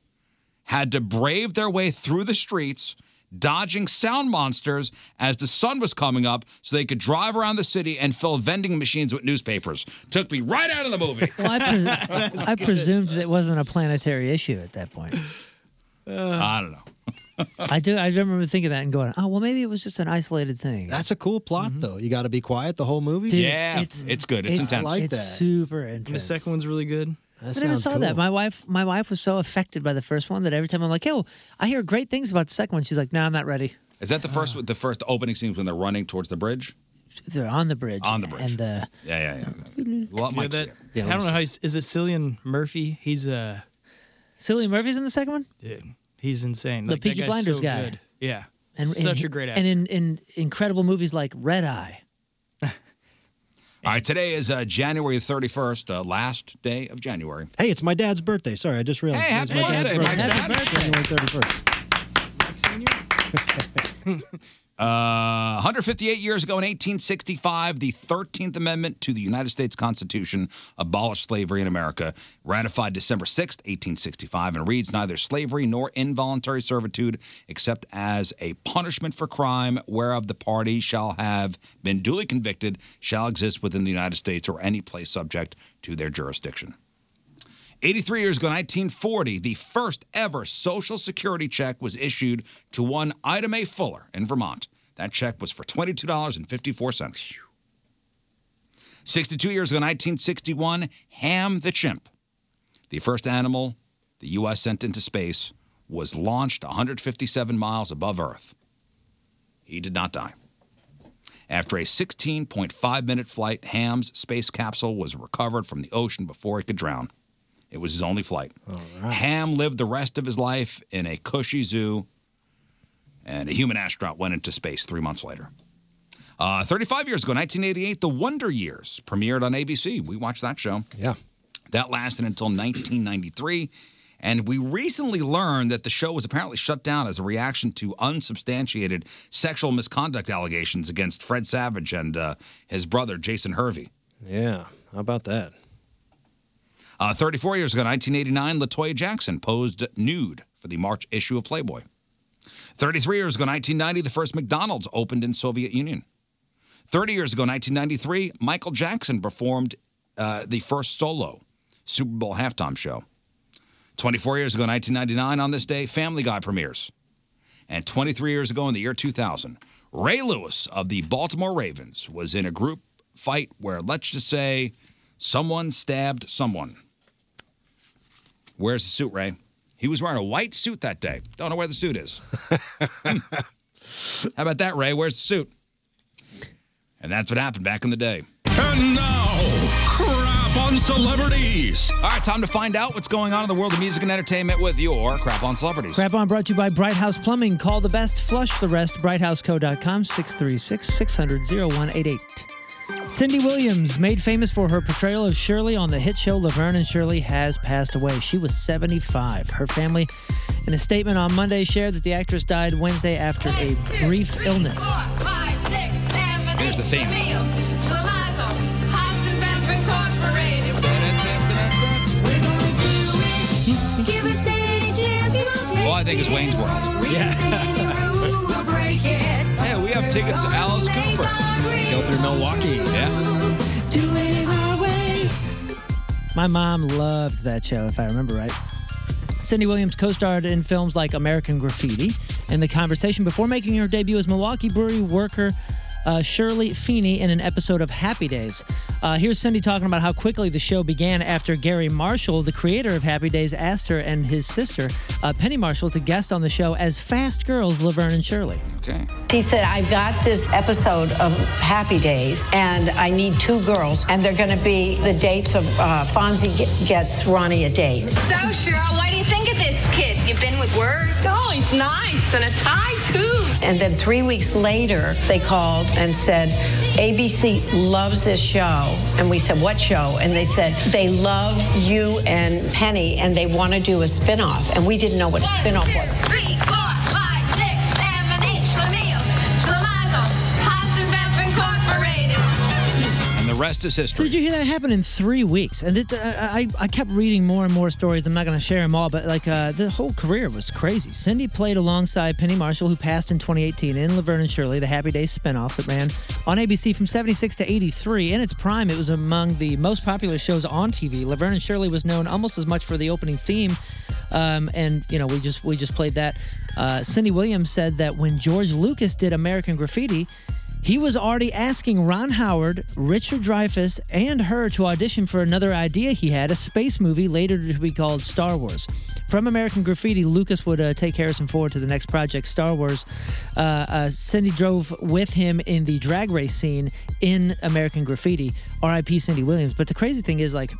had to brave their way through the streets dodging sound monsters as the sun was coming up so they could drive around the city and fill vending machines with newspapers. Took me right out of the movie.
Well, I, presu- I presumed that it wasn't a planetary issue at that point.
I don't know.
I do. I remember thinking that and going, "Oh, well, maybe it was just an isolated thing."
That's a cool plot,
Mm-hmm.
though. You got to be quiet the whole movie.
Dude, Yeah, it's-
it's good.
it's it's intense.
like
it's
that.
super
And the
intense.
second one's really good.
I never saw that. My wife, my wife was so affected by the first one that every time I'm like, "Yo, I hear great things about the second one," she's like, "No, I'm not ready."
Is that the first the first opening scenes when they're running towards the bridge?
They're on the bridge.
On the bridge.
And uh,
Yeah, yeah, yeah. Well,
You know
Mike's
that-
here.
I don't know how he's, is it Cillian Murphy? He's uh
Cillian Murphy's in the second one.
dude. He's insane.
The
Like, that
Peaky
guy's
Blinders
so
guy.
Good. Yeah,
And
such
and-
a great actor.
And in, in incredible movies like Red Eye.
All right, today is uh, January 31st, uh, last day of January.
Hey, it's my dad's birthday. Sorry, I just realized.
Hey,
It's
happy
my dad's
birthday, Mike's
January 31st.
Uh, 158 years ago in 1865, the 13th Amendment to the United States Constitution abolished slavery in America, ratified December 6th, 1865, and reads neither slavery nor involuntary servitude except as a punishment for crime whereof the party shall have been duly convicted shall exist within the United States or any place subject to their jurisdiction. 83 years ago, 1940, the first ever Social Security check was issued to one Ida Mae Fuller in Vermont. That check was for $22.54. 62 years ago, 1961, Ham the Chimp, the first animal the U.S. sent into space, was launched 157 miles above Earth. He did not die. After a 16.5 minute flight, Ham's space capsule was recovered from the ocean before it could drown. It was his only flight. Ham lived the rest of his life in a cushy zoo, and a human astronaut went into space three months later. Uh, 35 years ago, 1988, The Wonder Years premiered on ABC. We watched that show.
Yeah.
That lasted until 1993. And we recently learned that the show was apparently shut down as a reaction to unsubstantiated sexual misconduct allegations against Fred Savage and uh, his brother, Jason Hervey.
Yeah. How about that?
Uh, 34 years ago, 1989, Latoya Jackson posed nude for the March issue of Playboy. 33 years ago, 1990, the first McDonald's opened in Soviet Union. 30 years ago, 1993, Michael Jackson performed uh, the first solo Super Bowl halftime show. 24 years ago, 1999, on this day, Family Guy premieres. And 23 years ago, in the year 2000, Ray Lewis of the Baltimore Ravens was in a group fight where, let's just say, someone stabbed someone. Where's the suit, Ray? He was wearing a white suit that day. Don't know where the suit is. How about that, Ray? Where's the suit? And that's what happened back in the day.
And now, crap on celebrities.
All right, time to find out what's going on in the world of music and entertainment with your crap on celebrities.
Crap on brought to you by Bright House Plumbing. Call the best, flush the rest. BrightHouseCo.com 636 600 0188. Cindy Williams, made famous for her portrayal of Shirley on the hit show Laverne and Shirley, has passed away. She was 75. Her family, in a statement on Monday, shared that the actress died Wednesday after a brief illness.
Here's the theme. All I think is Wayne's World. Yeah. hey, we have tickets to Alice Cooper.
Go through Milwaukee.
Yeah.
My mom loved that show, if I remember right. Cindy Williams co starred in films like American Graffiti and The Conversation before making her debut as Milwaukee brewery worker uh, Shirley Feeney in an episode of Happy Days. Uh, here's Cindy talking about how quickly the show began after Gary Marshall, the creator of Happy Days, asked her and his sister, uh, Penny Marshall, to guest on the show as Fast Girls Laverne and Shirley.
Okay.
He said, I've got this episode of Happy Days, and I need two girls, and they're going to be the dates of uh, Fonzie ge- gets Ronnie a date.
So, Cheryl, what do you think of this kid? You've been with worse? Oh, he's nice, and a tie, too.
And then three weeks later, they called and said, ABC loves this show. And we said, What show? And they said, They love you and Penny, and they want to do a spin off. And we didn't know what a spin off was.
Three, four, five, six, seven, eight. Schlemiel, Schlemazel, Hasenbeff Incorporated.
And the rest is history.
So did you hear that happen in three weeks? And it, uh, I, I I kept reading more and more stories. I'm not going to share them all, but like uh, the whole career was crazy. Cindy played alongside Penny Marshall, who passed in 2018, in Laverne and Shirley, the Happy Days spinoff that ran on ABC from 76 to 83. In its prime, it was among the most popular shows on TV. Laverne and Shirley was known almost as much for the opening theme, um, and you know we just we just played that. Uh, Cindy Williams said that when George Lucas did American Graffiti. He was already asking Ron Howard, Richard Dreyfuss, and her to audition for another idea he had, a space movie later to be called Star Wars. From American Graffiti, Lucas would uh, take Harrison Ford to the next project, Star Wars. Uh, uh, Cindy drove with him in the drag race scene in American Graffiti. R.I.P. Cindy Williams. But the crazy thing is, like,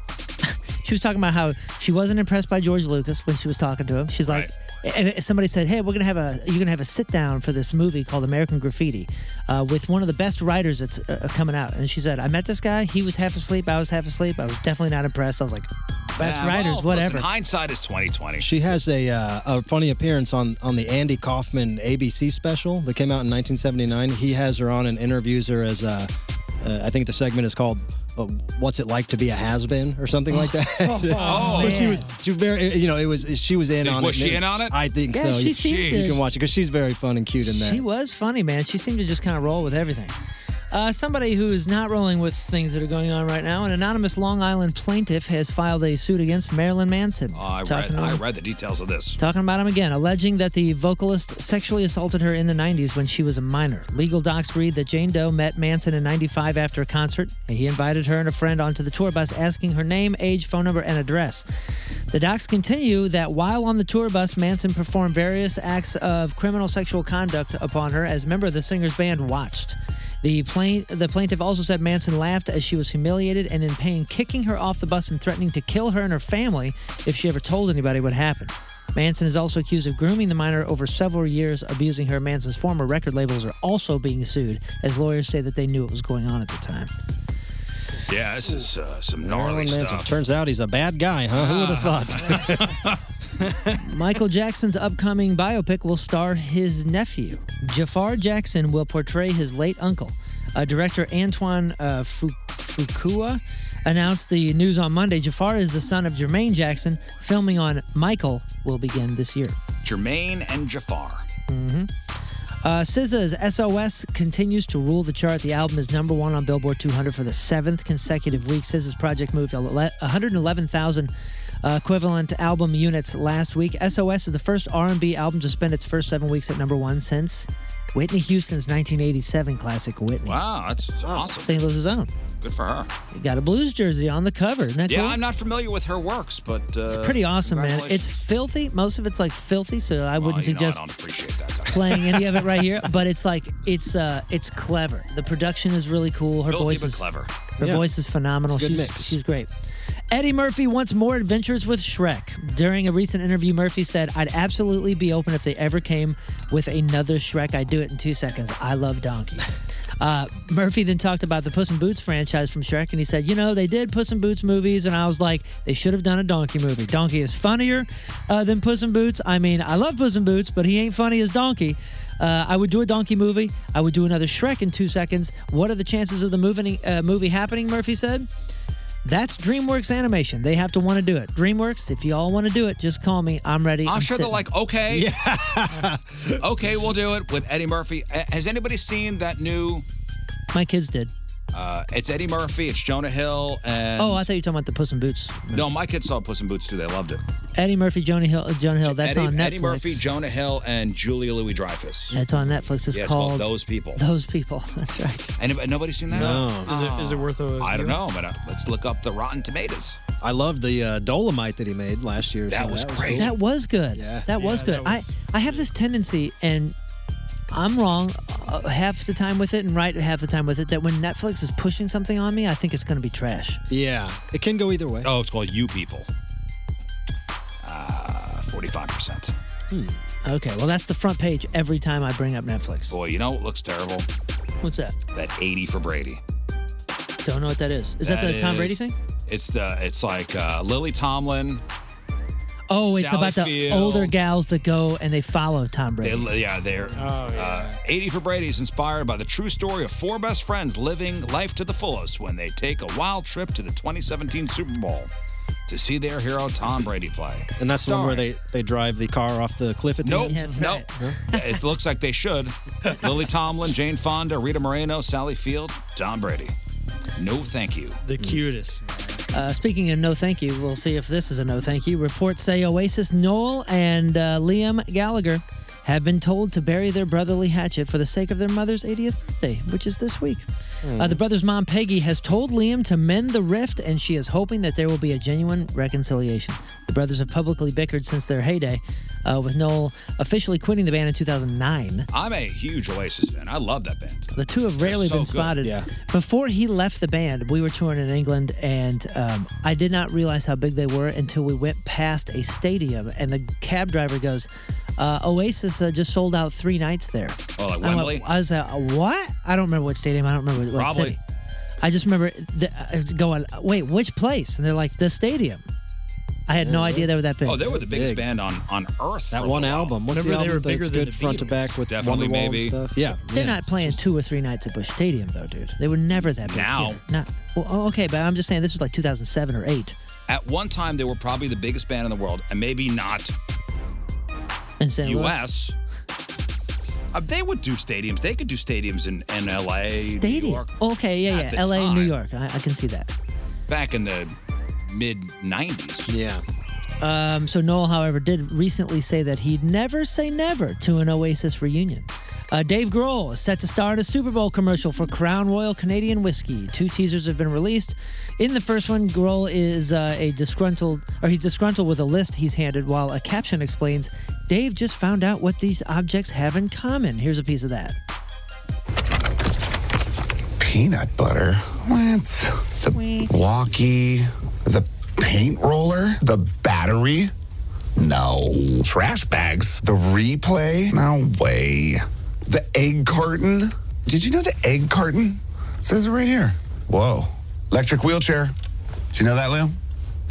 she was talking about how she wasn't impressed by George Lucas when she was talking to him. She's like, if if somebody said, "Hey, we're gonna have a you're gonna have a sit down for this movie called American Graffiti uh, with one of the best writers that's uh, coming out," and she said, "I met this guy. He was half asleep. I was half asleep. I was definitely not impressed. I was like, best
Yeah,
writers,
well,
whatever."
Listen, hindsight is twenty twenty.
She has a, uh, a funny appearance on, on the Andy Kaufman ABC special that came out in 1979. He has her on and interviews her as, uh, uh, I think the segment is called uh, "What's It Like to Be a Has Been" or something like that.
Oh,
But she
man.
was, she was very, you know, it was she was in
Is-
on
was
it. and
she
it
in on it?
I think
Yeah,
so.
she seemed
you,
to-
you can watch it because she's very fun and cute in that.
She was funny, man. She seemed to just kind of roll with everything. Uh, somebody who is not rolling with things that are going on right now, an anonymous Long Island plaintiff has filed a suit against Marilyn Manson.
Oh, I read.
Talking
I
about-
read the details of this.
Talking about him again, alleging that the vocalist sexually assaulted her in the 90s when she was a minor. Legal docs read that Jane Doe met Manson in 95 after a concert, and he invited her and a friend onto the tour bus, asking her name, age, phone number, and address. The docs continue that while on the tour bus, Manson performed various acts of criminal sexual conduct upon her as a member of the singer's band watched. The, plain, the plaintiff also said Manson laughed as she was humiliated and in pain, kicking her off the bus and threatening to kill her and her family if she ever told anybody what happened. Manson is also accused of grooming the minor over several years, abusing her. Manson's former record labels are also being sued, as lawyers say that they knew what was going on at the time.
Yeah, this is uh, some
Marilyn
gnarly
Manson.
stuff.
Turns out he's a bad guy, huh? Who would have thought?
Ah. Michael Jackson's upcoming biopic will star his nephew. Jafar Jackson will portray his late uncle. Uh, director Antoine uh, Fu- Fuqua announced the news on Monday. Jafar is the son of Jermaine Jackson. Filming on Michael will begin this year.
Jermaine and Jafar.
hmm Uh, SZA's SOS continues to rule the chart. The album is number one on Billboard 200 for the seventh consecutive week. SZA's project moved ele- 111,000 uh, equivalent album units last week. SOS is the first R&B album to spend its first seven weeks at number one since Whitney Houston's 1987 classic Whitney.
Wow, that's awesome.
St. Louis's own.
Good for her.
You got a blues jersey on the cover. Isn't that
yeah,
cool?
I'm not familiar with her works, but uh,
it's pretty awesome, man. It's filthy. Most of it's like filthy, so I wouldn't
you know,
suggest
I don't appreciate that.
playing any of it right here, but it's like it's uh it's clever. The production is really cool. Her
Filthy
voice
but
is
clever.
Her
Yeah.
voice is phenomenal.
Good
she's
mix.
she's great. Eddie Murphy wants more adventures with Shrek. During a recent interview, Murphy said, "I'd absolutely be open if they ever came with another Shrek. I'd do it in two seconds. I love Donkey." Uh, Murphy then talked about the Puss in Boots franchise from Shrek, and he said, "You know, they did Puss in Boots movies, and I was like, they should have done a Donkey movie. Donkey is funnier uh, than Puss in Boots. I mean, I love Puss in Boots, but he ain't funny as Donkey. Uh, I would do a Donkey movie. I would do another Shrek in two seconds. What are the chances of the movie, uh, movie happening?" Murphy said. That's DreamWorks Animation. They have to want to do it. DreamWorks, if you all want to do it, just call me. I'm ready.
I'm, sure they're
sitting.
like, okay, okay, we'll do it with Eddie Murphy. A- Has anybody seen that new?
My kids did.
Uh, it's Eddie Murphy. It's Jonah Hill. And
oh, I thought you were talking about the Puss in Boots.
no, my kids saw Puss in Boots too. They loved it.
Eddie Murphy, Jonah Hill. Jonah Hill. That's
Eddie,
on Netflix.
Eddie Murphy, Jonah Hill, and Julia Louis Dreyfus.
That's on Netflix. It's,
yeah, it's
called,
called Those People.
Those people. That's right.
Anybody, nobody's seen that?
No.
Oh.
Is it- is it worth a
I don't
view?
know, but uh, let's look up the Rotten Tomatoes.
I love the uh, Dolomite that he made last year.
That was great.
That was good.
Yeah.
That was
Yeah,
good.
that
I I have this tendency, and I'm wrong uh, half the time with it, and right half the time with it. That when Netflix is pushing something on me, I think it's going to be trash.
Yeah, it can go either way.
Oh, it's called You People.
Uh,
Forty-five percent.
Okay. Well, that's the front page every time I bring up Netflix.
Boy, you know it looks terrible.
What's that?
That eighty for Brady.
Don't know what that is. Is that, the Tom Brady
is-
thing?
It's the it's like uh, Lily Tomlin.
Oh, it's
Sally
about the
Field.
older gals that go and they follow Tom Brady.
They, yeah, they're. Uh, 80 for Brady is inspired by the true story of four best friends living life to the fullest when they take a wild trip to the 2017 Super Bowl to see their hero Tom Brady play.
And that's the one where
Starring-
they, they drive the car off the cliff at the
Nope,
end?
nope. it looks like they should. Lily Tomlin, Jane Fonda, Rita Moreno, Sally Field, Tom Brady. No, thank you.
The cutest.
Uh, speaking of no thank you, we'll see if this is a no thank you. Reports say Oasis Noel and uh, Liam Gallagher have been told to bury their brotherly hatchet for the sake of their mother's 80th birthday, which is this week. Uh, the brother's mom, Peggy, has told Liam to mend the rift, and she is hoping that there will be a genuine reconciliation. The brothers have publicly bickered since their heyday, uh, with Noel officially quitting the band in 2009.
I'm a huge Oasis fan. I love that band.
The two have rarely
so
been
good.
spotted.
Yeah.
Before he left the band, we were touring in England, and um, I did not realize how big they were until we went past a stadium, and the cab driver goes, uh, "Oasis uh, just sold out three nights there."
Oh, like
I went-
Wembley?
I was like, "What?" I don't remember what stadium. I don't remember what
Probably.
city. I just remember the, uh, going, "Wait, which place?" And they're like, "The stadium." I had no idea they were that big.
Oh, they were the biggest band on, on earth.
That
for a
one
while.
album. What's the album that's good front to back with
Definitely,
Wonderwall
maybe.
and stuff? Yeah.
They're not playing two or three nights at Bush Stadium, though, dude. They were never that big.
Now.
here. not well, oh, okay, but I'm just saying this was like 2007 or eight,
At one time, they were probably the biggest band in the world, and maybe not
and St. Louis.
U.S. Uh, they would do stadiums. They could do stadiums in, in L.A. New
Stadium.
York.
Okay, yeah,
At
yeah.
the
L.A., New York. I, I can see that.
Back in the mid '90s.
Yeah.
Um, so Noel, however, did recently say that he'd never say never to an Oasis reunion. Uh, Dave Grohl is set to star in a Super Bowl commercial for Crown Royal Canadian Whiskey. Two teasers have been released. In the first one, Grohl is uh, a disgruntled, or he's disgruntled with a list he's handed, while a caption explains, "Dave just found out what these objects have in common." Here's a piece of that.
Peanut butter? What? The walkie? The paint roller? The battery? No. Trash bags? The replay? No way. The egg carton? Did you know the egg carton? It says it right here. Whoa. Electric wheelchair. Did you know that, Liam?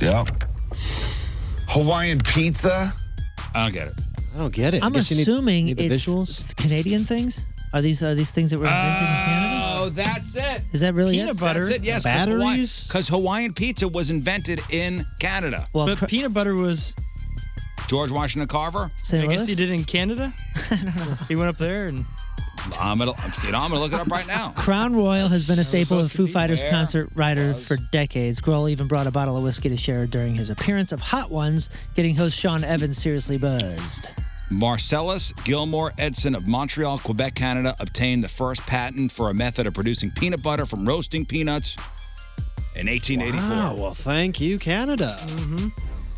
Yep. Hawaiian pizza?
I don't get it.
I don't get it. I
I'm
guess you need-
assuming
need the
it's Canadian things. Are these are these things that were invented in Canada?
Uh,
Oh, that's it.
Is that really it?
Oh, That's it. Yes. Because Hawaiian pizza was invented in Canada.
Well,
but peanut butter was.
George Washington Carver.
I guess he did in Canada. He went up there and.
I'm gonna, you know, I'm gonna look it up right now.
Crown Royal has been a staple of Foo Fighters
there.
concert rider for decades. Grohl even brought a bottle of whiskey to share during his appearance of Hot Ones, getting host Sean Evans seriously buzzed.
Marcellus Gilmore Edson of Montreal, Quebec, Canada, obtained the first patent for a method of producing peanut butter from roasting peanuts in 1884.
Wow, well, thank you, Canada.
hmm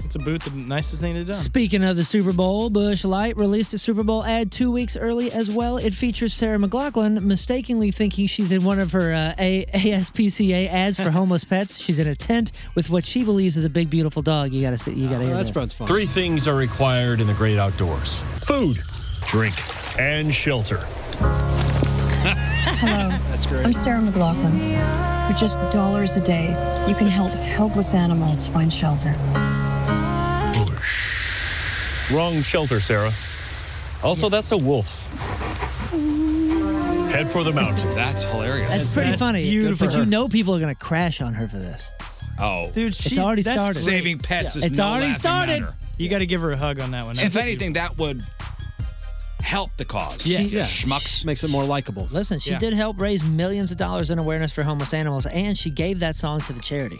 It's a boot, the nicest thing to done.
Speaking of the Super Bowl, Bush Light released a Super Bowl ad two weeks early as well. It features Sarah McLaughlin mistakenly thinking she's in one of her uh, a- ASPCA ads for homeless pets. She's in a tent with what she believes is a big, beautiful dog. You gotta see. You gotta hear this.
Three things are required in the great outdoors food, drink, and shelter.
Hello. That's great. I'm Sarah McLaughlin. For just dollars a day, you can help helpless animals find shelter.
Wrong shelter, Sarah. Also, that's a wolf. Head for the mountains.
That's hilarious.
That's pretty funny. But you know people are gonna crash on her for this.
Oh,
Dude, It's she's- already that's started. great.
Saving pets
Yeah.
is
It's
no
already
laughing
started.
matter.
You got to give her a hug on that one.
If anything, that would help the cause.
Yes.
yeah.
Yeah.
schmucks
makes it more likable.
Listen, she did help raise millions of dollars in awareness for homeless animals, and she gave that song to the charity.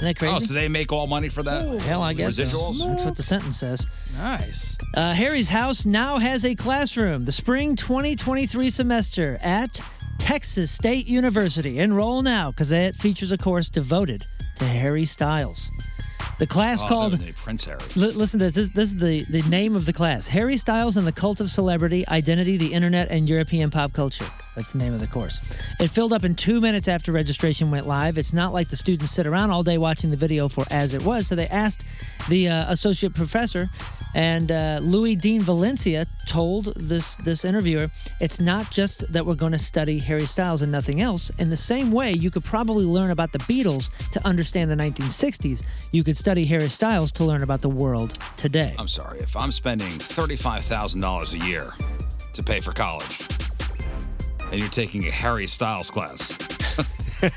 Isn't that crazy?
Oh, so they make all money for that?
Hell, I guess so.
residuals.
that's what the sentence says.
Nice.
Uh, Harry's house now has a classroom. The spring 2023 semester at Texas State University. Enroll now because it features a course devoted to Harry Styles. The class
Oh,
called
no, they- Prince Harry.
L- listen to this. This, this is the, the name of the class Harry Styles and the Cult of Celebrity, Identity, the Internet, and European Pop Culture. That's the name of the course. It filled up in two minutes after registration went live. It's not like the students sit around all day watching the video for as it was. So they asked the uh, associate professor, and uh, Louis Dean Valencia told this this interviewer, "It's not just that we're going to study Harry Styles and nothing else. In the same way, you could probably learn about the Beatles to understand the 1960s. You could study Harry Styles to learn about the world today."
I'm sorry, if I'm spending $35,000 a year to pay for college and you're taking a Harry Styles class,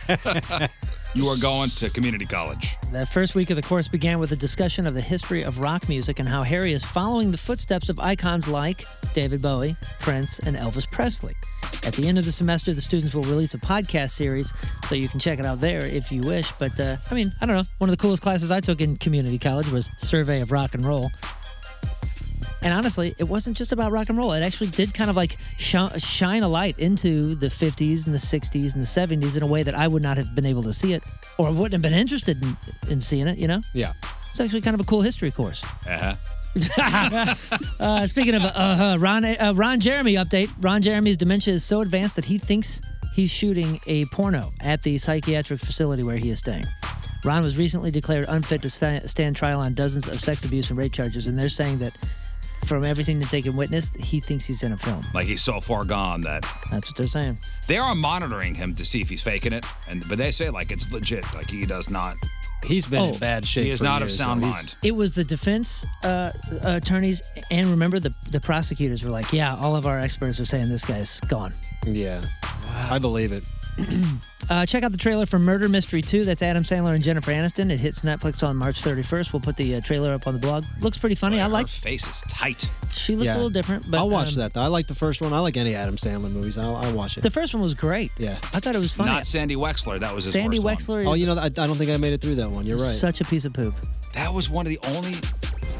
you are going to community college.
That first week of the course began with a discussion of the history of rock music and how Harry is following the footsteps of icons like David Bowie, Prince, and Elvis Presley. At the end of the semester, the students will release a podcast series, so you can check it out there if you wish. But uh, I mean, I don't know. One of the coolest classes I took in community college was Survey of Rock and Roll. And honestly, it wasn't just about rock and roll. It actually did kind of like sh- shine a light into the 50s and the 60s and the 70s in a way that I would not have been able to see it or wouldn't have been interested in, in seeing it, you know?
Yeah.
It's actually kind of a cool history course.
Uh-huh.
uh, speaking of uh, uh, Ron, uh, Ron Jeremy update, Ron Jeremy's dementia is so advanced that he thinks he's shooting a porno at the psychiatric facility where he is staying. Ron was recently declared unfit to sta- stand trial on dozens of sex abuse and rape charges, and they're saying that from everything that they can witness, he thinks he's in a film.
Like he's so far gone that
That's what they're saying.
they are monitoring him to see if he's faking it. And but they say like it's legit. Like he does not.
He's been in bad shape
He is
for
not
years,
of sound
so he's-
mind.
Oh, It was the defense uh, attorneys, and remember the the prosecutors were like, "Yeah, all of our experts are saying this guy's gone."
Yeah. I believe it.
Uh, check out the trailer for Murder Mystery 2. That's Adam Sandler and Jennifer Aniston. It hits Netflix on March 31st. We'll put the uh, trailer up on the blog. Looks pretty funny. I like.
Face is tight.
She looks
Yeah.
a little different, but
I'll watch
um,
that though. I like the first one. I like any Adam Sandler movies. I'll, I'll watch it.
The first one was great.
Yeah.
I thought it was funny.
Not Sandy Wexler. That was his
Sandy
worst one.
Wexler. Is
Oh, you know, I, I don't think I made it through that one. You're right.
Such a piece of poop.
That was one of the only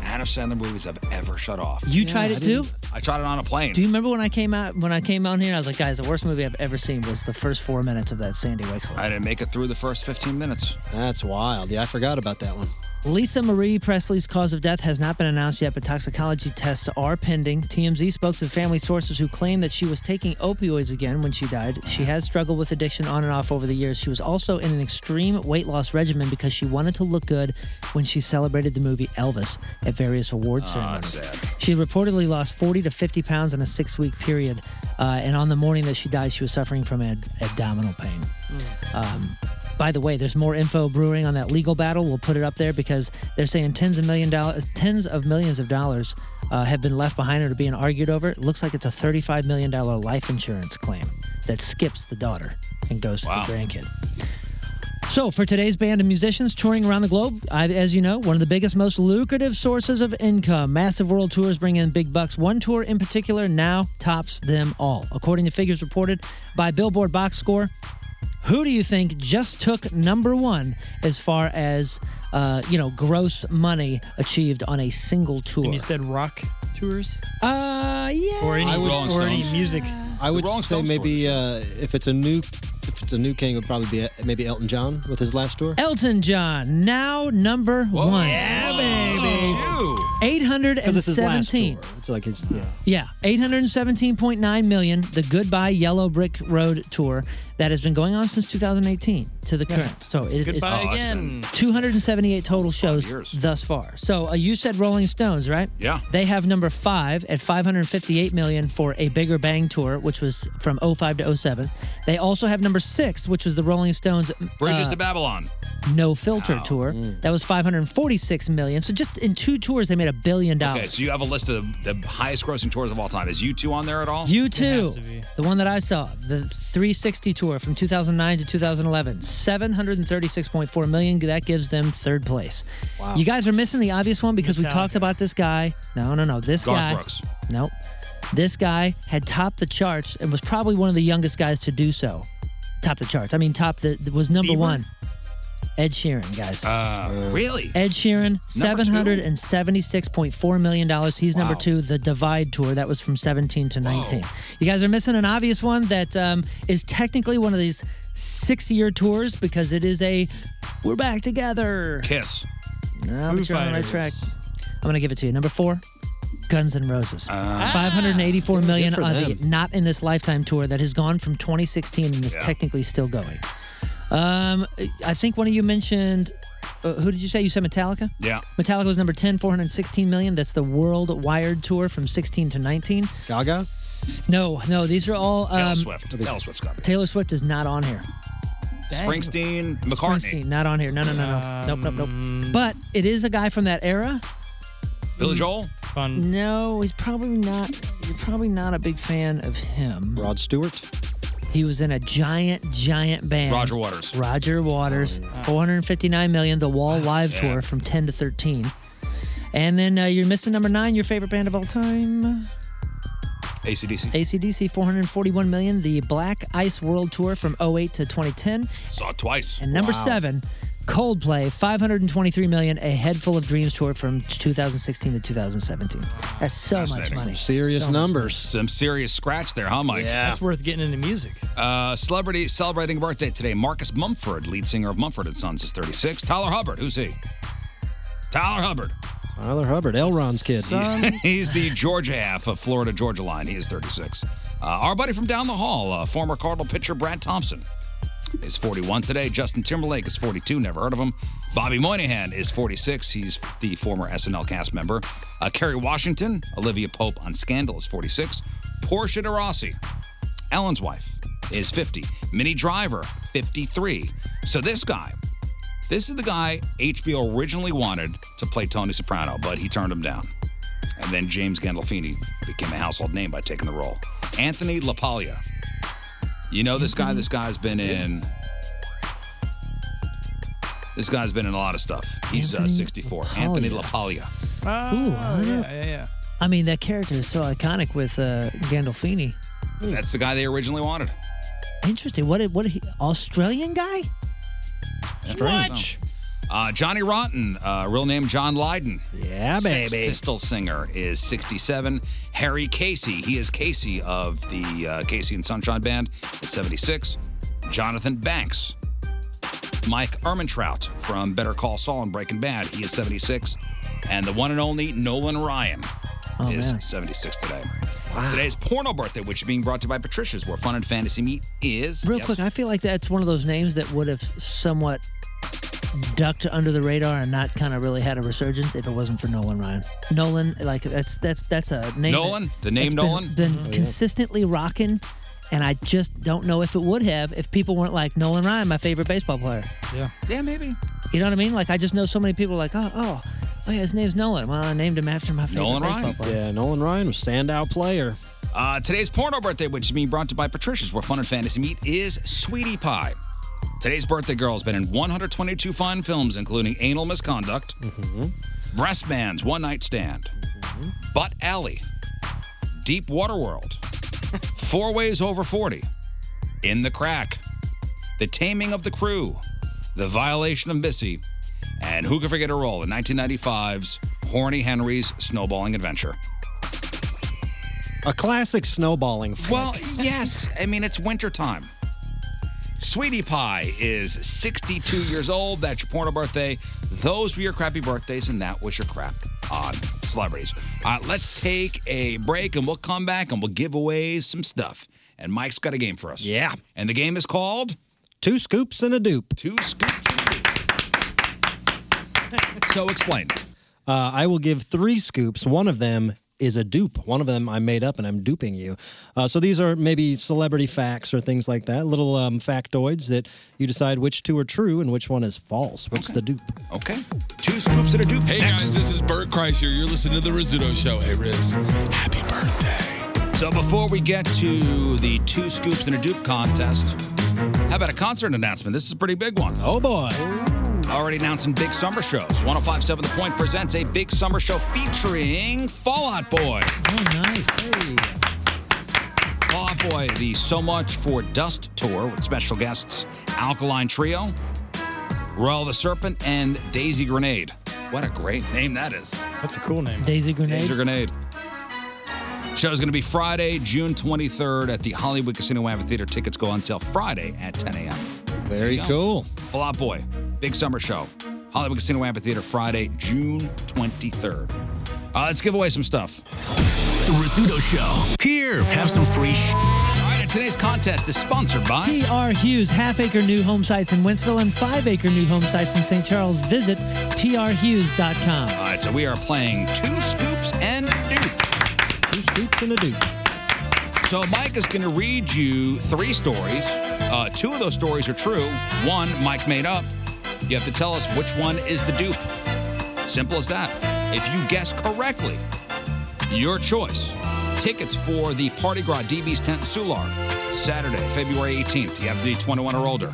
Adam Sandler movies I've ever shut off.
You Yeah, tried it I too?
I tried it on a plane.
Do you remember when I came out when I came on here? I was like, guys, the worst movie I've ever seen was the first four minutes of that Sandy Wexler.
I didn't make it through the first 15 minutes.
That's wild. Yeah, I forgot about that one.
Lisa Marie Presley's cause of death has not been announced yet, but toxicology tests are pending. TMZ spoke to family sources who claim that she was taking opioids again when she died. She has struggled with addiction on and off over the years. She was also in an extreme weight loss regimen because she wanted to look good when she celebrated the movie Elvis at various award ceremonies. She reportedly lost 40 to 50 pounds in a six week period, uh, and on the morning that she died, she was suffering from ad- abdominal pain. Um, by the way, there's more info brewing on that legal battle. We'll put it up there because they're saying tens of million dollars, tens of millions of dollars uh, have been left behind or being argued over. It looks like it's a 35 million dollar life insurance claim that skips the daughter and goes
Wow.
to the grandkid. So, for today's band of musicians touring around the globe, I, as you know, one of the biggest, most lucrative sources of income. Massive world tours bring in big bucks. One tour in particular now tops them all. According to figures reported by Billboard Box Score, who do you think just took number one as far as, uh, you know, gross money achieved on a single tour?
And you said rock tours?
Uh, yeah.
Or any,
I would-
or any
Stones.
music.
I would say maybe uh, if it's a new, if it's a new king, it would probably be uh maybe Elton John with his last tour.
Elton John, now number one. Yeah, baby.
Because it's his last
817.
tour. It's like his yeah.
Yeah, 817.9 million, the Goodbye Yellow Brick Road tour that has been going on since 2018 to the current. So it is it's
Goodbye Oh, it's again.
278 total shows thus far. So uh, you said Rolling Stones, right?
Yeah.
They have number 5 at 558 million for a Bigger Bang tour, which was from 05 to 07. They also have number 6, which was the Rolling Stones
Bridges
uh,
to Babylon.
No Filter tour.
Mm.
That was 546 million. So just in two tours they made a billion dollars.
Okay, so you have a list of the, the highest grossing tours of all time. Is you two on there at all?
You too. The one that I saw, the 360 tour from 2009 to 2011, 736.4 million. That gives them third place.
Wow.
You guys are missing the obvious one because we
Metallica.
talked about this guy. No, no, no. This
Garth
guy.
Brooks.
Nope. This guy had topped the charts and was probably one of the youngest guys to do so. Top the charts. I mean, top the was number
Bieber?
one. Ed Sheeran, guys.
Uh, really?
Ed Sheeran,
Number
seven
two?
hundred and seventy-six point four million dollars. He's number
Wow.
two. The Divide tour that was from seventeen to nineteen. You guys are missing an obvious one that um, is technically one of these six-year tours because it is a we're back together.
Kiss.
No, but
Foo
you're on the right
Fighters.
track. I'm gonna give it to you. Number four, Guns N' Roses.
Ah.
584 million
Good for
on the Not in This Lifetime tour that has gone from 2016 and is
Yeah.
technically still going. Um, I think one of you mentioned. Uh, who did you say? You said Metallica.
Yeah.
Metallica was number 10, 416 million. That's the World Wired Tour from 16 to 19.
Gaga?
No, no. These are all. Um,
Taylor Swift. Taylor Swift's got it.
Taylor Swift is not on here.
Springsteen, McCartney, Um,
Springsteen, not on here. No, no, no, no. nope, nope, nope. But it is a guy from that era.
Billy Joel.
No, he's probably not. You're probably not a big fan of him.
Rod Stewart.
He was in a giant, giant band.
Roger Waters.
Roger Waters. 459 million. The Wall Live Tour from 10 to 13. And then uh, you're missing number nine. Your favorite band of all time.
ACDC.
ACDC 441 million. The Black Ice World Tour from 08 to 2010.
Saw it twice.
And number seven, Coldplay, 523 million, a head full of dreams tour from 2016 to 2017. That's so much
Fascinating.
money.
Serious
So much
numbers.
Some serious scratch there, huh, Mike?
That's worth getting into music.
Uh, celebrity celebrating a birthday today. Marcus Mumford, lead singer of Mumford and Sons, is 36. Tyler Hubbard, who's he? Tyler Hubbard.
Tyler Hubbard, Elron's kid.
He's, he's the Georgia half of Florida Georgia line. He is 36. Uh, our buddy from down the hall, uh, former Cardinal pitcher Brad Thompson, is 41 today. Justin Timberlake is 42. Never heard of him. Bobby Moynihan is 46. He's the former SNL cast member. Uh, Kerry Washington, Olivia Pope on Scandal is 46. Portia de Rossi, Ellen's wife, is 50. Minnie Driver, 53. So this guy. This is the guy HBO originally wanted to play Tony Soprano, but he turned him down. And then James Gandolfini became a household name by taking the role. Anthony LaPaglia. You know this guy? This guy's been in. This guy's been in a lot of stuff. He's uh, 64. Anthony LaPaglia.
Ooh, I don't know.
yeah, yeah.
I mean, that character is so iconic with uh, Gandolfini.
That's the guy they originally wanted.
Interesting. What? What? He, Australian guy?
Strange. Uh, Johnny Rotten, uh, real name John Lydon.
Yeah,
Sex
baby.
Pistol singer is 67. Harry Casey, he is Casey of the uh, Casey and Sunshine Band, is 76. Jonathan Banks. Mike Ermintrout from Better Call Saul and Breaking Bad, he is 76. And the one and only Nolan Ryan
Oh,
is 76 today. Today's porno birthday, which is being brought to you by Patricia's, where fun and fantasy meet is.
Real
Yes?
quick, I feel like that's one of those names that would have somewhat ducked under the radar and not kind of really had a resurgence if it wasn't for Nolan Ryan. Nolan, like that's that's that's a name.
Nolan? The name
that's been-
Nolan?
been,
Oh, yeah.
consistently rocking, and I just don't know if it would have if people weren't like Nolan Ryan, my favorite baseball player.
Yeah.
Yeah, maybe.
You know what I mean? Like I just know so many people are like, oh, oh, oh yeah, his name's Nolan. Well, I named him after my favorite
Nolan
baseball
Ryan.
player.
Yeah, Nolan Ryan was standout player.
Uh, today's porno birthday, which is being brought to you by Patricia's, where fun and fantasy meet, is Sweetie Pie. Today's birthday girl has been in 122 fine films, including Anal Misconduct, Breast Man's One Night Stand, Butt Alley, Deep Water World, Four Ways Over 40, In the Crack, The Taming of the Crew, The Violation of Missy, and who can forget her role in 1995's Horny Henry's Snowballing Adventure?
A classic snowballing. Flick.
Well, yes. I mean, it's wintertime. Sweetie Pie is 62 years old. That's your porno birthday. Those were your crappy birthdays, and that was your crap on celebrities. All right, let's take a break, and we'll come back, and we'll give away some stuff. And Mike's got a game for us. Yeah. And the game is called
Two Scoops and a Dupe.
Two Scoops. So explain.
Uh, I will give three scoops. One of them is a dupe. One of them I made up and I'm duping you. Uh, so these are maybe celebrity facts or things like that, little um, factoids that you decide which two are true and which one is false. What's the dupe?
Okay. Two scoops and a dupe.
Hey guys, this is Bert Kreischer. You're listening to the Rizzuto Show. Hey Riz, happy birthday.
So before we get to the two scoops and a dupe contest, how about a concert announcement? This is a pretty big one.
Oh boy.
Already announcing big summer shows. 1057 The Point presents a big summer show featuring Fallout Boy.
Oh, nice.
Fallout Oh, Boy, the So Much for Dust tour with special guests Alkaline Trio, Royal the Serpent, and Daisy Grenade. What a great name that is.
That's a cool name.
Daisy Grenade.
Laser grenade. Show's going to be Friday, June 23rd at the Hollywood Casino Amphitheater. Tickets go on sale Friday at 10 a.m.
Very cool.
Fall Out Boy, big summer show. Hollywood Casino Amphitheater, Friday, June 23rd. Uh, let's give away some stuff.
The Rizzuto Show. Here, have some free sh-
All right, and today's contest is sponsored by.
TR Hughes half acre new home sites in Wentzville and five acre new home sites in St. Charles. Visit trhughes.com.
All right, so we are playing two scoops and a dupe. Two scoops and a dupe. So Mike is going to read you three stories. Uh, two of those stories are true. One Mike made up. You have to tell us which one is the dupe. Simple as that. If you guess correctly, your choice. Tickets for the Party Gras DB's tent in Soulard, Saturday, February 18th. You have to be 21 or older.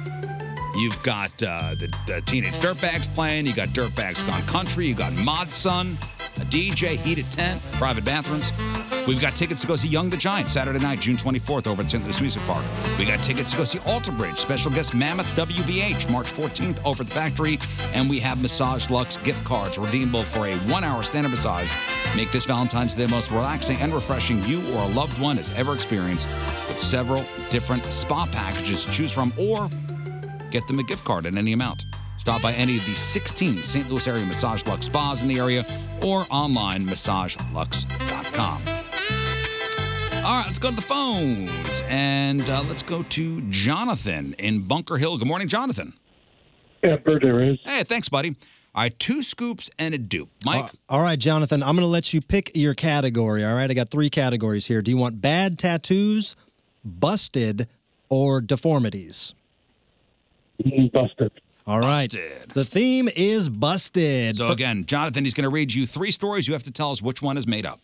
You've got uh, the, the Teenage Dirtbags playing. You got Dirtbags Gone Country. You got Mod Sun, a DJ, heated tent, private bathrooms. We've got tickets to go see Young the Giant Saturday night, June 24th, over at St. Louis Music Park. We got tickets to go see Alter Bridge, special guest Mammoth WVH, March 14th, over at the factory. And we have Massage Lux gift cards redeemable for a one hour stand up massage. Make this Valentine's Day the most relaxing and refreshing you or a loved one has ever experienced with several different spa packages to choose from or Get them a gift card in any amount. Stop by any of the 16 St. Louis area Massage Lux spas in the area or online massagelux.com. All right, let's go to the phones and uh, let's go to Jonathan in Bunker Hill. Good morning, Jonathan.
Yeah, birthday Riz.
Hey, thanks, buddy. All right, two scoops and a dupe. Mike,
All right, Jonathan, I'm going to let you pick your category. All right, I got three categories here. Do you want bad tattoos, busted, or deformities?
Busted.
All right. The theme is busted.
so again, Jonathan, he's going to read you three stories. You have to tell us which one is made up.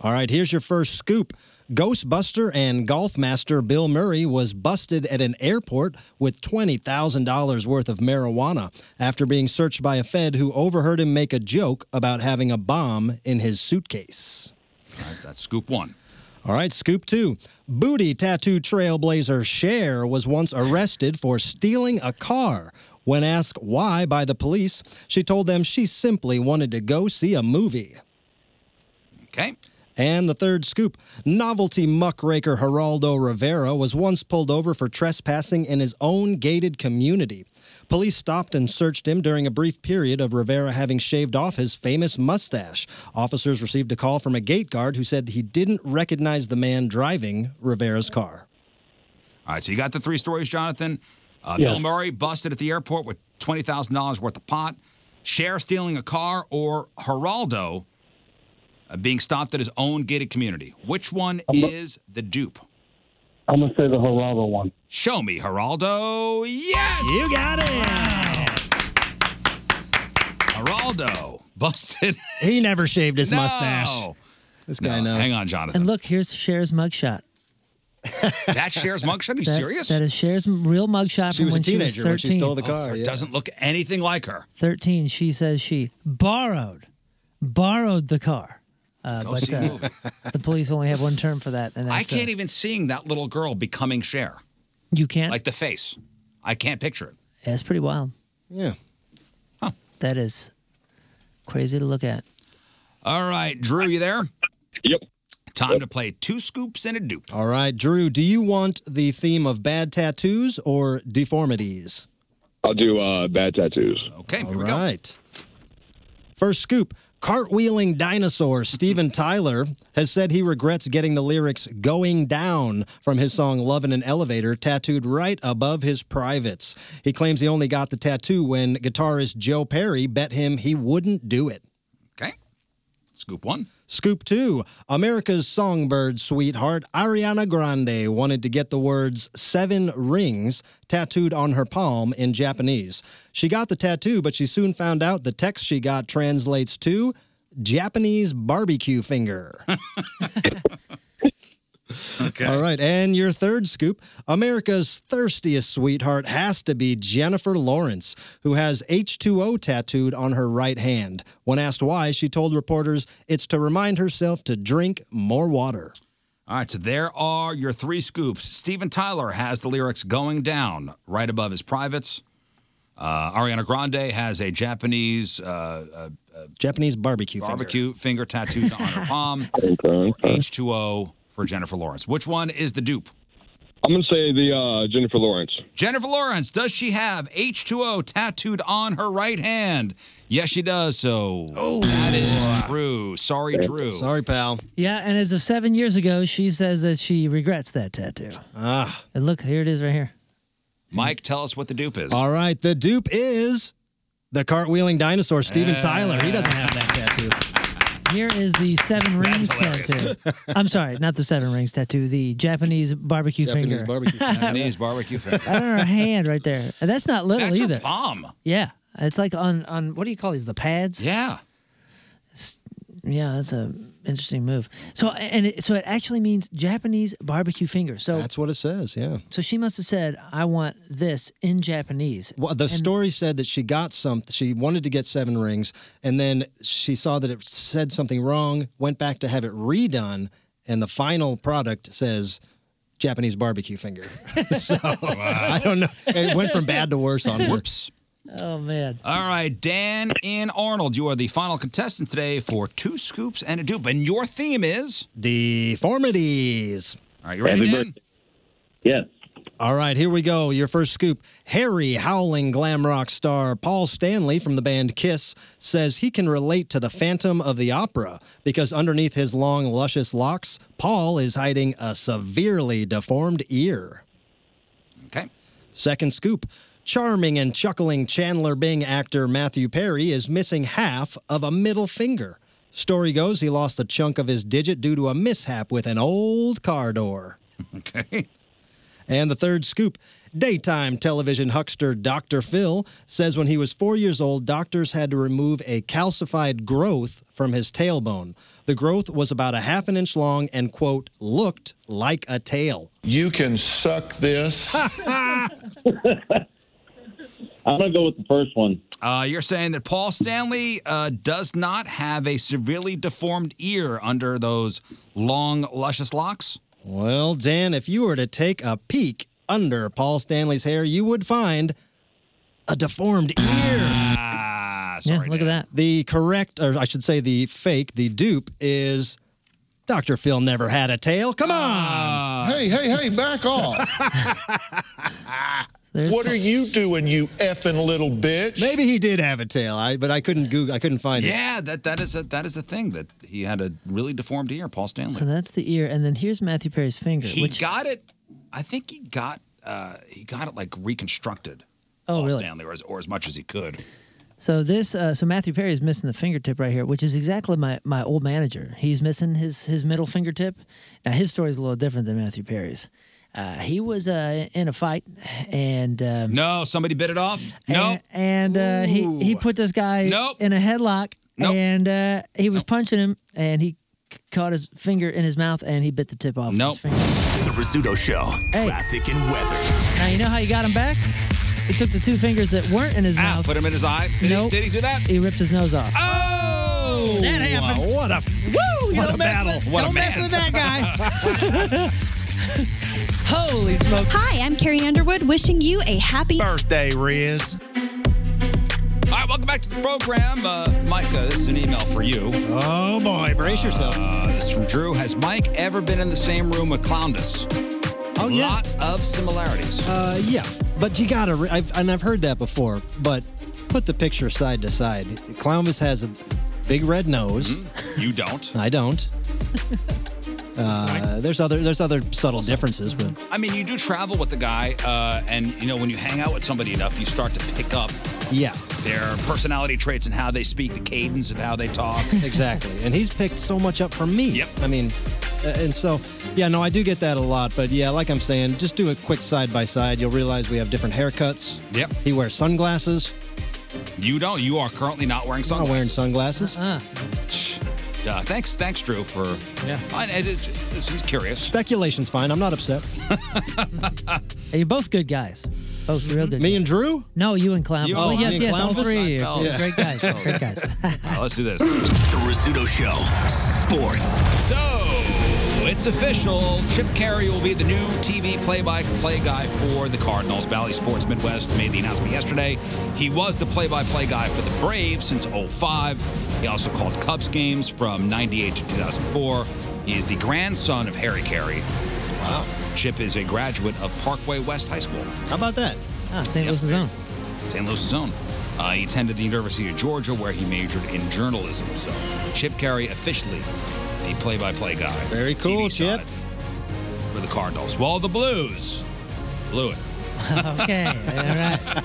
All right, here's your first scoop. Ghostbuster and golf master Bill Murray was busted at an airport with $20,000 worth of marijuana after being searched by a Fed who overheard him make a joke about having a bomb in his suitcase.
All right, that's scoop one.
All right, scoop two. Booty tattoo trailblazer Cher was once arrested for stealing a car. When asked why by the police, she told them she simply wanted to go see a movie.
Okay.
And the third scoop novelty muckraker Geraldo Rivera was once pulled over for trespassing in his own gated community. Police stopped and searched him during a brief period of Rivera having shaved off his famous mustache. Officers received a call from a gate guard who said he didn't recognize the man driving Rivera's car.
All right, so you got the three stories, Jonathan. Uh, Bill Murray busted at the airport with twenty thousand dollars worth of pot, Cher stealing a car, or Geraldo uh, being stopped at his own gated community. Which one is the dupe?
I'm gonna say the Geraldo one.
Show me, Geraldo. Yes,
you got it.
Geraldo busted.
He never shaved his
No.
mustache. This guy knows.
Hang on, Jonathan.
And look, here's Cher's mugshot.
That Cher's mugshot. Are you
That-
serious?
That is Cher's real mugshot from when she was 13.
Oh, it Doesn't look anything like her.
13, she says she borrowed, borrowed the car. Uh,
Go
but
see a
uh,
movie.
the police only have one term for that. And
I
that's, uh,
can't even seeing that little girl becoming Cher.
You can't?
Like the face. I can't picture it.
That's pretty wild.
Yeah.
That is crazy to look at.
All right, Drew, you there? Yep. Time to play two scoops and a dupe.
All right, Drew, do you want the theme of bad tattoos or deformities?
I'll do uh, bad tattoos.
Okay,
All right. First scoop cartwheeling dinosaur Steven Tyler has said he regrets getting the lyrics going down from his song Love in an Elevator tattooed right above his privates. He claims he only got the tattoo when guitarist Joe Perry bet him he wouldn't do it.
Okay. Scoop one.
Scoop two, America's songbird sweetheart Ariana Grande wanted to get the words seven rings tattooed on her palm in Japanese. She got the tattoo, but she soon found out the text she got translates to Japanese barbecue finger. All right, and your third scoop America's thirstiest sweetheart has to be Jennifer Lawrence, who has H2O tattooed on her right hand. When asked why, she told reporters it's to remind herself to drink more water.
All right, so there are your three scoops. Steven Tyler has the lyrics going down right above his privates. Uh, Ariana Grande has a Japanese uh, uh, uh,
Japanese barbecue,
barbecue finger, tattooed on her palm.
Okay.
H2O for Jennifer Lawrence. Which one is the dupe?
I'm gonna say the uh, Jennifer Lawrence.
Jennifer Lawrence, does she have H2O tattooed on her right hand? Yes, she does. So that is true. Sorry, Drew.
Sorry, pal.
Yeah, and as of seven years ago, she says that she regrets that tattoo.
Ah.
And look, here it is right here.
Mike, tell us what the dupe is.
All right, the dupe is the cartwheeling dinosaur, Steven Tyler. He doesn't have that tattoo.
Here is the Seven Rings tattoo. I'm sorry, not the Seven Rings tattoo, the Japanese barbecue
Japanese
finger.
barbecue Japanese barbecue finger.
Right on her hand right there. And that's not little
That's
either.
a palm.
Yeah. It's like on, on what do you call these? The pads?
Yeah.
yeah, that's a interesting move. So and it, so it actually means Japanese barbecue finger. So
That's what it says, yeah.
so she must have said, "I want this in Japanese."
Well, the story said that she got some. She wanted to get seven rings, and then she saw that it said something wrong. Went back to have it redone, and the final product says Japanese barbecue finger. so I don't know. It went from bad to worse on whoops.
Oh man.
All right, Dan and Arnold, you are the final contestant today for two scoops and a dupe, and your theme is
deformities.
All right, you ready, Dan?
Yes. All right, here we go. Your first scoop. Harry Howling glam rock star Paul Stanley from the band Kiss says he can relate to the Phantom of the Opera because underneath his long, luscious locks, Paul is hiding a severely deformed ear.
Okay.
Second scoop. Charming and chuckling Chandler Bing actor Matthew Perry is missing half of a middle finger. Story goes he lost a chunk of his digit due to a mishap with an old car door.
Okay.
And the third scoop daytime television huckster Dr. Phil says when he was four years old, doctors had to remove a calcified growth from his tailbone. The growth was about a half an inch long and, quote, looked like a tail.
You can suck this.
I'm gonna go with the first one. Uh, you're saying that Paul Stanley uh, does not have a severely deformed ear under those long, luscious locks.
Well, Dan, if you were to take a peek under Paul Stanley's hair, you would find a deformed ear.
Ah,
sorry. look at that.
The correct, or I should say the fake, the dupe is Dr. Phil never had a tail. Come on.
hey, hey, hey, back off. what are you doing, you effing little bitch?
Maybe he did have a tail, I, but I couldn't Google, I couldn't find it.
Yeah, that that is a that is a thing that he had a really deformed ear, Paul Stanley.
So that's the ear, and then here's Matthew Perry's finger.
He
which,
got it. I think he got uh, he got it like reconstructed.
Oh,
Paul
really?
Stanley, or as or as much as he could.
So this, uh, so Matthew Perry is missing the fingertip right here, which is exactly my my old manager. He's missing his his middle fingertip. Now his story is a little different than Matthew Perry's. Uh, he was uh, in a fight, and um,
No, somebody bit it off. No,
and, and uh, he he put this guy
Nope.
in a headlock, and uh, he was punching him, and he c- caught his finger in his mouth, and he bit the tip off. His finger.
The Rizzuto Show.
Hey.
Traffic and weather.
Now you know how you got him back. He took the two fingers that weren't in his mouth.
Ah, put him in his eye. Did,
nope.
he, did he do that?
He ripped his nose off.
Oh,
that happened.
What a
woo!
What a
mess
battle.
With,
What a
don't mess
man.
with that guy. Holy smoke!
Hi, I'm Carrie Underwood, wishing you a happy
birthday, Riz.
All right, welcome back to the program. Uh, Micah, this is an email for you.
Oh, boy, brace yourself.
Uh, this is from Drew. Has Mike ever been in the same room with Clownus? Oh, yeah. Lot of similarities.
Uh, yeah, but you gotta, re- I've, and I've heard that before, but put the picture side to side. Clownvis has a big red nose.
Mm-hmm.
You don't.
I don't. Uh, there's other there's other subtle differences, but
I mean, you do travel with the guy, uh, and, you know, when you hang out with somebody enough, you start to pick up
yeah,
their personality traits and how they speak, the cadence of how they talk.
exactly. And he's picked so much up from me. Yep. I mean, uh, and so yeah, no, I do get that a lot, but yeah, like I'm saying, just do a quick side by side. You'll realize we have different haircuts.
Yep.
He wears sunglasses.
You don't. You are currently not wearing
I'm
sunglasses.
not wearing sunglasses.
Uh, thanks, thanks, Drew, for. Yeah. he's curious.
Speculation's fine. I'm not upset.
Hey, You're both good guys. Both real good. Me
and Drew?
No, you and Clown.
You-
oh,
oh, me
yes,
and
yes, all
Clownfist?
three.
Seinfeld.
You're Great guys.
Yeah.
Great guys.
Uh, let's do this. The Rizzuto Show. Sports. So, it's official. Chip Carey will be the new TV play-by-play guy for the Cardinals. Valley Sports Midwest made the announcement yesterday. He was the play-by-play guy for the Braves since 05. He also called Cubs games from 98 to 2004. He is the grandson of Harry Carey. Wow. Chip is a graduate of Parkway West High School.
How about that?
Ah, St. Louis's own.
St. Louis's own. Uh, he attended the University of Georgia, where he majored in journalism. So, Chip Carey officially the play-by-play guy. Very cool, Chip. For the Cardinals. Well, the Blues blew it.
okay, all right.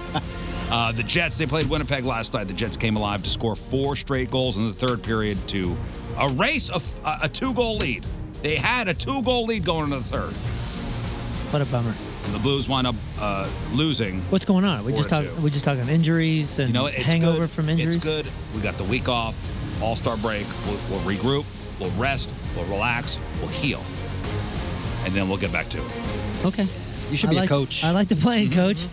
Uh, the Jets, they played Winnipeg last night. The Jets came alive to score four straight goals in the third period to erase a, f- a- a two goal lead. They had a two goal lead going into the third.
What a bummer.
And the Blues wind up uh, losing.
What's going on? We
Four
just
to
talk. We just talking injuries and
You know, what? it's
hangover
good.
from injuries.
It's good. We got the week off, All Star break. We'll, we'll regroup, we'll rest, we'll relax, we'll heal, and then we'll get back to it.
Okay.
You
I
should be a
like-
coach. Mm-hmm.
I like the playing coach.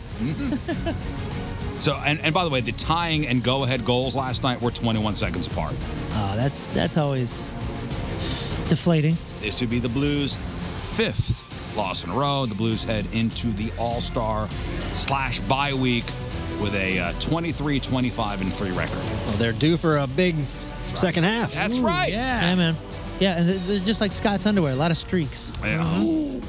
So, and, and by the way, the tying and go ahead goals last night were 21 seconds apart.
Oh, that that's always deflating.
This would be the Blues' fifth loss in a row. The Blues head into the All Star slash bye week with a uh, 23 25 and 3 record.
Well, they're due for a big second half.
That's right.
Yeah, man. Yeah, and they're- they're just like Scott's underwear. A lot of streaks.
Yeah. Uh-huh.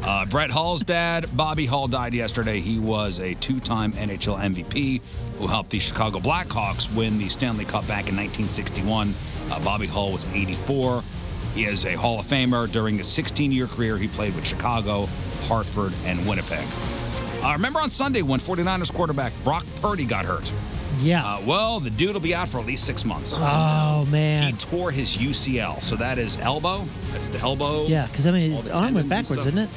Uh, Brett Hall's dad, Bobby Hall, died yesterday. He was a two time NHL MVP who helped the Chicago Blackhawks win the Stanley Cup back in 1961. Uh, Bobby Hall was 84. He is a Hall of Famer. During his 16 year career, he played with Chicago, Hartford, and Winnipeg. Uh, remember on Sunday when 49ers quarterback Brock Purdy got hurt?
Yeah.
Uh, well, the dude will be out for at least six months.
Oh man.
He tore his UCL. So that is elbow. That's the elbow.
Yeah, because I mean,
all
his
the
arm went
tendons and
backwards,
stuff.
didn't it?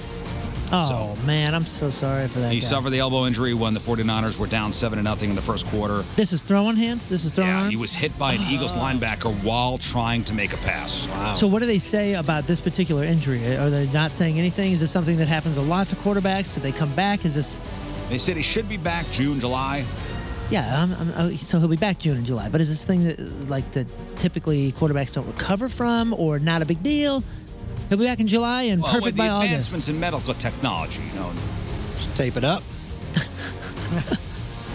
Oh man, I'm so sorry for that.
He
guy.
suffered the elbow injury when the 49ers were down 7 to nothing in the first quarter.
This is throwing hands. This is throwing.
Yeah,
arm?
he was hit by an
Oh.
Eagles linebacker while trying to make a pass. Wow.
So what do they say about this particular injury? Are they not saying anything? Is this something that happens a lot to quarterbacks? Do they come back? Is this?
They said he should be back June, July.
Yeah. I'm, I'm, oh, so he'll be back June and July. But is this thing that like that typically quarterbacks don't recover from, or not a big deal? He'll be back in July and
Well,
perfect
with the
by August.
advancements in medical technology, you know.
Just tape it up.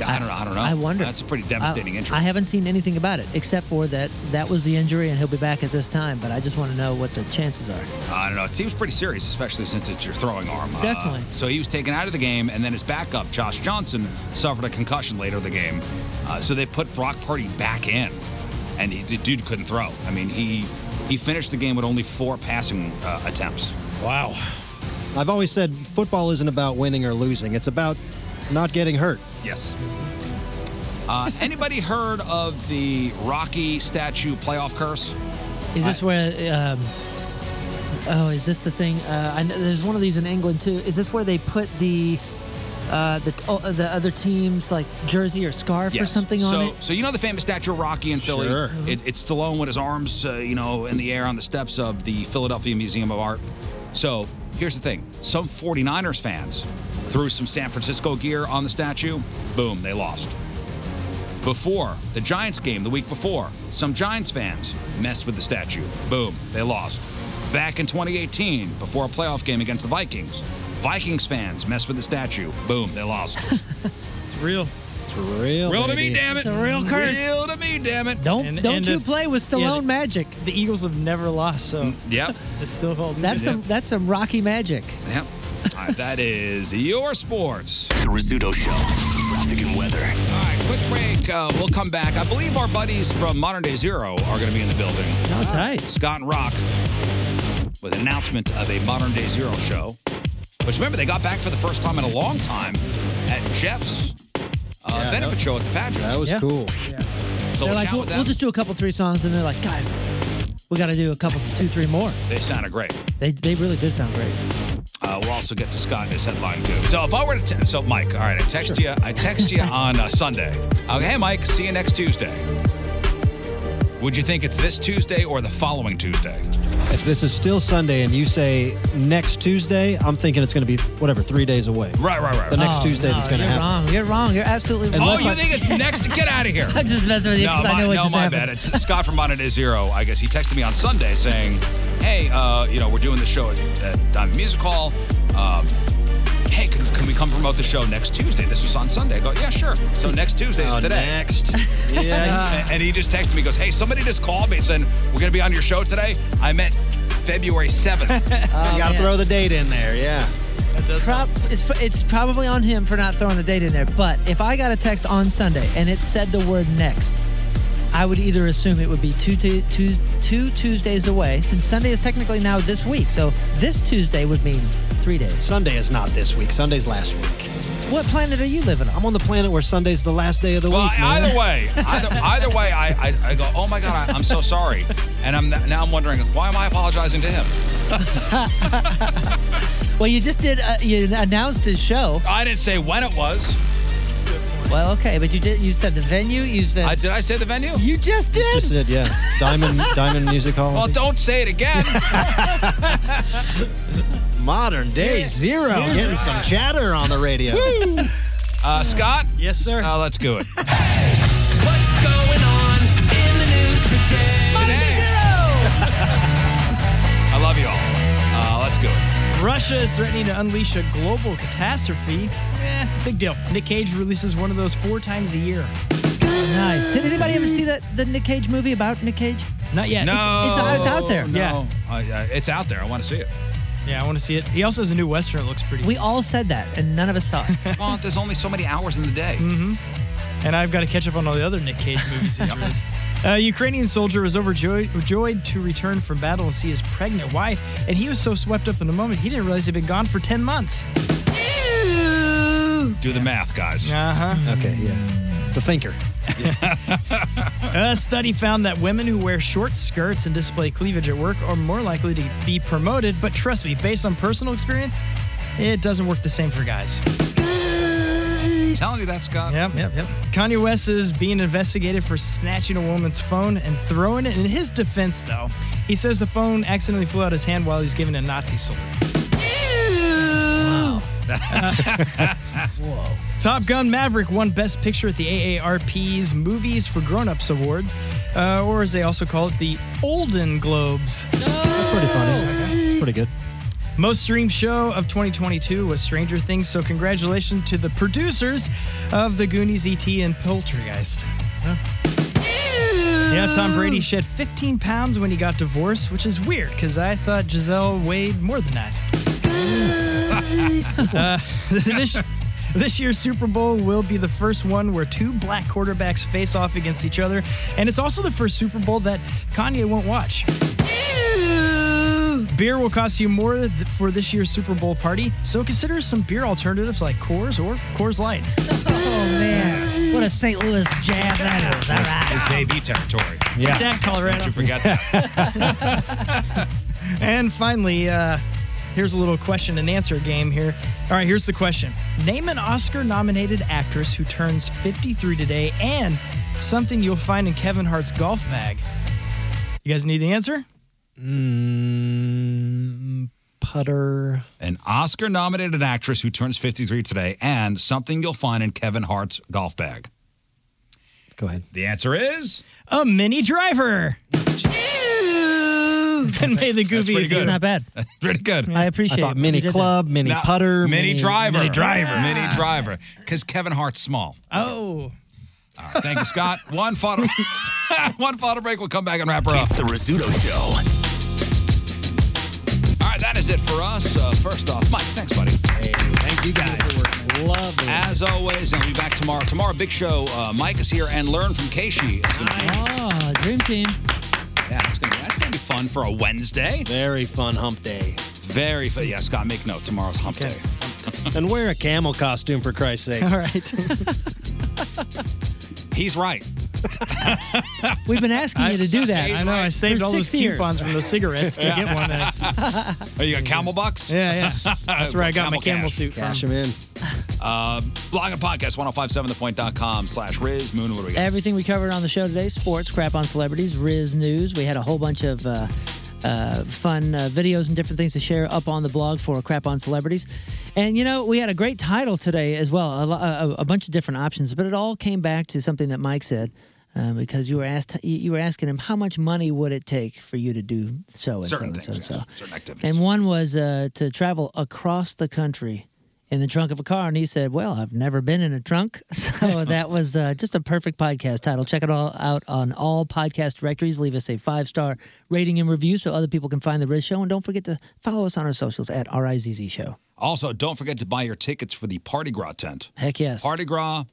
I don't know. I don't know.
I wonder.
That's a pretty devastating
I,
injury.
I haven't seen anything about it except for that that was the injury and he'll be back at this time. But I just want to know what the chances are.
Uh, I don't know. It seems pretty serious, especially since it's your throwing arm. Uh,
Definitely.
so he was taken out of the game, and then his backup, Josh Johnson, suffered a concussion later in the game. Uh, so they put Brock Purdy back in, and he, the dude couldn't throw. I mean, he he finished the game with only four passing uh, attempts.
Wow. I've always said football isn't about winning or losing. It's about not getting hurt.
Yes. Uh, anybody heard of the Rocky statue playoff curse?
Is this where? Um, oh, is this the thing? Uh, I know there's one of these in England too. Is this where they put the uh, the oh, the other team's like jersey or scarf or
Yes.
something
so,
on it? Mm-hmm.
So you know the famous statue of Rocky in Philly.
Sure.
It, it's Stallone with his arms, uh, you know, in the air on the steps of the Philadelphia Museum of Art. So here's the thing: some 49ers fans threw some San Francisco gear on the statue. Boom, they lost. Before the Giants game the week before, some Giants fans messed with the statue. Boom, they lost. Back in 2018, before a playoff game against the Vikings, Vikings fans messed with the statue. Boom, they lost.
It's real.
It's real.
Real to me, damn it.
It's a real curse.
Real to me, damn it.
Don't
And-
don't
and
you
if-
play with
yeah,
Stallone
the-
magic? Mm.
The Eagles have never lost, so
Yep.
it's still holding.
That's some that's some Rocky magic.
Yep. All right, that is your sports.
The Rizzuto Show. Traffic and weather.
All right, quick break. Uh, we'll come back. I believe our buddies from Modern Day Zero are going to be in the building.
Oh,
Ah.
tight.
Scott and Rock with an announcement of a Modern Day Zero show. Which remember, they got back for the first time in a long time at Jeff's uh, benefit show at the Pageant. That
was
Yeah. cool.
So
they're
we'll
like,
chat
we'll,
with
we'll
them.
just do a couple three songs, and they're like, guys, we got to do a couple two three more.
They sounded great.
They they really did sound great.
Uh, we'll also get to Scott and his headline too. So if I were to, te- so Mike, all right, I text you, I text you on uh, Sunday. Uh, hey, Mike, see you next Tuesday. Would you think it's this Tuesday or the following Tuesday?
If this is still Sunday and you say next Tuesday, I'm thinking it's going to be whatever three days away.
Right, right, right.
The next
Oh,
Tuesday
no,
that's going to
you're
happen.
Wrong. You're wrong. You're absolutely wrong.
oh, you think it's next? Get out of here.
I'm just messing with you
no,
'cause I
my,
know what
no,
just
my
happened.
bad. It's Scott from Monday Zero. I guess he texted me on Sunday saying, "Hey, uh, you know, we're doing the show at, at Diamond Music Hall. Um, hey, can, can we come promote the show next Tuesday? This was on Sunday. I go, yeah, sure. So next Tuesday
Oh,
is today.
next. Yeah.
and, and he just texted me, goes, hey, somebody just called me saying we're gonna be on your show today. I meant February 7th.
you got to throw the date in there, yeah.
Prob- it's, it's probably on him for not throwing the date in there. But if I got a text on Sunday and it said the word next, I would either assume it would be two, Tu- Tu- two Tuesdays away, since Sunday is technically now this week. So this Tuesday would mean three days.
Sunday is not this week. Sunday's last week.
What planet are you living on?
I'm on the planet where Sunday's the last day of the week. man.
Either way, either, either way, I, I, I go, oh my God, I, I'm so sorry. And I'm now I'm wondering, why am I apologizing to him?
Well, you just did. Uh, you announced his show.
I didn't say when it was.
Well, okay, but you did. You said the venue. You said.
I, did I say the venue?
You just did.
Just said, yeah. Diamond Diamond Music Hall.
Well, don't say it again.
Modern day zero. Getting some chatter on the radio.
uh, Scott?
Yes, sir.
Uh, let's do it. I love you all. Uh, let's go.
Russia is threatening to unleash a global catastrophe. Eh, big deal. Nick Cage releases one of those four times a year.
Nice. Did anybody ever see that the Nick Cage movie about Nick Cage?
Not yet.
No.
It's- it's- it's out there.
No.
Yeah.
Oh. I- I- it's out there. I want to see it.
Yeah, I want to see it. He also has a new Western. It looks pretty.
We all said that, and none of us saw it.
well, there's only so many hours in the day.
Mm-hmm. And I've got to catch up on all the other Nick Cage movies he's released. A Ukrainian soldier was overjoyed overjoyed to return from battle and see his pregnant wife, and he was so swept up in the moment he didn't realize he'd been gone for 10 months.
Do the math, guys.
Uh-huh.
Okay, yeah. The thinker.
A study found that women who wear short skirts and display cleavage at work are more likely to be promoted, but trust me, based on personal experience, it doesn't work the same for guys.
telling you that, Scott.
Yep, yep, yep. Kanye West is being investigated for snatching a woman's phone and throwing it. In his defense, though, he says the phone accidentally flew out his hand while he was giving a Nazi salute. Top Gun Maverick won Best Picture at the AARP's Movies for Grown Ups Awards, uh, or as they also call it, the Olden Globes.
That's pretty funny. Pretty good.
Most streamed show of 2022 was Stranger Things, so congratulations to the producers uh, of The Goonies, E.T., and Poltergeist. Huh? Yeah, Tom Brady shed 15 pounds when he got divorced, which is weird because I thought Giselle weighed more than that. uh, this, this year's Super Bowl will be the first one where two black quarterbacks face off against each other, and it's also the first Super Bowl that Kanye won't watch. Beer will cost you more th- for this year's Super Bowl party, so consider some beer alternatives like Coors or Coors Light.
Oh man, what a St. Louis jam that is! All right.
It's AV territory.
Yeah. That Colorado.
Don't you forget that.
And finally, uh, here's a little question and answer game here. All right, here's the question Name an Oscar nominated actress who turns 53 today and something you'll find in Kevin Hart's golf bag. You guys need the answer?
Mm, putter.
An Oscar nominated actress who turns 53 today and something you'll find in Kevin Hart's golf bag.
Go ahead.
The answer is
A mini driver. and may the
That's
goofy
pretty good.
It's not
bad.
pretty good.
I appreciate.
I thought
it.
mini club, mini
No,
putter,
mini, driver.
mini driver.
Mini driver. Because Kevin Hart's small. All
Oh.
right. Thank you, Scott. One photo. one photo break. We'll come back and wrap her up.
It's the Rizzuto Show.
All right, that is it for us. Uh, first off, Mike, thanks, buddy. Hey,
thank you guys. Love it.
As always, and we'll be back tomorrow. Tomorrow, big show. Uh, Mike is here, and learn from Casey. It's gonna be,
Oh, dream team.
yeah, it's gonna be, that's gonna be fun for a Wednesday.
Very fun hump day.
Very fun. Yeah, Scott, make note. Tomorrow's hump day.
and wear a camel costume for Christ's sake.
All right,
He's right.
we've been asking you to do that.
I know. I saved
For
all those
six years.
coupons from those cigarettes to
Yeah.
get one. That,
Oh, you got camel bucks?
yeah, yeah. That's where I got my camel
Uh, cash.
suit from.
Cash him in.
Uh, blog and podcast, 1057thepoint.com slash Riz. Moon, what do we got?
Everything we covered on the show today sports, crap on celebrities, Riz news. We had a whole bunch of uh, uh, fun uh, videos and different things to share up on the blog for crap on celebrities. And, you know, we had a great title today as well, a, lo- a, a bunch of different options, but it all came back to something that Mike said. Uh, because you were asked, you you were asking him how much money would it take for you to do so and
Certain
so and
things,
so and so.
yes. certain activities.
And one was uh, to travel across the country in the trunk of a car, and he said, "Well, I've never been in a trunk." So that was uh, just a perfect podcast title. Check it all out on all podcast directories. Leave us a five star rating and review so other people can find the Riz Show, and don't forget to follow us on our socials at RIZZ Show.
Also, don't forget to buy your tickets for the Party Gras tent.
Heck yes.
Party Gras,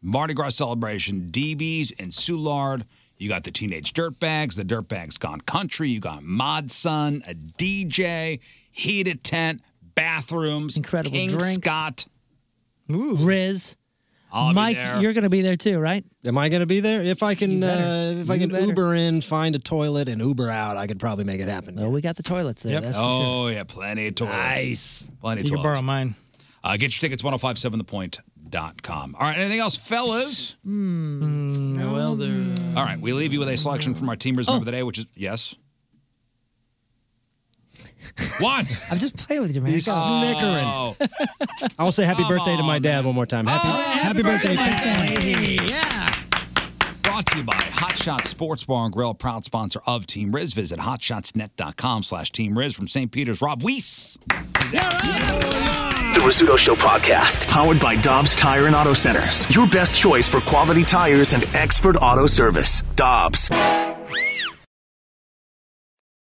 Mardi Gras celebration, DB's and Soulard. You got the Teenage Dirtbags, the Dirtbags Gone Country. You got Mod Sun, a DJ, heated tent, bathrooms, incredible King
drinks.
Scott.
Riz,
I'll be
Mike,
there.
you're going to be there too, right?
Am I going to be there? If I can,
You better.
uh, if I
You
can
better.
Uber in, find a toilet, and Uber out, I could probably make it happen.
Well, we got the toilets there. That's for sure.
oh, yeah, plenty of toilets. Nice. Plenty of
You can
toilets.
borrow
mine. Uh, get your tickets, 1057thepoint.com. All right, anything else, fellas?
Hmm,
well, there.
All right, we leave you with a selection from our team Riz member of the day, which is, yes. What?
I'm just playing with you, man.
He's
Go.
snickering. I'll say happy birthday to my dad one more time. Happy, happy, birthday,
Yeah. Brought to you by Hot Shots Sports Bar and Grill, proud sponsor of Team Riz. Visit hotshotsnet.com slash Team Riz from St. Peter's. Rob Weiss.
The Rizzuto Show podcast, powered by Dobbs Tire and Auto Centers. Your best choice for quality tires and expert auto service. Dobbs.